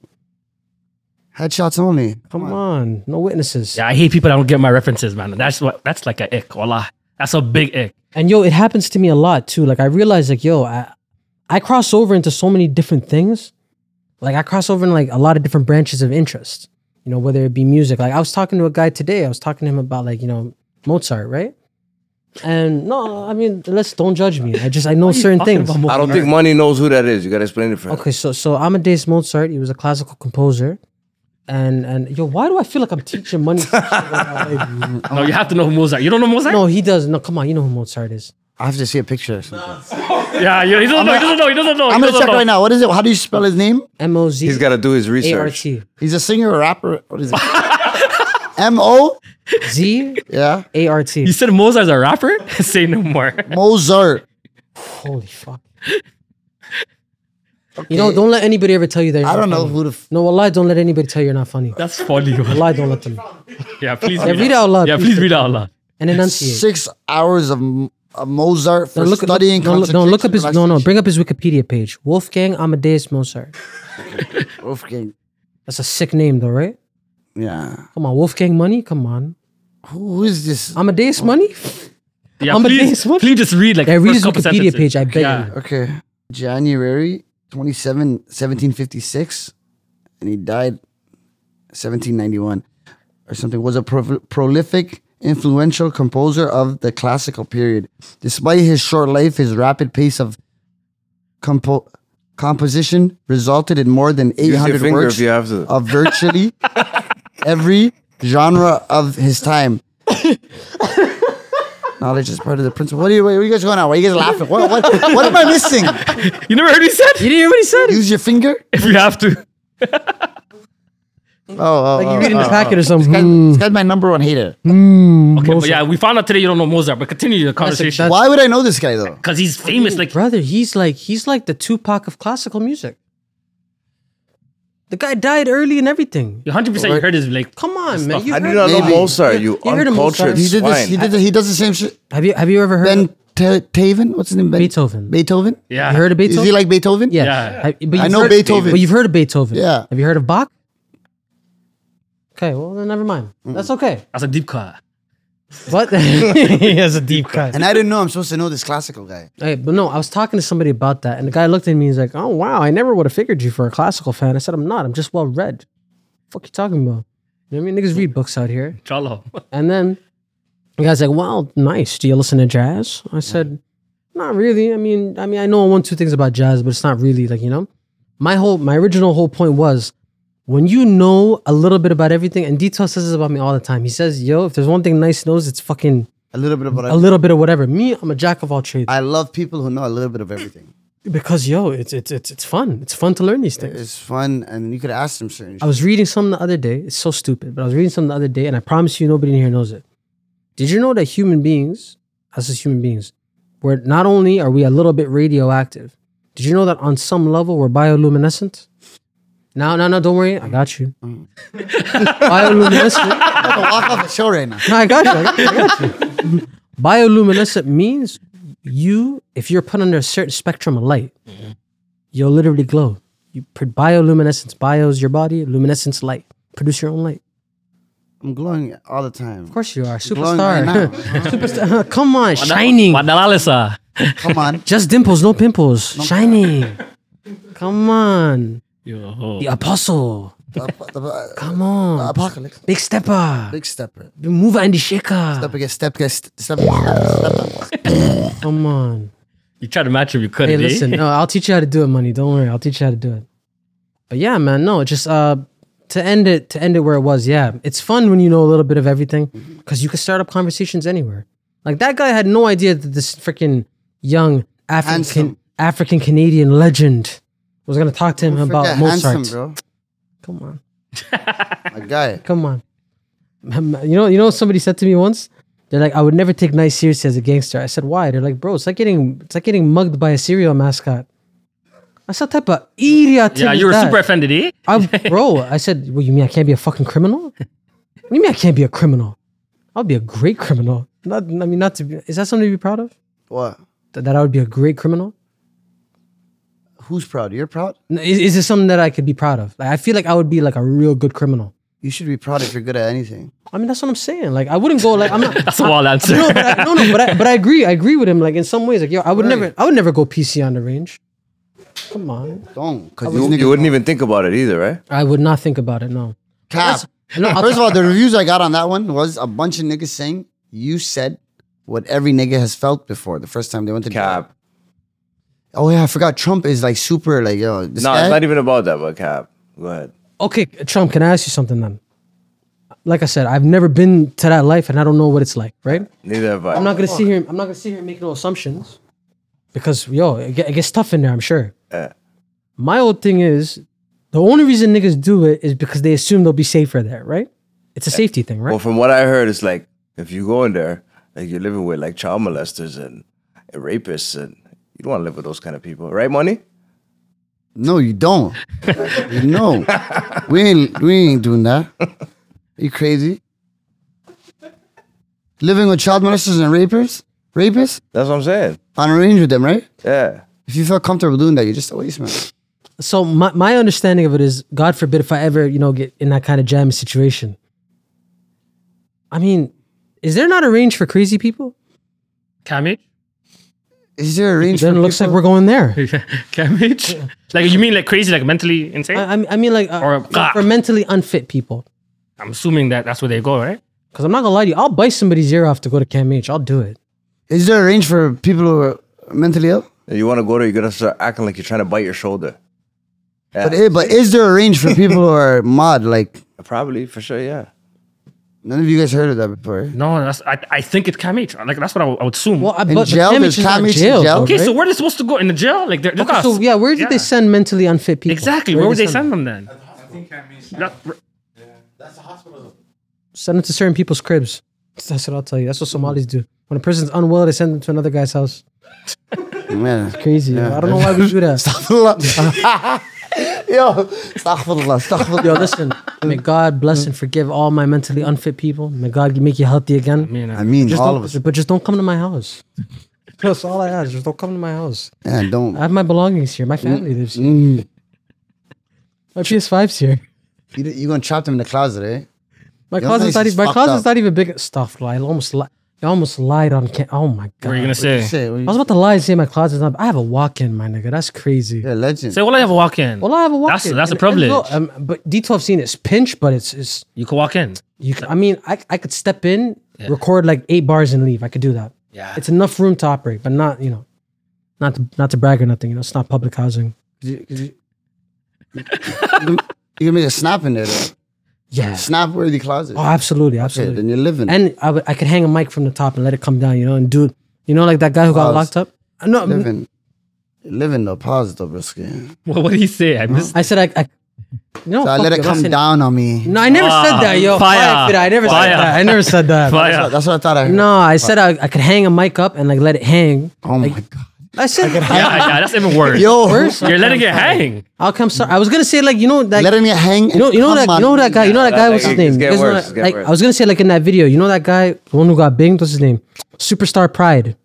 [SPEAKER 4] headshots only.
[SPEAKER 2] come on, no witnesses.
[SPEAKER 3] Yeah, I hate people that don't get my references, man. That's what. That's like a ick. Wallah, that's a big ick.
[SPEAKER 2] And yo, it happens to me a lot too. Like I realize, like yo, I, I cross over into so many different things. Like I cross over in like a lot of different branches of interest. You know, whether it be music. Like I was talking to a guy today. I was talking to him about like you know Mozart, right? And no, I mean, let's don't judge me. I just I know certain
[SPEAKER 3] Talking
[SPEAKER 2] things.
[SPEAKER 3] about Mo-
[SPEAKER 6] I don't think money knows who that is. You gotta explain it for him.
[SPEAKER 2] Okay, so so Amadeus Mozart, he was a classical composer. And and yo, why do I feel like I'm teaching money?
[SPEAKER 3] No, you have to know who Mozart. You don't know Mozart?
[SPEAKER 2] no, he does. No, come on, you know who Mozart is.
[SPEAKER 4] I have to see a picture. or something.
[SPEAKER 3] Yeah, you- he doesn't know. He doesn't know. He doesn't know.
[SPEAKER 4] I'm
[SPEAKER 3] he
[SPEAKER 4] gonna
[SPEAKER 3] doesn't
[SPEAKER 4] check
[SPEAKER 3] know.
[SPEAKER 4] right now. What is it? How do you spell his name?
[SPEAKER 2] M O Z
[SPEAKER 6] He's gotta do his
[SPEAKER 2] A R
[SPEAKER 6] research.
[SPEAKER 2] T
[SPEAKER 4] He's a singer, a rapper. What is it? M O.
[SPEAKER 2] Z
[SPEAKER 4] Yeah,
[SPEAKER 2] A R T.
[SPEAKER 3] You said Mozart's a rapper? Say no more.
[SPEAKER 4] Mozart.
[SPEAKER 2] Holy fuck. You know, don't let anybody ever tell you that. You're
[SPEAKER 4] I don't
[SPEAKER 2] not
[SPEAKER 4] know
[SPEAKER 2] funny.
[SPEAKER 4] who the. F-
[SPEAKER 2] No, wallahi, don't let anybody tell you you're not funny.
[SPEAKER 3] That's funny.
[SPEAKER 2] Wallahi, don't let them.
[SPEAKER 3] Yeah, please
[SPEAKER 2] Yeah, read out loud,
[SPEAKER 3] Yeah,
[SPEAKER 2] please.
[SPEAKER 3] please read out loud.
[SPEAKER 2] And enunciate.
[SPEAKER 4] six hours of, M- of Mozart for
[SPEAKER 2] Don't look, look,
[SPEAKER 4] studying.
[SPEAKER 2] don't, look- don't look up his. No,
[SPEAKER 4] concentration,
[SPEAKER 2] no. Bring up his Wikipedia page. Wolfgang Amadeus Mozart.
[SPEAKER 4] relaxation. Wolfgang.
[SPEAKER 2] That's a sick name, though, right?
[SPEAKER 4] Yeah.
[SPEAKER 2] Come on, Wolfgang Money. Come on,
[SPEAKER 4] Who is this?
[SPEAKER 2] Amadeus Money.
[SPEAKER 4] Oh,
[SPEAKER 3] Yeah,
[SPEAKER 2] I'm a
[SPEAKER 3] please,
[SPEAKER 2] dance, what?
[SPEAKER 3] please just read like
[SPEAKER 2] Yeah,
[SPEAKER 3] the
[SPEAKER 2] read his
[SPEAKER 3] first couple
[SPEAKER 2] Wikipedia
[SPEAKER 3] sentences.
[SPEAKER 2] page. I beg
[SPEAKER 3] Yeah.
[SPEAKER 2] you.
[SPEAKER 4] Okay. January 27, 1756, and he died 1791 or something, was a pro- prolific, influential composer of the classical period. Despite his short life, his rapid pace of compo- composition resulted in more than
[SPEAKER 6] Use your
[SPEAKER 4] 800
[SPEAKER 6] finger
[SPEAKER 4] works
[SPEAKER 6] if you have to.
[SPEAKER 4] of virtually every genre of his time. Knowledge is part of the principle. What are you, what are you guys going on? Why are you guys laughing? What, what, what am I missing?
[SPEAKER 3] You never heard he said?
[SPEAKER 2] You didn't hear what he said.
[SPEAKER 4] Use your finger?
[SPEAKER 3] If you have to.
[SPEAKER 4] Oh, oh,
[SPEAKER 2] Like
[SPEAKER 4] oh,
[SPEAKER 2] you reading
[SPEAKER 4] oh,
[SPEAKER 2] the packet or
[SPEAKER 4] This, guy,
[SPEAKER 2] something.
[SPEAKER 4] Mm. this guy's my number one hater.
[SPEAKER 3] Okay, but yeah, we found out today you don't know Mozart, but continue the conversation.
[SPEAKER 4] Why would I know this guy though?
[SPEAKER 3] Because he's famous. Like,
[SPEAKER 2] brother, he's like he's like the Tupac of classical music. The guy died early and everything.
[SPEAKER 3] 100% you heard his like.
[SPEAKER 2] Come on, man. You
[SPEAKER 6] I do
[SPEAKER 2] heard-
[SPEAKER 6] not know
[SPEAKER 4] Maybe.
[SPEAKER 6] Mozart, you
[SPEAKER 2] You heard of Mozart?
[SPEAKER 6] uncultured
[SPEAKER 4] He did this. He
[SPEAKER 6] swine.
[SPEAKER 4] did. The, he does the same shit.
[SPEAKER 2] Have you have you ever heard
[SPEAKER 4] Ben
[SPEAKER 2] of
[SPEAKER 4] Ta- Taven. What's his name? Ben-
[SPEAKER 2] Beethoven?
[SPEAKER 4] Beethoven.
[SPEAKER 3] Yeah.
[SPEAKER 2] You heard of Beethoven?
[SPEAKER 4] Is he like Beethoven?
[SPEAKER 2] yeah.
[SPEAKER 3] Yeah.
[SPEAKER 2] Have- but
[SPEAKER 4] I
[SPEAKER 2] you've
[SPEAKER 4] know
[SPEAKER 2] heard-
[SPEAKER 4] Beethoven.
[SPEAKER 2] But you've heard of Beethoven.
[SPEAKER 4] Yeah.
[SPEAKER 2] Have you heard of Bach? Okay, well then never mind.
[SPEAKER 4] Mm.
[SPEAKER 2] That's okay.
[SPEAKER 3] That's a deep cut.
[SPEAKER 2] But he has a deep cut.
[SPEAKER 4] And I didn't know I'm supposed to know this classical guy.
[SPEAKER 2] Hey, but no, I was talking to somebody about that, and the guy looked at me. He's like, "Oh wow, I never would have figured you for a classical fan." I said, "I'm not. I'm just well read." Fuck you talking about? You know what I mean? Niggas read books out here.
[SPEAKER 3] Chalo.
[SPEAKER 2] And then the guy's like, "Well, nice. Do you listen to jazz?" I said, "Not really. I mean, I mean, I know one two things about jazz, but it's not really like you know." My whole, my original whole point was, when you know a little bit about everything, and Detail says this about me all the time. He says, "Yo, if there's one thing Nice knows, it's fucking
[SPEAKER 4] A little bit about.
[SPEAKER 2] a little bit of whatever." Me, I'm a jack of all trades
[SPEAKER 4] I love people who know a little bit of everything.
[SPEAKER 2] because yo, it's it's it's it's fun. It's fun to learn these things.
[SPEAKER 4] It's fun, and you could ask them certain.
[SPEAKER 2] I was reading something the other day. It's so stupid, but I was reading something the other day, and I promise you, nobody in here knows it. Did you know that human beings, us as human beings, we're not only are we a little bit radioactive, did you know that on some level we're bioluminescent? No, no, no, don't worry. I got you. bioluminescent.
[SPEAKER 4] I'm gonna walk off the show right now.
[SPEAKER 2] No, I got you. I got you, I got you. bioluminescent means you, if you're put under a certain spectrum of light, you'll literally glow. You pr- bioluminescence, bio is your body, luminescence light. Produce your own light.
[SPEAKER 4] I'm glowing all the time.
[SPEAKER 2] Of course you are.
[SPEAKER 4] Glowing right
[SPEAKER 2] Superstar.
[SPEAKER 4] now.
[SPEAKER 2] Superstar. Uh, Come on, shining.
[SPEAKER 3] Madalalisa.
[SPEAKER 4] Come on.
[SPEAKER 2] Just dimples, no pimples. Shining. Come on.
[SPEAKER 3] Yo.
[SPEAKER 2] The apostle.
[SPEAKER 4] Come
[SPEAKER 2] Come on.
[SPEAKER 4] Apocalypse.
[SPEAKER 2] Big stepper.
[SPEAKER 4] Big stepper.
[SPEAKER 2] Mover and the shaker.
[SPEAKER 4] Stepper get step get step. step, step, step.
[SPEAKER 2] Come on.
[SPEAKER 3] You try to match him, you couldn't.
[SPEAKER 2] Hey,
[SPEAKER 3] eh?
[SPEAKER 2] listen. No, I'll teach you how to do it, money. Don't worry. I'll teach you how to do it. But yeah, man. No, just uh, to end it, to end it where it was. Yeah, it's fun when you know a little bit of everything because you can start up conversations anywhere. Like that guy had no idea that this freaking young African
[SPEAKER 4] Handsome.
[SPEAKER 2] African Canadian legend was gonna talk to him about
[SPEAKER 4] Forget
[SPEAKER 2] Mozart.
[SPEAKER 4] handsome, bro.
[SPEAKER 2] Come on.
[SPEAKER 4] My guy.
[SPEAKER 2] Come on. You know, you know what somebody said to me once? They're like, I would never take Nice seriously as a gangster. I said, why? They're like, bro, it's like getting it's like getting mugged by a cereal mascot. That's what type of idiot.
[SPEAKER 3] Yeah, you were super offended, eh?
[SPEAKER 2] I, bro, I said, What you mean I can't be a fucking criminal? What do you mean I can't be a criminal? I'll be a great criminal. Not I mean not to be is that something to be proud of?
[SPEAKER 4] What?
[SPEAKER 2] That, that I would be a great criminal?
[SPEAKER 4] Who's proud? You're proud.
[SPEAKER 2] No, Is, is this something that I could be proud of? Like, I feel like I would be like a real good criminal.
[SPEAKER 4] You should be proud if you're good at anything.
[SPEAKER 2] I mean, that's what I'm saying. Like, I wouldn't go like I'm not.
[SPEAKER 3] That's a wild answer.
[SPEAKER 2] no, but I, no, no, but I, but I agree. I agree with him. Like in some ways, like yo, I would never, I would never go PC on the range. Come on,
[SPEAKER 4] Don't. Cause
[SPEAKER 6] You, you wouldn't even think about it either, right?
[SPEAKER 2] I would not think about it. No,
[SPEAKER 4] Cap.
[SPEAKER 2] no, I'll-
[SPEAKER 4] First of all, the reviews I got on that one was a bunch of niggas saying you said what every nigga has felt before the first time they went to jail.
[SPEAKER 6] Cap.
[SPEAKER 4] Oh yeah, I forgot Trump is like super like yo. This
[SPEAKER 6] No,
[SPEAKER 4] guy,
[SPEAKER 6] it's not even about that, but Cap. Go ahead.
[SPEAKER 2] okay, Trump, can I ask you something then? Like I said, I've never been to that life, and I don't know what it's like. Right?
[SPEAKER 6] Neither have I.
[SPEAKER 2] I'm not gonna sit here. I'm not gonna sit here and make no assumptions, because yo, it, get, it gets tough in there. I'm sure.
[SPEAKER 6] Yeah.
[SPEAKER 2] My old thing is, the only reason niggas do it is because they assume they'll be safer there. Right? It's a safety thing, right?
[SPEAKER 6] Well, from what I heard, it's like if you go in there, like you're living with like child molesters and, and rapists, and you don't want to live with those kind of people, right? Money?
[SPEAKER 4] no, you don't. you know, we ain't we ain't doing that. you crazy? Living with child molesters and rapists, rapists
[SPEAKER 6] That's what I'm saying.
[SPEAKER 4] on a range with them, right?
[SPEAKER 6] Yeah.
[SPEAKER 4] If you feel comfortable doing that, you're just a waste man.
[SPEAKER 2] so my, my understanding of it is god forbid if i ever you know get in that kind of jam situation i mean is there not a range for crazy people
[SPEAKER 3] Cammage?
[SPEAKER 4] Is there a range?
[SPEAKER 2] then
[SPEAKER 4] for
[SPEAKER 2] it looks like
[SPEAKER 4] people?
[SPEAKER 2] we're going there
[SPEAKER 3] Cammage? Like, you mean like crazy, like mentally insane?
[SPEAKER 2] i, I mean- I mean like uh,
[SPEAKER 3] Or-
[SPEAKER 2] for- for mentally unfit people
[SPEAKER 3] I'm assuming that that's where they go, right?
[SPEAKER 2] because i'm not gonna lie to you i'll bite somebody's ear off to go to cam h i'll do it
[SPEAKER 4] Is there a range for people who are mentally ill?
[SPEAKER 6] You want to go there, you're going to start acting like you're trying to bite your shoulder.
[SPEAKER 4] But i- but is there a range for people who are mod? Like
[SPEAKER 6] Probably, for sure, yeah.
[SPEAKER 4] none of you guys heard of that before.
[SPEAKER 3] No, that's I, I think it's cammage. Like, that's what I, would- I would assume.
[SPEAKER 2] well I,
[SPEAKER 4] In
[SPEAKER 2] but
[SPEAKER 4] jail?
[SPEAKER 2] cam
[SPEAKER 4] There's
[SPEAKER 2] h is not
[SPEAKER 4] Cam H in
[SPEAKER 2] jail
[SPEAKER 4] jail?
[SPEAKER 2] though,
[SPEAKER 3] okay,
[SPEAKER 2] right?
[SPEAKER 3] so where are they supposed to go? In the jail? Like, they're, they're
[SPEAKER 2] Okay, so yeah where did they send mentally unfit people
[SPEAKER 3] Exactly. Where, would
[SPEAKER 2] did
[SPEAKER 3] they send them then? Not-
[SPEAKER 2] send them to certain people's cribs that's what i'll tell you that's what somalis do when a person's unwell they send them to another guy's house
[SPEAKER 4] Man,
[SPEAKER 2] crazy i don't know why we do that
[SPEAKER 4] yo, astaghfirullah, astaghfirullah.
[SPEAKER 2] Yo, listen. May God bless and forgive all my mentally unfit people. May God make you healthy again.
[SPEAKER 4] I mean,
[SPEAKER 2] Just
[SPEAKER 4] all
[SPEAKER 2] don't-
[SPEAKER 4] of us.
[SPEAKER 2] But just don't come to my house. That's all I ask. Just don't come to my house.
[SPEAKER 4] Man, don't.
[SPEAKER 2] I have my belongings here. My family lives here.
[SPEAKER 4] Mm.
[SPEAKER 2] My PS5's here.
[SPEAKER 4] You, you're gonna trap them in the closet, eh?
[SPEAKER 2] My
[SPEAKER 4] Your
[SPEAKER 2] closet's
[SPEAKER 4] place
[SPEAKER 2] not
[SPEAKER 4] is
[SPEAKER 2] even. My
[SPEAKER 4] fucked
[SPEAKER 2] closet's
[SPEAKER 4] up.
[SPEAKER 2] not even big. Stuff. Like, I almost. Li- I almost lied on. Ca- oh my god.
[SPEAKER 3] What are you gonna say? Say,
[SPEAKER 4] Shit,
[SPEAKER 2] I
[SPEAKER 4] we-
[SPEAKER 2] was about to lie and say my closet's not. I have a walk-in, my nigga. That's crazy.
[SPEAKER 4] you're a legend.
[SPEAKER 3] well, I have a walk in.
[SPEAKER 2] Well, I have a walk-in.
[SPEAKER 3] That's- that's a
[SPEAKER 2] And- and look,
[SPEAKER 3] privilege.
[SPEAKER 2] um, but D12 it's pinch, but it's it's.
[SPEAKER 3] You can walk in.
[SPEAKER 2] You, c- I mean, I, I could step in, record like eight bars and leave. I could do that.
[SPEAKER 3] Yeah.
[SPEAKER 2] it's enough room to operate, but not you know, not to, not to brag or nothing. You know, it's not public housing.
[SPEAKER 4] Could you, could you, you can make a snap in there, though.
[SPEAKER 2] Yes.
[SPEAKER 4] snap worthy closet.
[SPEAKER 2] Oh, absolutely,
[SPEAKER 4] okay,
[SPEAKER 2] absolutely.
[SPEAKER 4] then you're living.
[SPEAKER 2] and I would I could hang a mic from the top and let it come down. You know, and do you know like that guy who got
[SPEAKER 4] Wow.
[SPEAKER 2] locked up? Uh, No, I'm-
[SPEAKER 4] living. You're living though, pause though, brisket.
[SPEAKER 3] Well, what do you say? I missed.
[SPEAKER 2] I said I. I no,
[SPEAKER 4] So I
[SPEAKER 2] fuck
[SPEAKER 4] let it
[SPEAKER 2] you,
[SPEAKER 4] come
[SPEAKER 2] listen.
[SPEAKER 4] down Ah, on me.
[SPEAKER 2] No, I never said that, yo.
[SPEAKER 3] Fire.
[SPEAKER 2] Fire fit, I never
[SPEAKER 3] Fire.
[SPEAKER 2] said that. I never said that.
[SPEAKER 4] That's, what,
[SPEAKER 3] Fire.
[SPEAKER 4] that's what I thought I heard.
[SPEAKER 2] No, I said I, I could hang a mic up and like let it hang.
[SPEAKER 4] Oh my god.
[SPEAKER 2] I said
[SPEAKER 3] Yeah, yeah, that's even worse.
[SPEAKER 4] Yo,
[SPEAKER 3] You're letting it hang.
[SPEAKER 2] I'll come. Sorry, I was gonna say like you know that
[SPEAKER 4] letting it hang.
[SPEAKER 2] You know, you know that, you know that guy, you know that guy.
[SPEAKER 6] that-
[SPEAKER 2] What's his
[SPEAKER 6] it's
[SPEAKER 2] name?
[SPEAKER 6] getting
[SPEAKER 2] You guys know
[SPEAKER 6] worse,
[SPEAKER 2] that-
[SPEAKER 6] it's getting
[SPEAKER 2] like,
[SPEAKER 6] worse.
[SPEAKER 2] I was gonna say, like in that video, you know that guy, the one who got binged. What's his name? Superstar Pride.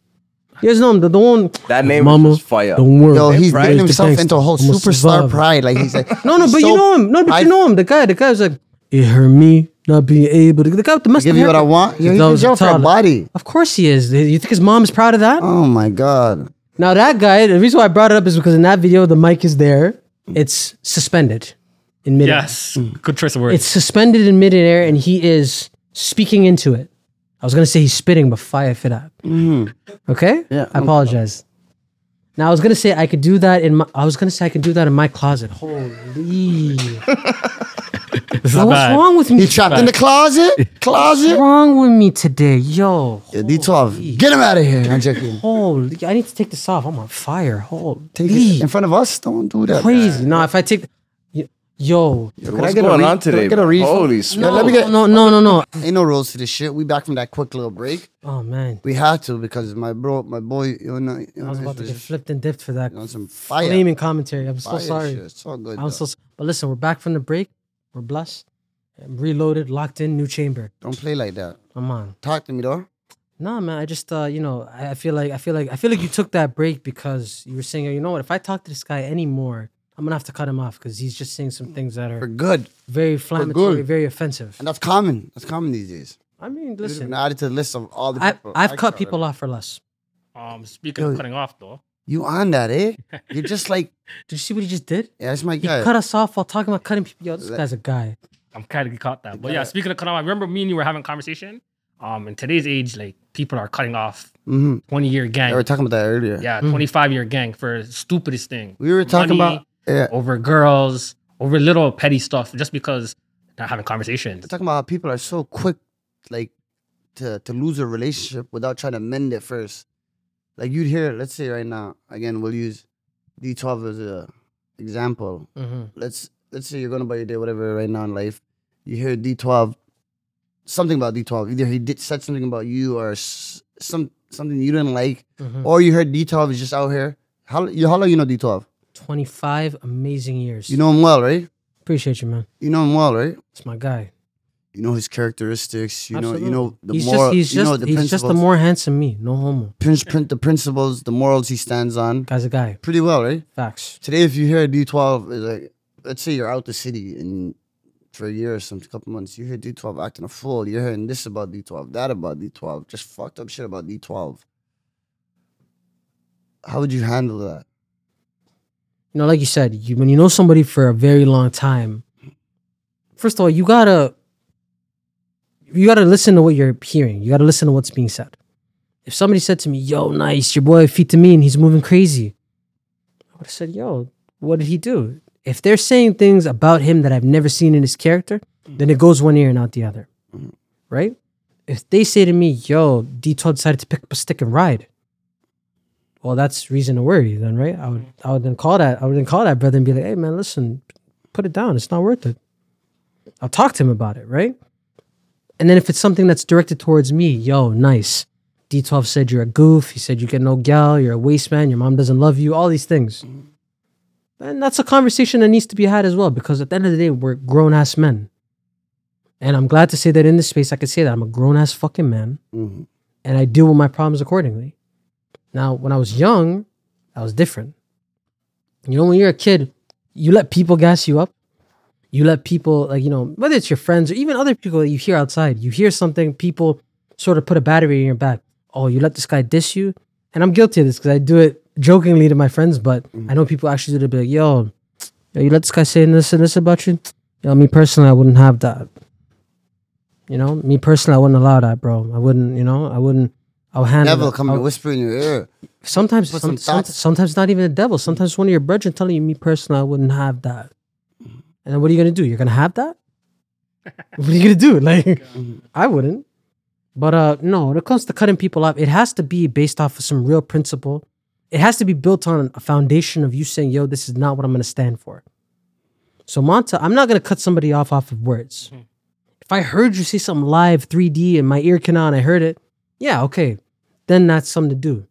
[SPEAKER 2] You guys know him, the, the one.
[SPEAKER 6] That name is
[SPEAKER 2] Mama,
[SPEAKER 6] just fire.
[SPEAKER 2] Don't worry.
[SPEAKER 4] Yo, he's
[SPEAKER 6] Pride
[SPEAKER 4] getting
[SPEAKER 6] is
[SPEAKER 2] the
[SPEAKER 4] himself
[SPEAKER 2] gangster.
[SPEAKER 4] into a whole
[SPEAKER 2] I'ma
[SPEAKER 4] superstar
[SPEAKER 2] survive.
[SPEAKER 4] pride. Like he's like,
[SPEAKER 2] No, no, but you
[SPEAKER 4] so-
[SPEAKER 2] know him. No, but
[SPEAKER 4] I-
[SPEAKER 2] you know him. The guy, the guy was like, it hurt me not being able. to The guy with the mustache.
[SPEAKER 4] Give you what I want. Yo, he's in jail for a body.
[SPEAKER 2] Of course he is. You think his mom is proud of that?
[SPEAKER 4] Oh my god.
[SPEAKER 2] Now that guy, the reason why I brought it up is because in that video the mic is there. It's suspended. in midair.
[SPEAKER 3] Yes. Good choice of words.
[SPEAKER 2] It's suspended in midair and he is speaking into it. I was gonna say he's spitting, but fire fit up. Okay?
[SPEAKER 4] Mm-hmm. Yeah,
[SPEAKER 2] I
[SPEAKER 4] no
[SPEAKER 2] apologize. Now I was gonna say I could do that in my I was gonna say I could do that in my closet. Holy
[SPEAKER 3] this is
[SPEAKER 2] what's
[SPEAKER 3] bad.
[SPEAKER 2] wrong with me?
[SPEAKER 4] He trapped in the closet?
[SPEAKER 2] What's
[SPEAKER 4] Closet?
[SPEAKER 2] wrong with me today? Yo.
[SPEAKER 6] Oh,
[SPEAKER 4] D12. Get him out of here. I'm joking.
[SPEAKER 2] Holy I need to take this off. I'm on fire. Holy
[SPEAKER 4] Take it in front of us? Don't do that.
[SPEAKER 2] crazy. No, if I take y- Yo,
[SPEAKER 4] Can
[SPEAKER 6] What's
[SPEAKER 4] I get a
[SPEAKER 6] going
[SPEAKER 4] re-
[SPEAKER 6] on
[SPEAKER 4] can I
[SPEAKER 6] today?
[SPEAKER 4] get a
[SPEAKER 6] bro?
[SPEAKER 4] refill?
[SPEAKER 6] Holy smokes.
[SPEAKER 4] let me get-
[SPEAKER 2] no, no, no, no.
[SPEAKER 4] Ain't no rules to this shit. We back from that quick little break.
[SPEAKER 2] Oh man,
[SPEAKER 4] We had to because my bro, my boy, you know, you know
[SPEAKER 2] I was about to
[SPEAKER 4] he's
[SPEAKER 2] get flipped and dipped for that
[SPEAKER 4] on some fire.
[SPEAKER 2] flaming commentary. I'm so
[SPEAKER 4] fire
[SPEAKER 2] sorry.
[SPEAKER 4] shit. It's all good.
[SPEAKER 2] I'm
[SPEAKER 4] though.
[SPEAKER 2] so. s- But listen, we're back from the break. We're blessed, I'm reloaded, locked in, new chamber.
[SPEAKER 4] Don't play like that.
[SPEAKER 2] I'm on.
[SPEAKER 4] Talk to me though.
[SPEAKER 2] Nah, man. I just, uh, you know, I, I feel like, I feel like, I feel like you took that break because you were saying, you know what? If I talk to this guy anymore, I'm gonna have to cut him off because he's just saying some things that
[SPEAKER 4] We're
[SPEAKER 2] are
[SPEAKER 4] good,
[SPEAKER 2] very inflammatory,
[SPEAKER 4] good.
[SPEAKER 2] very offensive.
[SPEAKER 4] and that's common. That's common these days.
[SPEAKER 2] I mean,
[SPEAKER 4] This has been
[SPEAKER 2] listen,
[SPEAKER 4] added to the list of all the
[SPEAKER 2] I,
[SPEAKER 4] people.
[SPEAKER 2] I've cut
[SPEAKER 4] Excellent.
[SPEAKER 2] people off for less.
[SPEAKER 3] Um, speaking of cutting off though,
[SPEAKER 4] You on that, eh? You're just like,
[SPEAKER 2] Did you see what he just did?
[SPEAKER 4] yeah, that's my
[SPEAKER 2] He
[SPEAKER 4] guy.
[SPEAKER 2] cut us off while talking about cutting people. Yo, this guy's a guy.
[SPEAKER 3] I'm kind of caught that. But yeah, speaking of cutting off, I remember me and you were having a conversation. Um, in today's age, like people are cutting off
[SPEAKER 2] Mm-hmm.
[SPEAKER 4] Mhm.
[SPEAKER 3] 20 year
[SPEAKER 4] We
[SPEAKER 3] gang,
[SPEAKER 4] were talking about that earlier.
[SPEAKER 3] yeah, 25 year gang for stupidest thing.
[SPEAKER 4] We were talking about yeah.
[SPEAKER 3] over girls, over little petty stuff, just because not having conversations.
[SPEAKER 4] We're talking about how people are so quick, like, to to lose a relationship without trying to mend it first. Like you'd hear, let's say right now, again, we'll use D12 as a example.
[SPEAKER 2] Mm-hmm.
[SPEAKER 4] let's let's say you're going about your day, whatever, right now in life. You hear D12, something about D12. Either he did said something about you or s- some something you didn't like,
[SPEAKER 2] Mhm.
[SPEAKER 4] or you heard D12 is just out here. How you how long you know D12?
[SPEAKER 2] 25 amazing years.
[SPEAKER 4] You know him well, right?
[SPEAKER 2] appreciate you, man.
[SPEAKER 4] You know him well, right?
[SPEAKER 2] It's my guy.
[SPEAKER 4] You know his characteristics. You know you know the
[SPEAKER 2] he's
[SPEAKER 4] moral.
[SPEAKER 2] just he's
[SPEAKER 4] you
[SPEAKER 2] just
[SPEAKER 4] know the
[SPEAKER 2] he's
[SPEAKER 4] principles.
[SPEAKER 2] just the more handsome me. No homo.
[SPEAKER 4] prin- prin- the principles, the morals he stands on.
[SPEAKER 2] Guy's a guy.
[SPEAKER 4] Pretty well, right?
[SPEAKER 2] Facts.
[SPEAKER 4] Today, if you hear D12, is like, let's say you're out the city and for a year or some couple months, you hear D12 acting a fool. You're hearing this about D12, that about D12, just fucked up shit about D12. How would you handle that?
[SPEAKER 2] You know, like you said, you, when you know somebody for a very long time, first of all, you gotta you gotta listen to what you're hearing. You gotta listen to what's being said. If somebody said to me, "Yo, nice, your boy feet to me, and he's moving crazy," I would have said, "Yo, what did he do?" If they're saying things about him that I've never seen in his character, then it goes one ear and out the other, right? If they say to me, "Yo, D12 decided to pick up a stick and ride," well, that's reason to worry, then, right? I would, I would then call that, I would then call that brother and be like, "Hey, man, listen, put it down. It's not worth it." I'll talk to him about it, right? And then if it's something that's directed towards me, yo, nice. D12 said you're a goof. He said you get no gal. You're a waste man. Your mom doesn't love you. All these things. And that's a conversation that needs to be had as well because at the end of the day, we're grown ass men. And I'm glad to say that in this space, I can say that I'm a grown ass fucking man
[SPEAKER 4] Mhm.
[SPEAKER 2] and I deal with my problems accordingly. Now, when I was young, I was different. You know, when you're a kid, you let people gas you up you let people like you know whether it's your friends or even other people that you hear outside you hear something people sort of put a battery in your back oh you let this guy diss you and i'm guilty of this because i do it jokingly to my friends but i know people actually do it be like yo, yo you let this guy say this and this about you yo me personally i wouldn't have that you know me personally i wouldn't allow that bro i wouldn't you know i wouldn't i'll handle
[SPEAKER 4] Devil
[SPEAKER 2] it.
[SPEAKER 4] come
[SPEAKER 2] I'll-
[SPEAKER 4] and whisper in your ear.
[SPEAKER 2] sometimes
[SPEAKER 4] Put
[SPEAKER 2] some,
[SPEAKER 4] some
[SPEAKER 2] some,
[SPEAKER 4] thoughts.
[SPEAKER 2] sometimes not even the devil. Sometimes one of your brethren telling you, me personally, I wouldn't have that. And then what are you gonna do? You're gonna have that? what are you gonna do? Like I wouldn't. But uh no, when it comes to cutting people off, it has to be based off of some real principle. It has to be built on a foundation of you saying, yo, this is not what I'm gonna stand for. So Monta, I'm not gonna cut somebody off off of words.
[SPEAKER 4] Hmm.
[SPEAKER 2] If I heard you say something live 3D in my ear canal and I heard it, yeah, okay. Then that's something to do.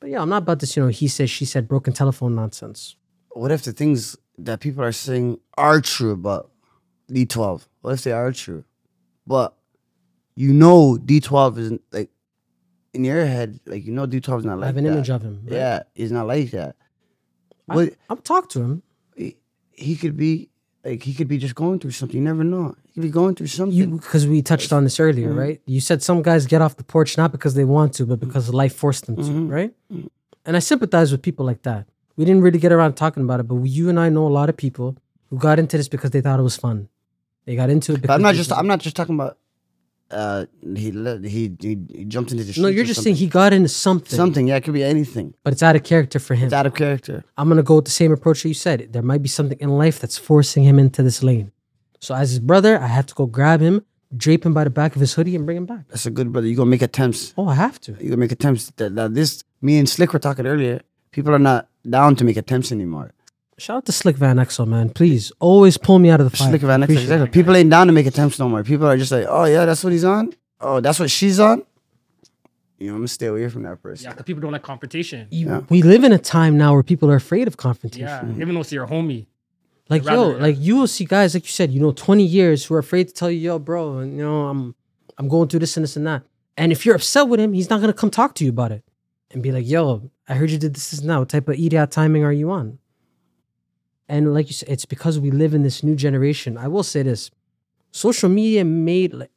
[SPEAKER 2] But yeah, I'm not about this, you know, he said, she said, broken telephone nonsense.
[SPEAKER 4] What if the things that people are saying are true about D12? What if they are true? But you know D12 isn't like in your head, like you know D12 is not like
[SPEAKER 2] I have an
[SPEAKER 4] that.
[SPEAKER 2] image of him. right?
[SPEAKER 4] Yeah, he's not like that.
[SPEAKER 2] I,
[SPEAKER 4] What
[SPEAKER 2] I'll talk to him.
[SPEAKER 4] he, he could be like he could be just going through something. You never know. He could be going through something.
[SPEAKER 2] You because we touched on this earlier,
[SPEAKER 4] Mm-hmm.
[SPEAKER 2] right? You said some guys get off the porch not because they want to, but because life forced them to,
[SPEAKER 4] Mm-hmm.
[SPEAKER 2] right? And I sympathize with people like that. We didn't really get around talking about it, but you and I know a lot of people who got into this because they thought it was fun. They got into it because
[SPEAKER 4] But I'm not
[SPEAKER 2] they-
[SPEAKER 4] just. I'm not just talking about. Uh, he le- he he, he jumped into the.
[SPEAKER 2] No,
[SPEAKER 4] streets
[SPEAKER 2] you're
[SPEAKER 4] or
[SPEAKER 2] just
[SPEAKER 4] something.
[SPEAKER 2] saying he got into something.
[SPEAKER 4] something. Yeah, it could be anything.
[SPEAKER 2] But it's out of character for him.
[SPEAKER 4] It's out of character.
[SPEAKER 2] I'm gonna go with the same approach that you said. There might be something in life that's forcing him into this lane. So as his brother, I have to go grab him, drape him by the back of his hoodie, and bring him back.
[SPEAKER 4] That's a good brother. You gonna make attempts.
[SPEAKER 2] Oh, I have to.
[SPEAKER 4] You gonna make attempts. That now this me and Slick were talking earlier. People are not down to make attempts anymore.
[SPEAKER 2] Shout out to Slick Van Exel, man. Please always pull me out of the fire.
[SPEAKER 4] Slick Van Exel,
[SPEAKER 2] Appreciate
[SPEAKER 4] exactly. People ain't down to make attempts no more. People are just like, oh yeah, that's what he's on. Oh, that's what she's on. You know, I'm gonna stay away from that person.
[SPEAKER 3] Yeah, because people don't like confrontation.
[SPEAKER 2] it. You- We live in a time now where people are afraid of confrontation.
[SPEAKER 3] Yeah, even though it's your homie.
[SPEAKER 2] Like
[SPEAKER 3] Rather,
[SPEAKER 2] yo,
[SPEAKER 3] yeah.
[SPEAKER 2] like you will see guys like you said, you know, twenty years who are afraid to tell you, yo, bro, and, you know, I'm I'm going through this and this and that. And if you're upset with him, he's not gonna come talk to you about it and be like, yo, I heard you did this, this and that. What type of idiot timing are you on? And like you said, it's because we live in this new generation. I will say this: social media made like,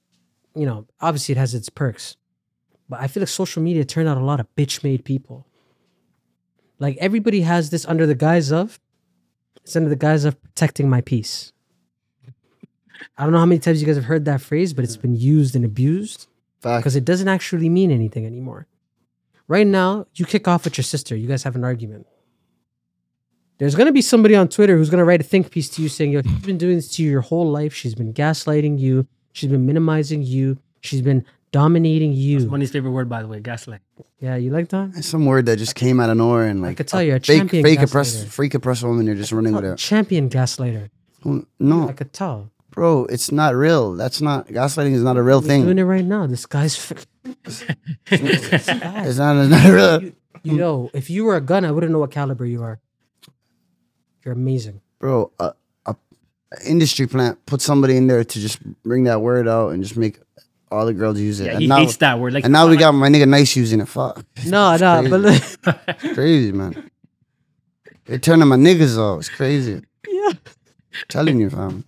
[SPEAKER 2] you know, obviously it has its perks, but I feel like social media turned out a lot of bitch-made people. Like everybody has this under the guise of it's under the guise of protecting my peace. I don't know how many times you guys have heard that phrase, but it's been used and abused
[SPEAKER 4] Fact.
[SPEAKER 2] because it doesn't actually mean anything anymore. Right now, you kick off with your sister, you guys have an argument. There's going to be somebody on Twitter who's going to write a think piece to you saying, Yo, she's been doing this to you your whole life. She's been gaslighting you. She's been minimizing you. She's been dominating you.
[SPEAKER 3] Money's favorite word, by the way, gaslight.
[SPEAKER 2] Yeah, you like that?
[SPEAKER 4] It's some word that just came out of nowhere and like
[SPEAKER 2] could tell you're a
[SPEAKER 4] fake,
[SPEAKER 2] champion
[SPEAKER 4] fake
[SPEAKER 2] gaslighter.
[SPEAKER 4] oppressed, freak oppressed woman. You're just running with it.
[SPEAKER 2] Champion gaslighter.
[SPEAKER 4] Who-
[SPEAKER 2] I
[SPEAKER 4] No,
[SPEAKER 2] could tell.
[SPEAKER 4] bro, it's not real. That's not gaslighting. Is not a real
[SPEAKER 2] Doing
[SPEAKER 4] thing.
[SPEAKER 2] it right now. This guy's. F-
[SPEAKER 4] It's not. It's not real,
[SPEAKER 2] You know, if you were a gun, I wouldn't know what caliber you are. You're amazing.
[SPEAKER 4] bro. A, a, a industry plant put somebody in there to just bring that word out and just make all the girls use it.
[SPEAKER 3] Yeah,
[SPEAKER 4] and
[SPEAKER 3] he
[SPEAKER 4] now,
[SPEAKER 3] hates that word. Like,
[SPEAKER 4] And now we got my nigga Nice using it. Fuck,
[SPEAKER 2] No, no, but look,
[SPEAKER 4] crazy man. They're turning my niggas off. It's crazy.
[SPEAKER 2] Yeah.
[SPEAKER 4] telling you, fam.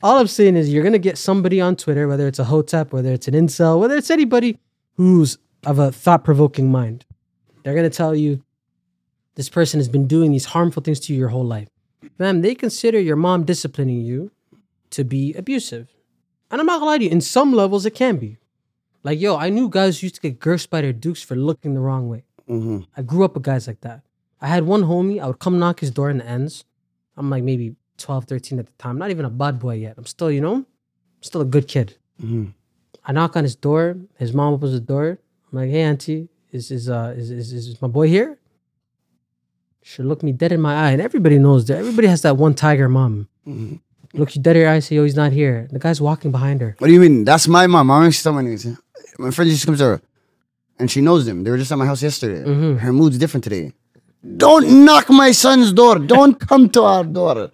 [SPEAKER 2] all I'm saying is you're gonna get somebody on Twitter, whether it's a hotep, whether it's an incel, whether it's anybody who's of a thought-provoking mind. They're gonna tell you this person has been doing these harmful things to you your whole life. Ma'am, they consider your mom disciplining you to be abusive. And I'm not gonna lie to you, in some levels it can be. Like, yo, I knew guys who used to get cursed by their dukes for looking the wrong way.
[SPEAKER 4] Mhm.
[SPEAKER 2] I grew up with guys like that. I had one homie, I would come knock his door in the ends. I'm like maybe 12, 13 at the time, not even a bad boy yet. I'm still, you know, I'm still a good kid.
[SPEAKER 4] Mhm.
[SPEAKER 2] I knock on his door, his mom opens the door. I'm like, hey auntie, is is uh is is, is my boy here? She looked me dead in my eye, and everybody knows that everybody has that one tiger mom. Look you dead in your eye, say, yo, he's not here. The guy's walking behind her.
[SPEAKER 4] What do you mean? That's my mom. I'm actually telling you. My friend just comes over and she knows them. They were just at my house yesterday. Her mood's different today. Don't knock my son's door. Don't come to our door.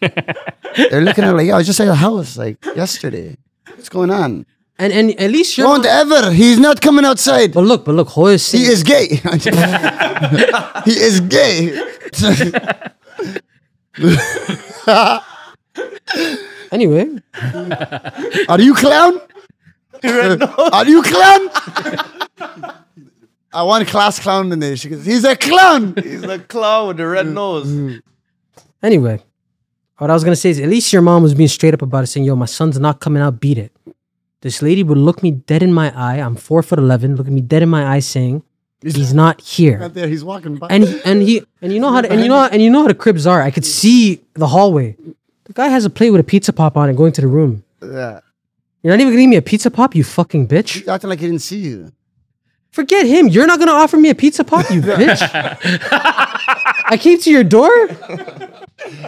[SPEAKER 4] They're looking at her like, yeah, I was just at your house like yesterday. What's going on?
[SPEAKER 2] And and at least you're
[SPEAKER 4] Don't ever. He's not coming outside.
[SPEAKER 2] but look, but look, Hoya is
[SPEAKER 4] He
[SPEAKER 2] saying
[SPEAKER 4] is gay. he is gay.
[SPEAKER 2] anyway.
[SPEAKER 4] Are you clown? Are you clown? I want class clown in there. She goes, he's a clown.
[SPEAKER 6] He's a clown with the
[SPEAKER 4] Mm.
[SPEAKER 6] red nose.
[SPEAKER 2] Anyway, what I was gonna say is at least your mom was being straight up about it, saying, "Yo, my son's not coming out. Beat it." This lady would look me dead in my eye. I'm four foot eleven. Look at me dead in my eye, saying, "He's not here."
[SPEAKER 4] Not there. He's walking by.
[SPEAKER 2] And he, and he and you know how to, and you know and you know how the cribs are. I could see the hallway. The guy has a plate with a pizza pop on it, going to the room.
[SPEAKER 4] yeah.
[SPEAKER 2] You're not even gonna give me a pizza pop, you fucking bitch.
[SPEAKER 4] He's acting like he didn't see you.
[SPEAKER 2] Forget him. You're not gonna offer me a pizza pop, you bitch. I came to your door.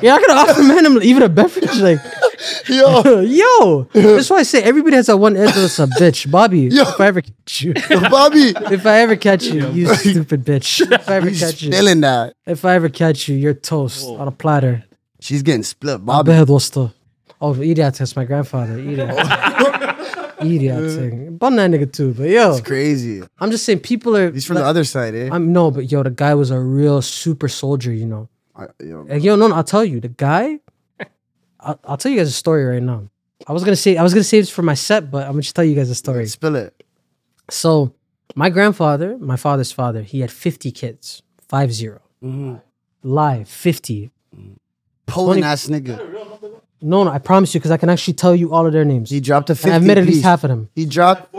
[SPEAKER 2] You're not gonna offer man even a beverage, like.
[SPEAKER 4] Yo,
[SPEAKER 2] Yo, that's why I say everybody has that one edge that's a bitch. Bobby, if I ever catch you,
[SPEAKER 4] Bobby,
[SPEAKER 2] if I ever catch you, you stupid bitch. If I ever
[SPEAKER 4] he's
[SPEAKER 2] catch you,
[SPEAKER 4] spilling that.
[SPEAKER 2] if I ever catch you, you're toast on a platter.
[SPEAKER 4] She's getting split. Bobby.
[SPEAKER 2] Bad dosta. Oh, idiot, that's my grandfather. Idiot. Idiot thing. Bun that nigga too, but yo,
[SPEAKER 4] Crazy.
[SPEAKER 2] I'm just saying people are.
[SPEAKER 4] He's from the other side, eh?
[SPEAKER 2] I'm no, but yo, the guy was a real super soldier, you know.
[SPEAKER 4] I, yo,
[SPEAKER 2] Like, yo, no, no, I'll tell you, the guy. I'll, I'll tell you guys a story right now. I was gonna say I was gonna save this for my set, but I'm gonna just tell you guys a story.
[SPEAKER 4] spill it.
[SPEAKER 2] So my grandfather, my father's
[SPEAKER 4] Mm-hmm.
[SPEAKER 2] father, he had 50 kids, five zero. Live, 50.
[SPEAKER 4] Poland ass nigga.
[SPEAKER 2] No, no, I promise you, because I can actually tell you all of their names.
[SPEAKER 4] He dropped a 50
[SPEAKER 2] And I've met at least
[SPEAKER 4] piece.
[SPEAKER 2] half of them.
[SPEAKER 4] He dropped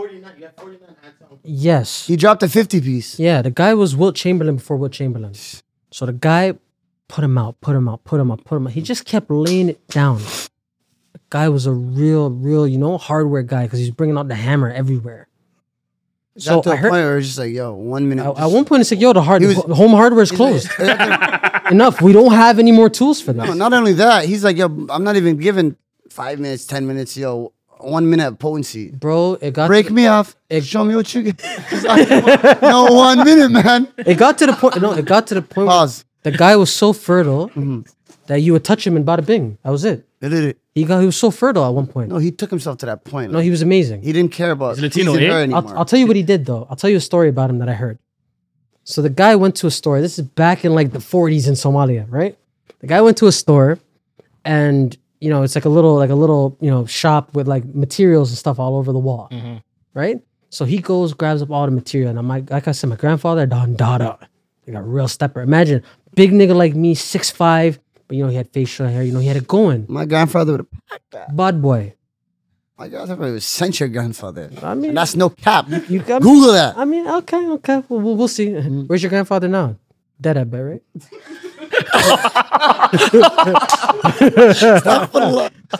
[SPEAKER 2] Yes.
[SPEAKER 4] he dropped a 50 piece.
[SPEAKER 2] Yeah, the guy was Wilt Chamberlain before Wilt Chamberlain. So the guy put him out, put him out, put him out, put him out. He just kept laying it down. The guy was a real, real, you know, hardware guy because he's bringing out the hammer everywhere. So
[SPEAKER 4] got to
[SPEAKER 2] I
[SPEAKER 4] a
[SPEAKER 2] heard,
[SPEAKER 4] point where it's just like, yo, one minute.
[SPEAKER 2] at
[SPEAKER 4] just-
[SPEAKER 2] one point, it's like, yo, the hard,
[SPEAKER 4] He was-
[SPEAKER 2] home hardware is closed. Enough. We don't have any more tools for this.
[SPEAKER 4] No, not only that, he's like, yo, I'm not even giving five minutes, ten minutes, yo, one minute of potency.
[SPEAKER 2] Bro, it got
[SPEAKER 4] Break me off. Show me what you get. It's like, no, one minute, man.
[SPEAKER 2] it got to the point. No, it got to the point. where
[SPEAKER 4] Pause. Mm-hmm.
[SPEAKER 2] The guy was so fertile that you would touch him and bada bing. That was it. He got. He was so fertile at one point.
[SPEAKER 4] No, he took himself to that point.
[SPEAKER 2] No, he was amazing.
[SPEAKER 4] he didn't care about
[SPEAKER 3] He's Latino,
[SPEAKER 4] pleasing
[SPEAKER 3] eh?
[SPEAKER 4] her
[SPEAKER 3] I'll-
[SPEAKER 4] anymore.
[SPEAKER 2] I'll, I'll tell you what he did though. I'll tell you a story about him that I heard. So the guy went to a store. This is back in like the 40s in Somalia, right? The guy went to a store, and you know it's like a little like a little you know shop with like materials and stuff all over the wall, right? So he goes grabs up all the material, and I'm like, like I said, my grandfather Don Dada, like a real stepper. Imagine big nigga like me, six five, but you know he had facial hair. You know he had it going,
[SPEAKER 4] my grandfather would have.
[SPEAKER 2] bad boy.
[SPEAKER 4] My grandfather would have sent your grandfather.
[SPEAKER 2] I mean,
[SPEAKER 4] And that's no cap.
[SPEAKER 2] you got
[SPEAKER 4] Google that.
[SPEAKER 2] I mean, okay, okay. We'll, we'll, we'll see. Where's your grandfather now? Dead, I bet, right?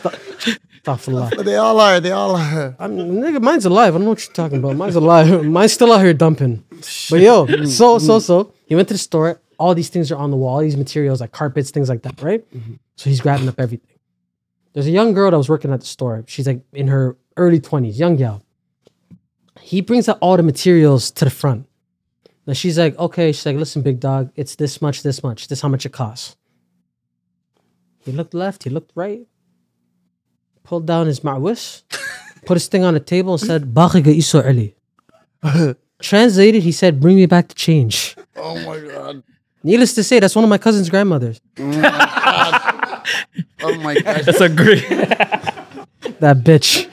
[SPEAKER 2] Astaghfirullah.
[SPEAKER 4] But they all are. They all are.
[SPEAKER 2] I'm, nigga, mine's alive. I don't know what you're talking about. Mine's alive. Mine's still out here dumping. But yo, so, so, so. He went to the store. All these things are on the wall, all these materials like carpets, things like that, right? So he's grabbing up everything. There's a young girl that was working at the store. She's like in her early 20s, young gal. He brings out all the materials to the front. Now she's like, okay, she's like, listen, big dog, it's this much, this much, this how much it costs. He looked left, he looked right, pulled down his ma'wis, put his thing on the table and said, Baqiga iso ali. Translated, he said, bring me back the change.
[SPEAKER 4] Oh my god.
[SPEAKER 2] Needless to say, that's one of my cousin's grandmothers.
[SPEAKER 4] Oh my gosh.
[SPEAKER 3] That's a great.
[SPEAKER 2] That bitch.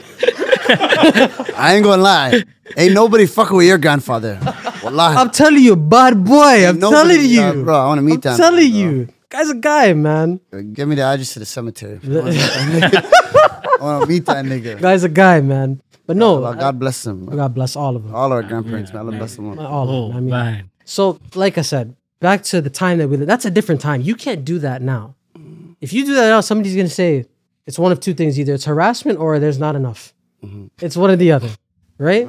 [SPEAKER 4] I ain't gonna lie. Ain't nobody fucking with your grandfather. Wallahi.
[SPEAKER 2] I'm telling you, bad boy. I'm
[SPEAKER 4] Nobody-
[SPEAKER 2] telling you.
[SPEAKER 4] Nah, bro. I want to meet
[SPEAKER 2] I'm
[SPEAKER 4] that.
[SPEAKER 2] telling
[SPEAKER 4] bro.
[SPEAKER 2] you. Guy's a guy, man.
[SPEAKER 4] Give me the address to the cemetery. I want to meet that nigga.
[SPEAKER 2] Guy's a guy, man. But no,
[SPEAKER 4] Well, God bless them. bro.
[SPEAKER 2] God bless all of them.
[SPEAKER 4] All our grandparents, man. God bless them. all.
[SPEAKER 2] All
[SPEAKER 3] Oh
[SPEAKER 2] of them. I mean,
[SPEAKER 3] man,
[SPEAKER 2] So, like I said, back to the time that we live. That's a different time. You can't do that now. If you do that now, somebody's gonna say it's one of two things: either it's harassment or there's not enough. It's one or the other, right?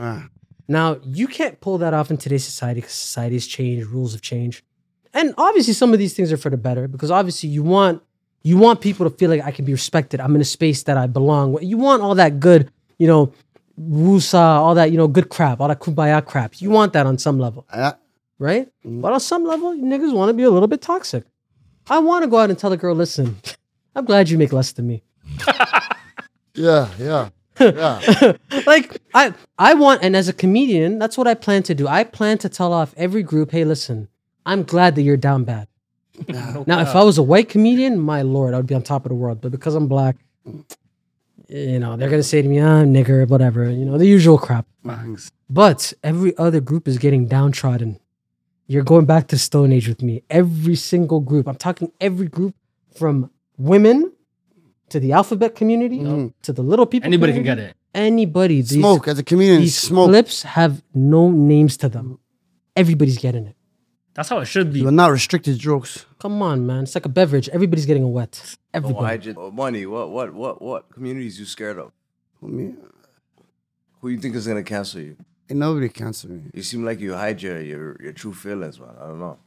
[SPEAKER 2] Now you can't pull that off in today's society because society's changed, rules have changed, and obviously some of these things are for the better because obviously you want you want people to feel like I can be respected. I'm in a space that I belong. You want all that good, you know, wusa, all that you know, good crap, all that kumbaya crap. You want that on some level
[SPEAKER 4] I-
[SPEAKER 2] right? But on some level, you niggas want to be a little bit toxic. I want to go out and tell a girl, listen, I'm glad you make less than me.
[SPEAKER 4] yeah, yeah.
[SPEAKER 2] Like I, I want, and as a comedian, that's what I plan to do. I plan to tell off every group, hey, listen, I'm glad that you're down bad. now, if I was a white comedian, my lord, I would be on top of the world. But because I'm black, you know, they're gonna say to me, ah, nigger, whatever, you know, the usual crap. But every other group is getting downtrodden. You're going back to the Stone Age with me. Every single group. I'm talking every group from women to the alphabet community to the little people.
[SPEAKER 3] Mm-hmm. anybody can
[SPEAKER 2] community.
[SPEAKER 3] get it.
[SPEAKER 2] Anybody. These,
[SPEAKER 4] Smoke as a comedian.
[SPEAKER 2] These
[SPEAKER 4] Smoke. Mm.
[SPEAKER 2] clips have no names to them. Everybody's getting it.
[SPEAKER 3] That's how it should
[SPEAKER 4] You
[SPEAKER 3] be.
[SPEAKER 4] are not restricted jokes.
[SPEAKER 2] Come on, man. It's like a beverage. Everybody's getting a wet.
[SPEAKER 6] Oh, I
[SPEAKER 2] Everybody.
[SPEAKER 6] just oh, money. What what what what communities you scared of?
[SPEAKER 4] Me-
[SPEAKER 6] Who you think is gonna cancel you?
[SPEAKER 4] Ain't nobody cancel me.
[SPEAKER 6] You seem like you hide your your, your true feelings, man. I don't know.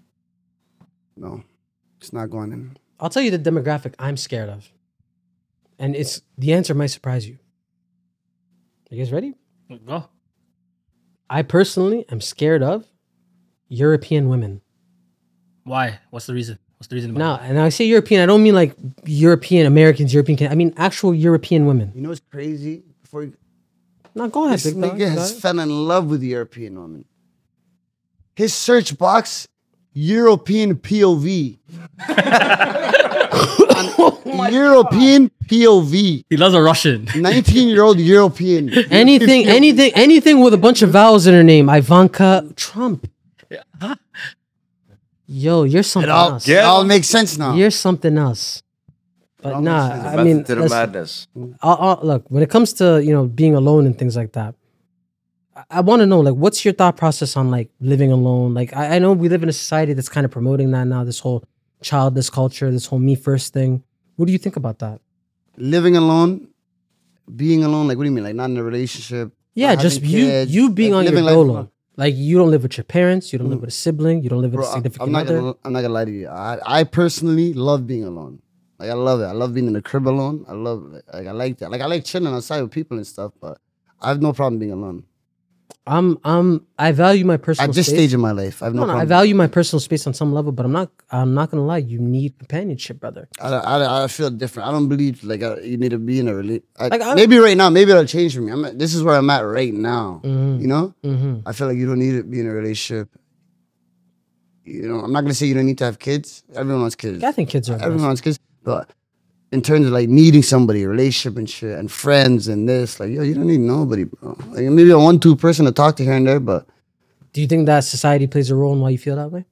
[SPEAKER 4] No, it's not going in.
[SPEAKER 2] I'll tell you the demographic I'm scared of. And it's the answer might surprise you. You guys ready?
[SPEAKER 3] Go.
[SPEAKER 2] I personally am scared of European women.
[SPEAKER 3] Why? What's the reason? What's the reason? About
[SPEAKER 2] Now, and I say European, I don't mean like European Americans, European. Can- I mean actual European women.
[SPEAKER 4] You know what's crazy? Before you,
[SPEAKER 2] Now go ahead,
[SPEAKER 4] this
[SPEAKER 2] big dog.
[SPEAKER 4] nigga
[SPEAKER 2] Go
[SPEAKER 4] has
[SPEAKER 2] ahead.
[SPEAKER 4] fell in love with the European woman. His search box, European POV.
[SPEAKER 2] Oh
[SPEAKER 4] European POV.
[SPEAKER 3] He loves a Russian.
[SPEAKER 4] 19 year old European.
[SPEAKER 2] Anything, anything, anything with a bunch of vowels in her name. Ivanka Trump. Yo, you're something else.
[SPEAKER 4] It all makes sense now.
[SPEAKER 2] You're something else. But nah,
[SPEAKER 4] sense.
[SPEAKER 2] I mean,
[SPEAKER 6] to the
[SPEAKER 2] listen,
[SPEAKER 6] madness.
[SPEAKER 2] I'll, I'll, look, when it comes to you know being alone and things like that, I, I want to know like what's your thought process on like living alone? Like I, I know we live in a society that's kind of promoting that now. This whole childless culture, this whole me first thing. What do you think about that?
[SPEAKER 4] Living alone, being alone. Like, what do you mean? Like, not in a relationship.
[SPEAKER 2] Yeah,
[SPEAKER 4] not
[SPEAKER 2] just
[SPEAKER 4] having
[SPEAKER 2] you
[SPEAKER 4] kids,
[SPEAKER 2] you being
[SPEAKER 4] like,
[SPEAKER 2] on your
[SPEAKER 4] living life
[SPEAKER 2] dolo.
[SPEAKER 4] alone. Mm.
[SPEAKER 2] Like you don't live with your parents, you don't live with a sibling, you don't live with
[SPEAKER 4] Bro,
[SPEAKER 2] a
[SPEAKER 4] I-
[SPEAKER 2] significant
[SPEAKER 4] I'm not
[SPEAKER 2] other.
[SPEAKER 4] gonna, I'm not gonna lie to you. I, I personally love being alone. Like I love it. I love being in the crib alone. I love like I like that. Like I like chilling outside with people and stuff. But I have no problem being alone.
[SPEAKER 2] I'm I'm I value my
[SPEAKER 4] At
[SPEAKER 2] personal
[SPEAKER 4] this
[SPEAKER 2] space.
[SPEAKER 4] stage in my life, I have no,
[SPEAKER 2] No, no, I
[SPEAKER 4] problem.
[SPEAKER 2] value my personal space on some level, but I'm not I'm not gonna lie, you need companionship, brother.
[SPEAKER 4] I, I, I feel different. I don't believe like I, you need to be in a relationship.
[SPEAKER 2] Like, I-
[SPEAKER 4] maybe right now, maybe it'll change for me. I'm at, this is where I'm at right now.
[SPEAKER 2] Mm-hmm.
[SPEAKER 4] You know, I feel like you don't need to be in a relationship. You know, I'm not gonna say you don't need to have kids. Everyone wants kids.
[SPEAKER 2] I think kids are
[SPEAKER 4] Everyone wants kids, but in terms of like needing somebody, relationship and shit, and friends and this, like yo, you don't need nobody, bro. Like maybe a one two person to talk to here and there, but
[SPEAKER 2] Do you think that society plays a role in why you feel that way?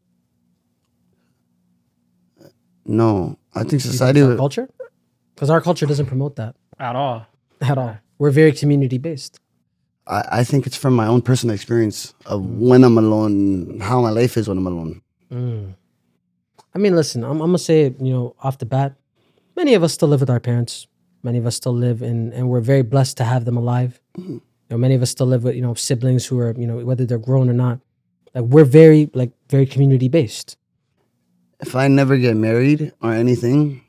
[SPEAKER 4] no, I think society. would-
[SPEAKER 2] Culture? Because our culture doesn't promote that
[SPEAKER 3] at all.
[SPEAKER 2] at all. We're very community based.
[SPEAKER 4] I, I think it's from my own personal experience of when I'm alone, how my life is when I'm alone.
[SPEAKER 2] I mean, listen, I'm, I'm gonna say it, you know, off the bat, many of us still live with our parents. Many of us still live in, and we're very blessed to have them alive. You know, many of us still live with, you know, siblings who are, you know, whether they're grown or not. Like we're very, like very community based.
[SPEAKER 4] If I never get married or anything,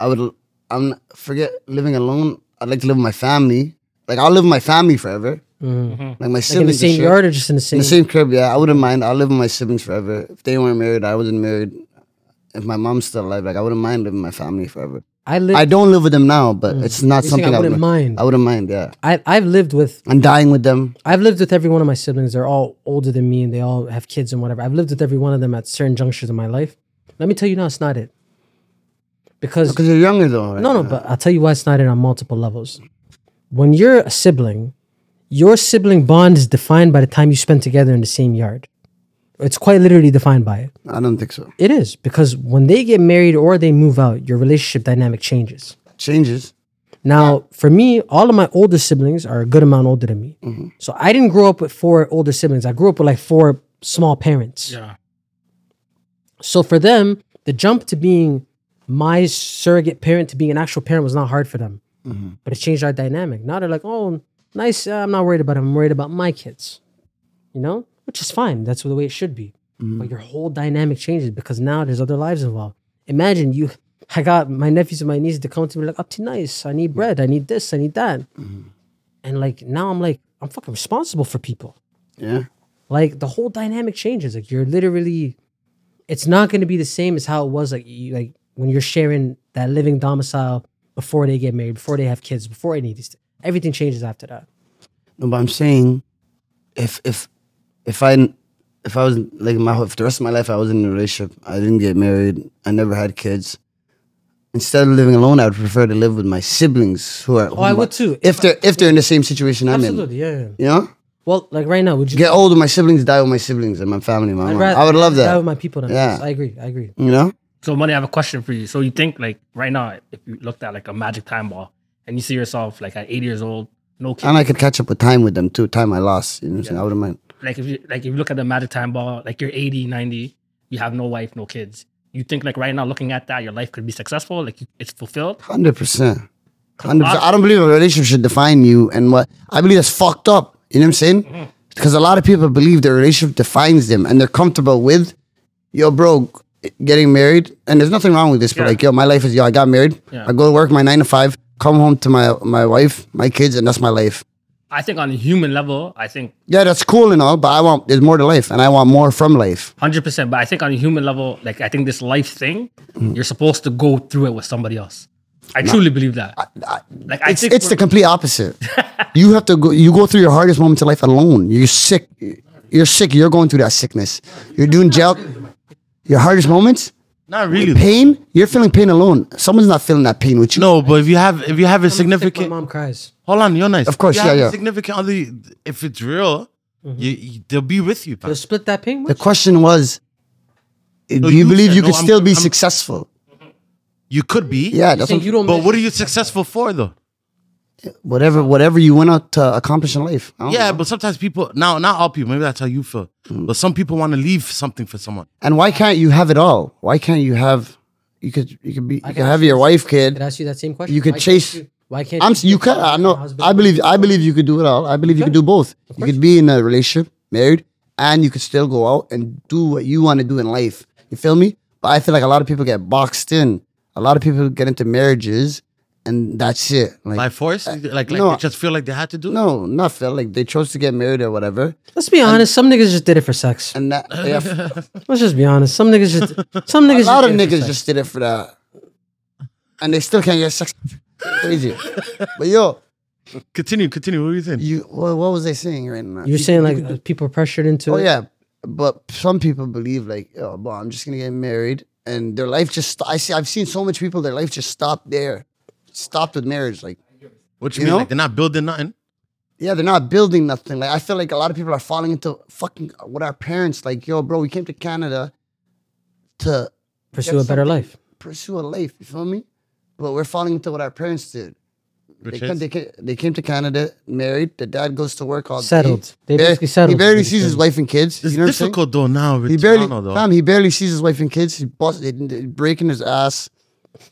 [SPEAKER 4] I would. I'm forget living alone. I'd like to live with my family. Like I'll live with my family forever. Like my siblings.
[SPEAKER 2] Mm-hmm. Like in the
[SPEAKER 4] and
[SPEAKER 2] same
[SPEAKER 4] shit.
[SPEAKER 2] yard or just in the same.
[SPEAKER 4] In the same crib, yeah. I wouldn't mind. I'll live with my siblings forever. If they weren't married, I wasn't married. If my mom's still alive, like I wouldn't mind living with my family forever.
[SPEAKER 2] I live.
[SPEAKER 4] I don't live with them now, but it's not
[SPEAKER 2] Mm. You're saying
[SPEAKER 4] something
[SPEAKER 2] I
[SPEAKER 4] I
[SPEAKER 2] wouldn't mind.
[SPEAKER 4] I wouldn't mind. Yeah,
[SPEAKER 2] I, I've lived with
[SPEAKER 4] I'm dying with them.
[SPEAKER 2] I've lived with every one of my siblings. They're all older than me and they all have kids and whatever. I've lived with every one of them at certain junctures in my life. Let me tell you now, it's not it. Because
[SPEAKER 4] Because you're younger though. Right?
[SPEAKER 2] no, no, but I'll tell you why it's not it on multiple levels. When you're a sibling, your sibling bond is defined by the time you spend together in the same yard. It's quite literally defined by it.
[SPEAKER 4] I don't think so.
[SPEAKER 2] It is because when they get married or they move out, your relationship dynamic changes.
[SPEAKER 4] Changes.
[SPEAKER 2] Now, for me, all of my older siblings are a good amount older than me. So I didn't grow up with four older siblings. I grew up with like four small parents.
[SPEAKER 3] Yeah.
[SPEAKER 2] So for them, the jump to being my surrogate parent to being an actual parent was not hard for them. But it changed our dynamic. Now they're like, oh, nice. uh, I'm not worried about him. I'm worried about my kids, you know, which is fine. That's the way it should be. But your whole dynamic changes because now there's other lives involved. Imagine you, I got my nephews and my nieces to come to me like, up to nice. I need bread. I need this. I need that. And like now I'm like, I'm fucking responsible for people
[SPEAKER 4] Yeah.
[SPEAKER 2] like the whole dynamic changes like you're literally it's not going to be the same as how it was like you, like when you're sharing that living domicile before they get married before they have kids before any of these things everything changes after that
[SPEAKER 4] No, but I'm saying, if if if I if I was like my whole- if the rest of my life I was in a relationship, I didn't get married, I never had kids. Instead of living alone, I would prefer to live with my siblings who are. Oh,
[SPEAKER 2] I would too.
[SPEAKER 4] If they're if they're in the same situation I'm in,
[SPEAKER 2] absolutely yeah, yeah.
[SPEAKER 4] you know,
[SPEAKER 2] well like right now would you
[SPEAKER 4] get old with my siblings, die with my siblings and my family, my
[SPEAKER 2] I'd
[SPEAKER 4] mom.
[SPEAKER 2] rather-
[SPEAKER 4] I would love
[SPEAKER 2] die
[SPEAKER 4] that.
[SPEAKER 2] with my people than
[SPEAKER 4] Yeah.
[SPEAKER 2] yeah. i agree i agree
[SPEAKER 4] You know,
[SPEAKER 3] So, money. I have a question for you. So, you think like right now, if you looked at like a magic time ball and you see yourself like at 80 years old, no kids,
[SPEAKER 4] and I could catch up with time with them too. Time I lost, you know, what I'm saying? I wouldn't mind.
[SPEAKER 3] like if you like if you look at the magic time ball, like you're 80, 90, you have no wife, no kids. You think like right now, looking at that, your life could be successful, like you, it's fulfilled.
[SPEAKER 4] Hundred percent. Hundred percent. I don't believe a relationship should define you and what I believe that's fucked up. You know what I'm saying? Because a lot of people believe their relationship defines them and they're comfortable with, yo, bro, getting married. And there's nothing wrong with this, but like, yo, my life is yo, I got married. I go to work my nine to five, come home to my my wife, my kids, and that's my life.
[SPEAKER 3] I think on a human level, I think
[SPEAKER 4] Yeah, that's cool and all, but I want there's more to life and I want more from life.
[SPEAKER 3] Hundred percent, but I think on a human level, like I think this life thing,
[SPEAKER 4] Mm.
[SPEAKER 3] you're supposed to go through it with somebody else. I truly believe that. like I
[SPEAKER 4] It's,
[SPEAKER 3] think
[SPEAKER 4] it's the
[SPEAKER 3] we're-
[SPEAKER 4] complete opposite. you have to go. You go through your hardest moments of life alone. You're sick. You're sick. You're going through that sickness. You're doing jail. Your hardest moments,
[SPEAKER 7] Not really. though.
[SPEAKER 4] pain. You're feeling pain alone. Someone's not feeling that pain with you.
[SPEAKER 7] No, but if you have if you have a
[SPEAKER 2] my
[SPEAKER 7] significant
[SPEAKER 2] mom cries
[SPEAKER 7] hold on, you're nice.
[SPEAKER 4] Of course,
[SPEAKER 7] If you
[SPEAKER 4] yeah,
[SPEAKER 7] have a
[SPEAKER 4] yeah.
[SPEAKER 7] Significant other, if it's real,
[SPEAKER 2] Mm-hmm.
[SPEAKER 7] you, you- they'll be with you.
[SPEAKER 2] they'll
[SPEAKER 7] Pam.
[SPEAKER 2] split that pain
[SPEAKER 4] The
[SPEAKER 2] with you.
[SPEAKER 4] question was, do you
[SPEAKER 7] you
[SPEAKER 4] believe
[SPEAKER 7] said,
[SPEAKER 4] you
[SPEAKER 7] no,
[SPEAKER 4] could
[SPEAKER 7] I'm-
[SPEAKER 4] still be
[SPEAKER 7] I'm-
[SPEAKER 4] successful?
[SPEAKER 7] You could be.
[SPEAKER 4] Yeah, that's
[SPEAKER 2] saying
[SPEAKER 4] what,
[SPEAKER 2] you don't
[SPEAKER 7] But what are
[SPEAKER 2] measure-
[SPEAKER 7] you successful for though?
[SPEAKER 4] whatever whatever you went out to accomplish in life. I don't
[SPEAKER 7] Yeah,
[SPEAKER 4] know.
[SPEAKER 7] but sometimes people now not all people, maybe that's how you feel.
[SPEAKER 4] Mm.
[SPEAKER 7] But some people want to leave something for someone.
[SPEAKER 4] and why can't you have it all? Why can't you have? You could you could be you could
[SPEAKER 2] can
[SPEAKER 4] have your wife, kid.
[SPEAKER 2] Did I ask you that same question?
[SPEAKER 4] You could
[SPEAKER 2] Why can't
[SPEAKER 4] chase-
[SPEAKER 2] you- why can't
[SPEAKER 4] I'm s- you could I know
[SPEAKER 2] Husband.
[SPEAKER 4] I believe I believe you could do it all. I believe you could do both. You could be in a relationship, married, and you could still go out and do what you want to do in life. You feel me? But I feel like a lot of people get boxed in. A lot of people get into marriages, and that's it. Like uh,
[SPEAKER 7] By force? Like like
[SPEAKER 4] no.
[SPEAKER 7] they just feel like they had to do it?
[SPEAKER 4] no, not feel like they chose to get married or whatever,
[SPEAKER 2] Let's be honest. Some niggas just did it for sex.
[SPEAKER 4] and that they have,
[SPEAKER 2] Let's just be honest. Some niggas just some niggas.
[SPEAKER 4] a lot
[SPEAKER 2] just
[SPEAKER 4] of
[SPEAKER 2] did it for
[SPEAKER 4] niggas
[SPEAKER 2] sex.
[SPEAKER 4] just did it for that, and they still can't get sex. Crazy, but yo,
[SPEAKER 7] Continue, continue. What do you think?
[SPEAKER 4] you what, what was I saying right now?
[SPEAKER 2] You're saying like uh, people are pressured into.
[SPEAKER 4] Oh
[SPEAKER 2] it?
[SPEAKER 4] yeah, but some people believe like, oh, well, I'm just gonna get married, and their life just. st- I see. I've seen so much people. Their life just stopped there, stopped with marriage. Like,
[SPEAKER 7] What you,
[SPEAKER 4] You
[SPEAKER 7] mean?
[SPEAKER 4] know?
[SPEAKER 7] Like they're not building nothing.
[SPEAKER 4] yeah, they're not building nothing. Like, I feel like a lot of people are falling into fucking what our parents like. Yo, bro, we came to Canada to
[SPEAKER 2] Pursue a better life.
[SPEAKER 4] pursue a life. You feel me? But we're falling into what our parents did. They
[SPEAKER 7] Which
[SPEAKER 4] came,
[SPEAKER 7] is,
[SPEAKER 4] they, came, they came to Canada, married. The dad goes to work all day.
[SPEAKER 2] Settled. They
[SPEAKER 4] Bar-
[SPEAKER 2] basically settled.
[SPEAKER 4] He barely
[SPEAKER 2] Basically
[SPEAKER 4] sees his
[SPEAKER 2] settled.
[SPEAKER 4] wife and kids.
[SPEAKER 7] it's
[SPEAKER 4] you know what I'm saying?
[SPEAKER 7] difficult though now with
[SPEAKER 4] He barely,
[SPEAKER 7] Toronto, though.
[SPEAKER 4] fam, he barely sees his wife and kids. He bust, they, they breaking his ass.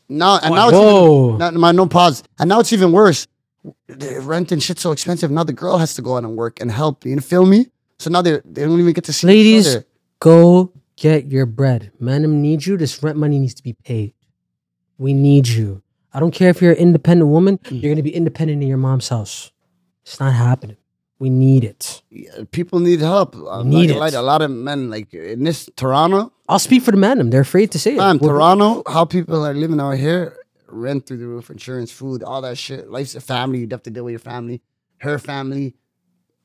[SPEAKER 4] Now and
[SPEAKER 2] Whoa.
[SPEAKER 4] now, it's even, no, no, no pause. And now it's even worse. The rent and shit's so expensive. Now the girl has to go out and work and help. You feel me? So now they they don't even get to see each
[SPEAKER 2] Ladies,
[SPEAKER 4] other.
[SPEAKER 2] go get your bread. Madam need you. This rent money needs to be paid. We need you. I don't care if you're an independent woman.
[SPEAKER 4] Hmm.
[SPEAKER 2] You're gonna be independent in your mom's house. It's not happening. We need it.
[SPEAKER 4] Yeah, people need help. I'm
[SPEAKER 2] Need
[SPEAKER 4] not gonna
[SPEAKER 2] it.
[SPEAKER 4] lie, a lot of men like in this Toronto,
[SPEAKER 2] I'll speak for the madam. They're afraid to say it.
[SPEAKER 4] fam,
[SPEAKER 2] We're-
[SPEAKER 4] Toronto, how people are living out here, rent through the roof, insurance, food, all that shit. Life's a family. You have to deal with your family, her family.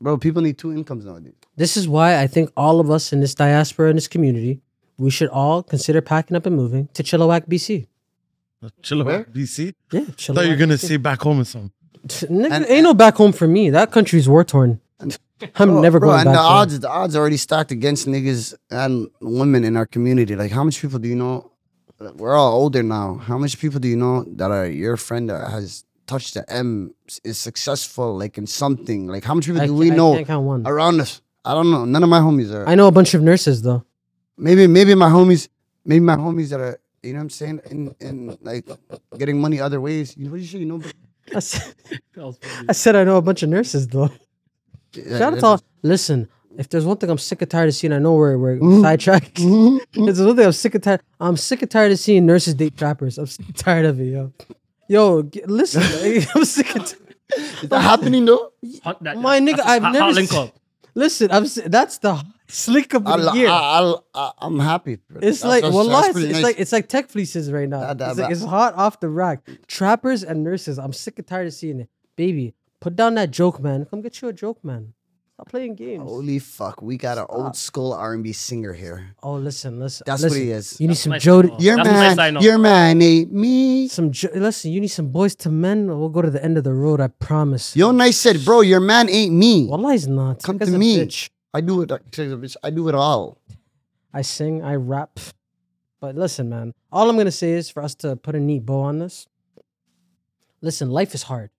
[SPEAKER 4] Bro, people need two incomes nowadays.
[SPEAKER 2] This is why I think all of us in this diaspora in this community, we should all consider packing up and moving to Chilliwack, BC.
[SPEAKER 7] Chill
[SPEAKER 4] Where?
[SPEAKER 7] out, BC.
[SPEAKER 2] Yeah,
[SPEAKER 7] I thought you were
[SPEAKER 2] Chilliwack.
[SPEAKER 7] gonna say back home or something.
[SPEAKER 2] Nigga, ain't no back home for me. That country's war torn. I'm
[SPEAKER 4] Bro,
[SPEAKER 2] never
[SPEAKER 4] oh, bro,
[SPEAKER 2] going
[SPEAKER 4] and
[SPEAKER 2] back.
[SPEAKER 4] the
[SPEAKER 2] there.
[SPEAKER 4] odds, the odds already stacked against niggas and women in our community. Like, how much people do you know? We're all older now. How much people do you know that are your friend that has touched the M is successful, like in something? Like, how much people
[SPEAKER 2] I
[SPEAKER 4] do
[SPEAKER 2] ca-
[SPEAKER 4] we
[SPEAKER 2] I
[SPEAKER 4] know
[SPEAKER 2] can't count one.
[SPEAKER 4] around us? I don't know. None of my homies are.
[SPEAKER 2] I know a bunch of nurses though.
[SPEAKER 4] maybe, maybe my homies, maybe my homies that are. You know what I'm saying? In in like getting money other ways. You know what you say? You know. but-
[SPEAKER 2] I said, I said I know a bunch of nurses though. Shout out
[SPEAKER 4] uh,
[SPEAKER 2] to all. Listen, if there's one thing I'm sick and tired of seeing, I know we're we're
[SPEAKER 4] Mm-hmm.
[SPEAKER 2] sidetracked. If there's one thing I'm sick and tired. I'm sick and tired of seeing nurses date trappers. I'm sick and tired of it, yo. Yo, g- listen, like, I'm sick and. T-
[SPEAKER 4] Is that happening though?
[SPEAKER 3] Hot- that-
[SPEAKER 2] My nigga,
[SPEAKER 3] that's a
[SPEAKER 2] I've
[SPEAKER 3] hot-
[SPEAKER 2] never
[SPEAKER 3] hot link
[SPEAKER 2] se-
[SPEAKER 3] up.
[SPEAKER 2] Listen, I'm s- that's the hottest link of
[SPEAKER 4] I,
[SPEAKER 2] the
[SPEAKER 4] lo-
[SPEAKER 2] year.
[SPEAKER 4] I, I, I, am happy. for it.
[SPEAKER 2] it's
[SPEAKER 4] That's-
[SPEAKER 2] like
[SPEAKER 4] that's-
[SPEAKER 2] well,
[SPEAKER 4] that's
[SPEAKER 2] it's,
[SPEAKER 4] pretty
[SPEAKER 2] it's
[SPEAKER 4] nice.
[SPEAKER 2] like it's like tech fleeces right now.
[SPEAKER 4] Nah, nah,
[SPEAKER 2] it's, like,
[SPEAKER 4] but-
[SPEAKER 2] it's hot off the rack. Trappers and nurses. I'm sick and tired of seeing it. Baby, put down that joke, man. Come get you a joke, man. Stop playing games. Oh,
[SPEAKER 4] Holy fuck, we got an old school R and B singer here.
[SPEAKER 2] Oh, listen, listen.
[SPEAKER 4] That's what
[SPEAKER 2] listen.
[SPEAKER 4] he is.
[SPEAKER 2] You need
[SPEAKER 3] my
[SPEAKER 2] some Jody.
[SPEAKER 3] style.
[SPEAKER 4] Your
[SPEAKER 3] That's my sign
[SPEAKER 4] man,
[SPEAKER 3] off.
[SPEAKER 4] your man ain't me.
[SPEAKER 2] Some jo- listen. You need some boys to men. or We'll go to the end of the road. I promise.
[SPEAKER 4] Yo, nice said, bro. Your man ain't me.
[SPEAKER 2] Wallah, he's not.
[SPEAKER 4] Come
[SPEAKER 2] That guy's
[SPEAKER 4] to
[SPEAKER 2] a
[SPEAKER 4] me.
[SPEAKER 2] bitch.
[SPEAKER 4] I do it. bitch, I do it all.
[SPEAKER 2] I sing, I rap. But listen, man, all I'm gonna say is for us to put a neat bow on this. Listen, life is hard.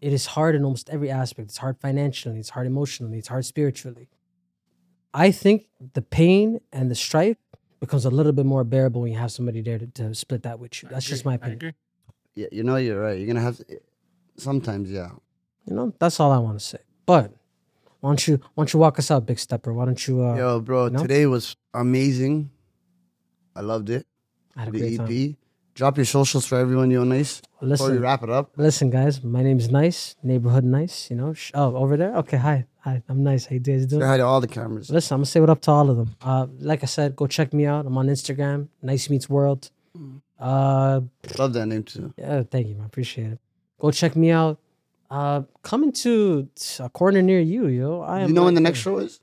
[SPEAKER 2] It is hard in almost every aspect. It's hard financially, it's hard emotionally, it's hard spiritually. I think the pain and the strife becomes a little bit more bearable when you have somebody there to, to split that with you. That's just my
[SPEAKER 3] I
[SPEAKER 2] opinion.
[SPEAKER 3] agree.
[SPEAKER 4] Yeah, you know you're right. You're gonna have to, sometimes. Yeah,
[SPEAKER 2] You know, that's all I want to say. But why don't you why don't you walk us out, Big Stepper? Why don't you? Uh,
[SPEAKER 4] yo, bro.
[SPEAKER 2] no?
[SPEAKER 4] Today was amazing. I loved it.
[SPEAKER 2] I had a
[SPEAKER 4] The
[SPEAKER 2] great time.
[SPEAKER 4] EP. Drop your socials for everyone. Yo, nice. Before we
[SPEAKER 2] Listen,
[SPEAKER 4] wrap it up,
[SPEAKER 2] Listen, guys, my name's Nice, neighborhood Nice. You know, sh- oh, over there. Okay, hi, hi. I'm Nice. How you guys
[SPEAKER 4] I
[SPEAKER 2] doing?
[SPEAKER 4] had all the cameras.
[SPEAKER 2] Listen, I'm gonna say what up to all of them. Uh, like I said, go check me out. I'm on Instagram, Nice Meets World.
[SPEAKER 4] Mm.
[SPEAKER 2] Uh,
[SPEAKER 4] Love that name too.
[SPEAKER 2] yeah, thank you, man. Appreciate it. Go check me out. Uh, coming to a corner near you, yo. I am
[SPEAKER 4] You know when the
[SPEAKER 2] like-
[SPEAKER 4] next show is?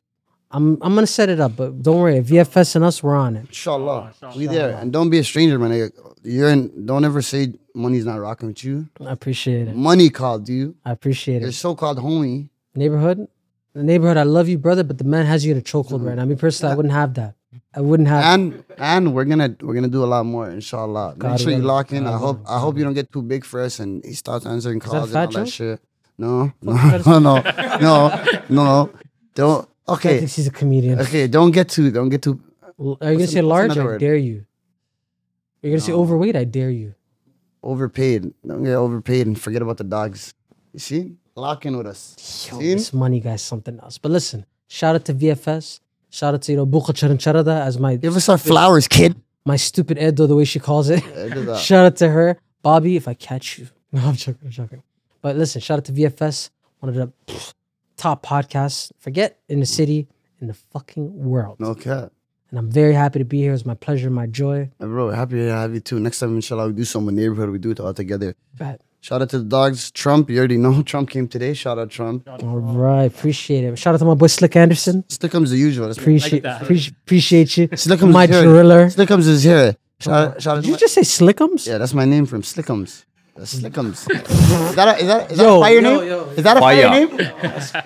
[SPEAKER 2] I'm I'm gonna set it up, but don't worry. VFS and us, we're on it.
[SPEAKER 4] Inshallah. We there. And don't be a stranger, man. Like, You're in. Don't ever say money's not rocking with you.
[SPEAKER 2] I appreciate it.
[SPEAKER 4] Money called you.
[SPEAKER 2] I appreciate
[SPEAKER 4] Your
[SPEAKER 2] it.
[SPEAKER 4] so-called homie. Mm-hmm.
[SPEAKER 2] Neighborhood, neighborhood. I love you, brother, but the man has you in a chokehold right now. Me personally, I wouldn't have that. I wouldn't have.
[SPEAKER 4] and and we're gonna we're gonna do a lot more, inshallah. Make
[SPEAKER 2] God
[SPEAKER 4] sure you
[SPEAKER 2] willing.
[SPEAKER 4] lock in.
[SPEAKER 2] God
[SPEAKER 4] I hope I
[SPEAKER 2] willing.
[SPEAKER 4] hope you don't get too big for us and he starts answering calls and
[SPEAKER 2] fat
[SPEAKER 4] all that
[SPEAKER 2] joke?
[SPEAKER 4] shit. No, no, no, no, no, no. Don't.
[SPEAKER 2] I
[SPEAKER 4] Okay,
[SPEAKER 2] think she's a comedian.
[SPEAKER 4] okay. Don't get too. Don't get too.
[SPEAKER 2] L- Are you gonna
[SPEAKER 4] What's
[SPEAKER 2] say
[SPEAKER 4] an- what's
[SPEAKER 2] large?
[SPEAKER 4] another
[SPEAKER 2] I
[SPEAKER 4] word?
[SPEAKER 2] dare you. You're gonna say overweight? I dare you.
[SPEAKER 4] overpaid. Don't get overpaid and forget about the dogs. You see? Lock in with us.
[SPEAKER 2] Yo,
[SPEAKER 4] See?
[SPEAKER 2] this money guy's something else. But listen, shout out to VFS. Shout out to you know Buka Charan Charada as my
[SPEAKER 4] Give us our flowers, kid.
[SPEAKER 2] my stupid Edo the way she calls it.
[SPEAKER 4] Edo da.
[SPEAKER 2] shout out to her, Bobby. If I catch you, no, I'm joking. I'm joking. But listen, shout out to VFS, one of the pff, top podcasts. Forget in the city, in the fucking world.
[SPEAKER 4] No cap.
[SPEAKER 2] And I'm very happy to be here. It's my pleasure, my joy.
[SPEAKER 4] And bro, happy to have you too. Next time, inshallah, we do some in the neighborhood. We do it all together.
[SPEAKER 2] But,
[SPEAKER 4] Shout out to the dogs. Trump, you already know. Trump came today. Shout out Trump.
[SPEAKER 2] all right, appreciate it. Shout out to my boy Slick Anderson.
[SPEAKER 4] Still comes the usual. That's-
[SPEAKER 2] Appreciate
[SPEAKER 3] that.
[SPEAKER 2] appreciate- appreciate you.
[SPEAKER 4] Slickums
[SPEAKER 2] my
[SPEAKER 4] is here.
[SPEAKER 2] driller.
[SPEAKER 4] Slickums is here. Shout out, shout out
[SPEAKER 2] Did
[SPEAKER 4] to
[SPEAKER 2] you
[SPEAKER 4] my-
[SPEAKER 2] just say Slickums?
[SPEAKER 4] yeah, that's my name from Slickums. That's Slickums. is that a, is that, is that
[SPEAKER 2] Yo,
[SPEAKER 4] a fire
[SPEAKER 2] yo,
[SPEAKER 4] name?
[SPEAKER 2] yo.
[SPEAKER 4] Is that a fire,
[SPEAKER 6] Fire.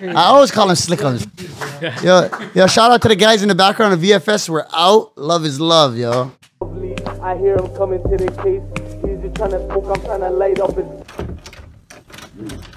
[SPEAKER 4] name? I always call him Slickums. yo, yo, shout out to the guys in the background of VFS. We're out. Love is love, yo.
[SPEAKER 1] Lovely. I hear him coming to the case. He's just trying to poke. I'm trying to light up his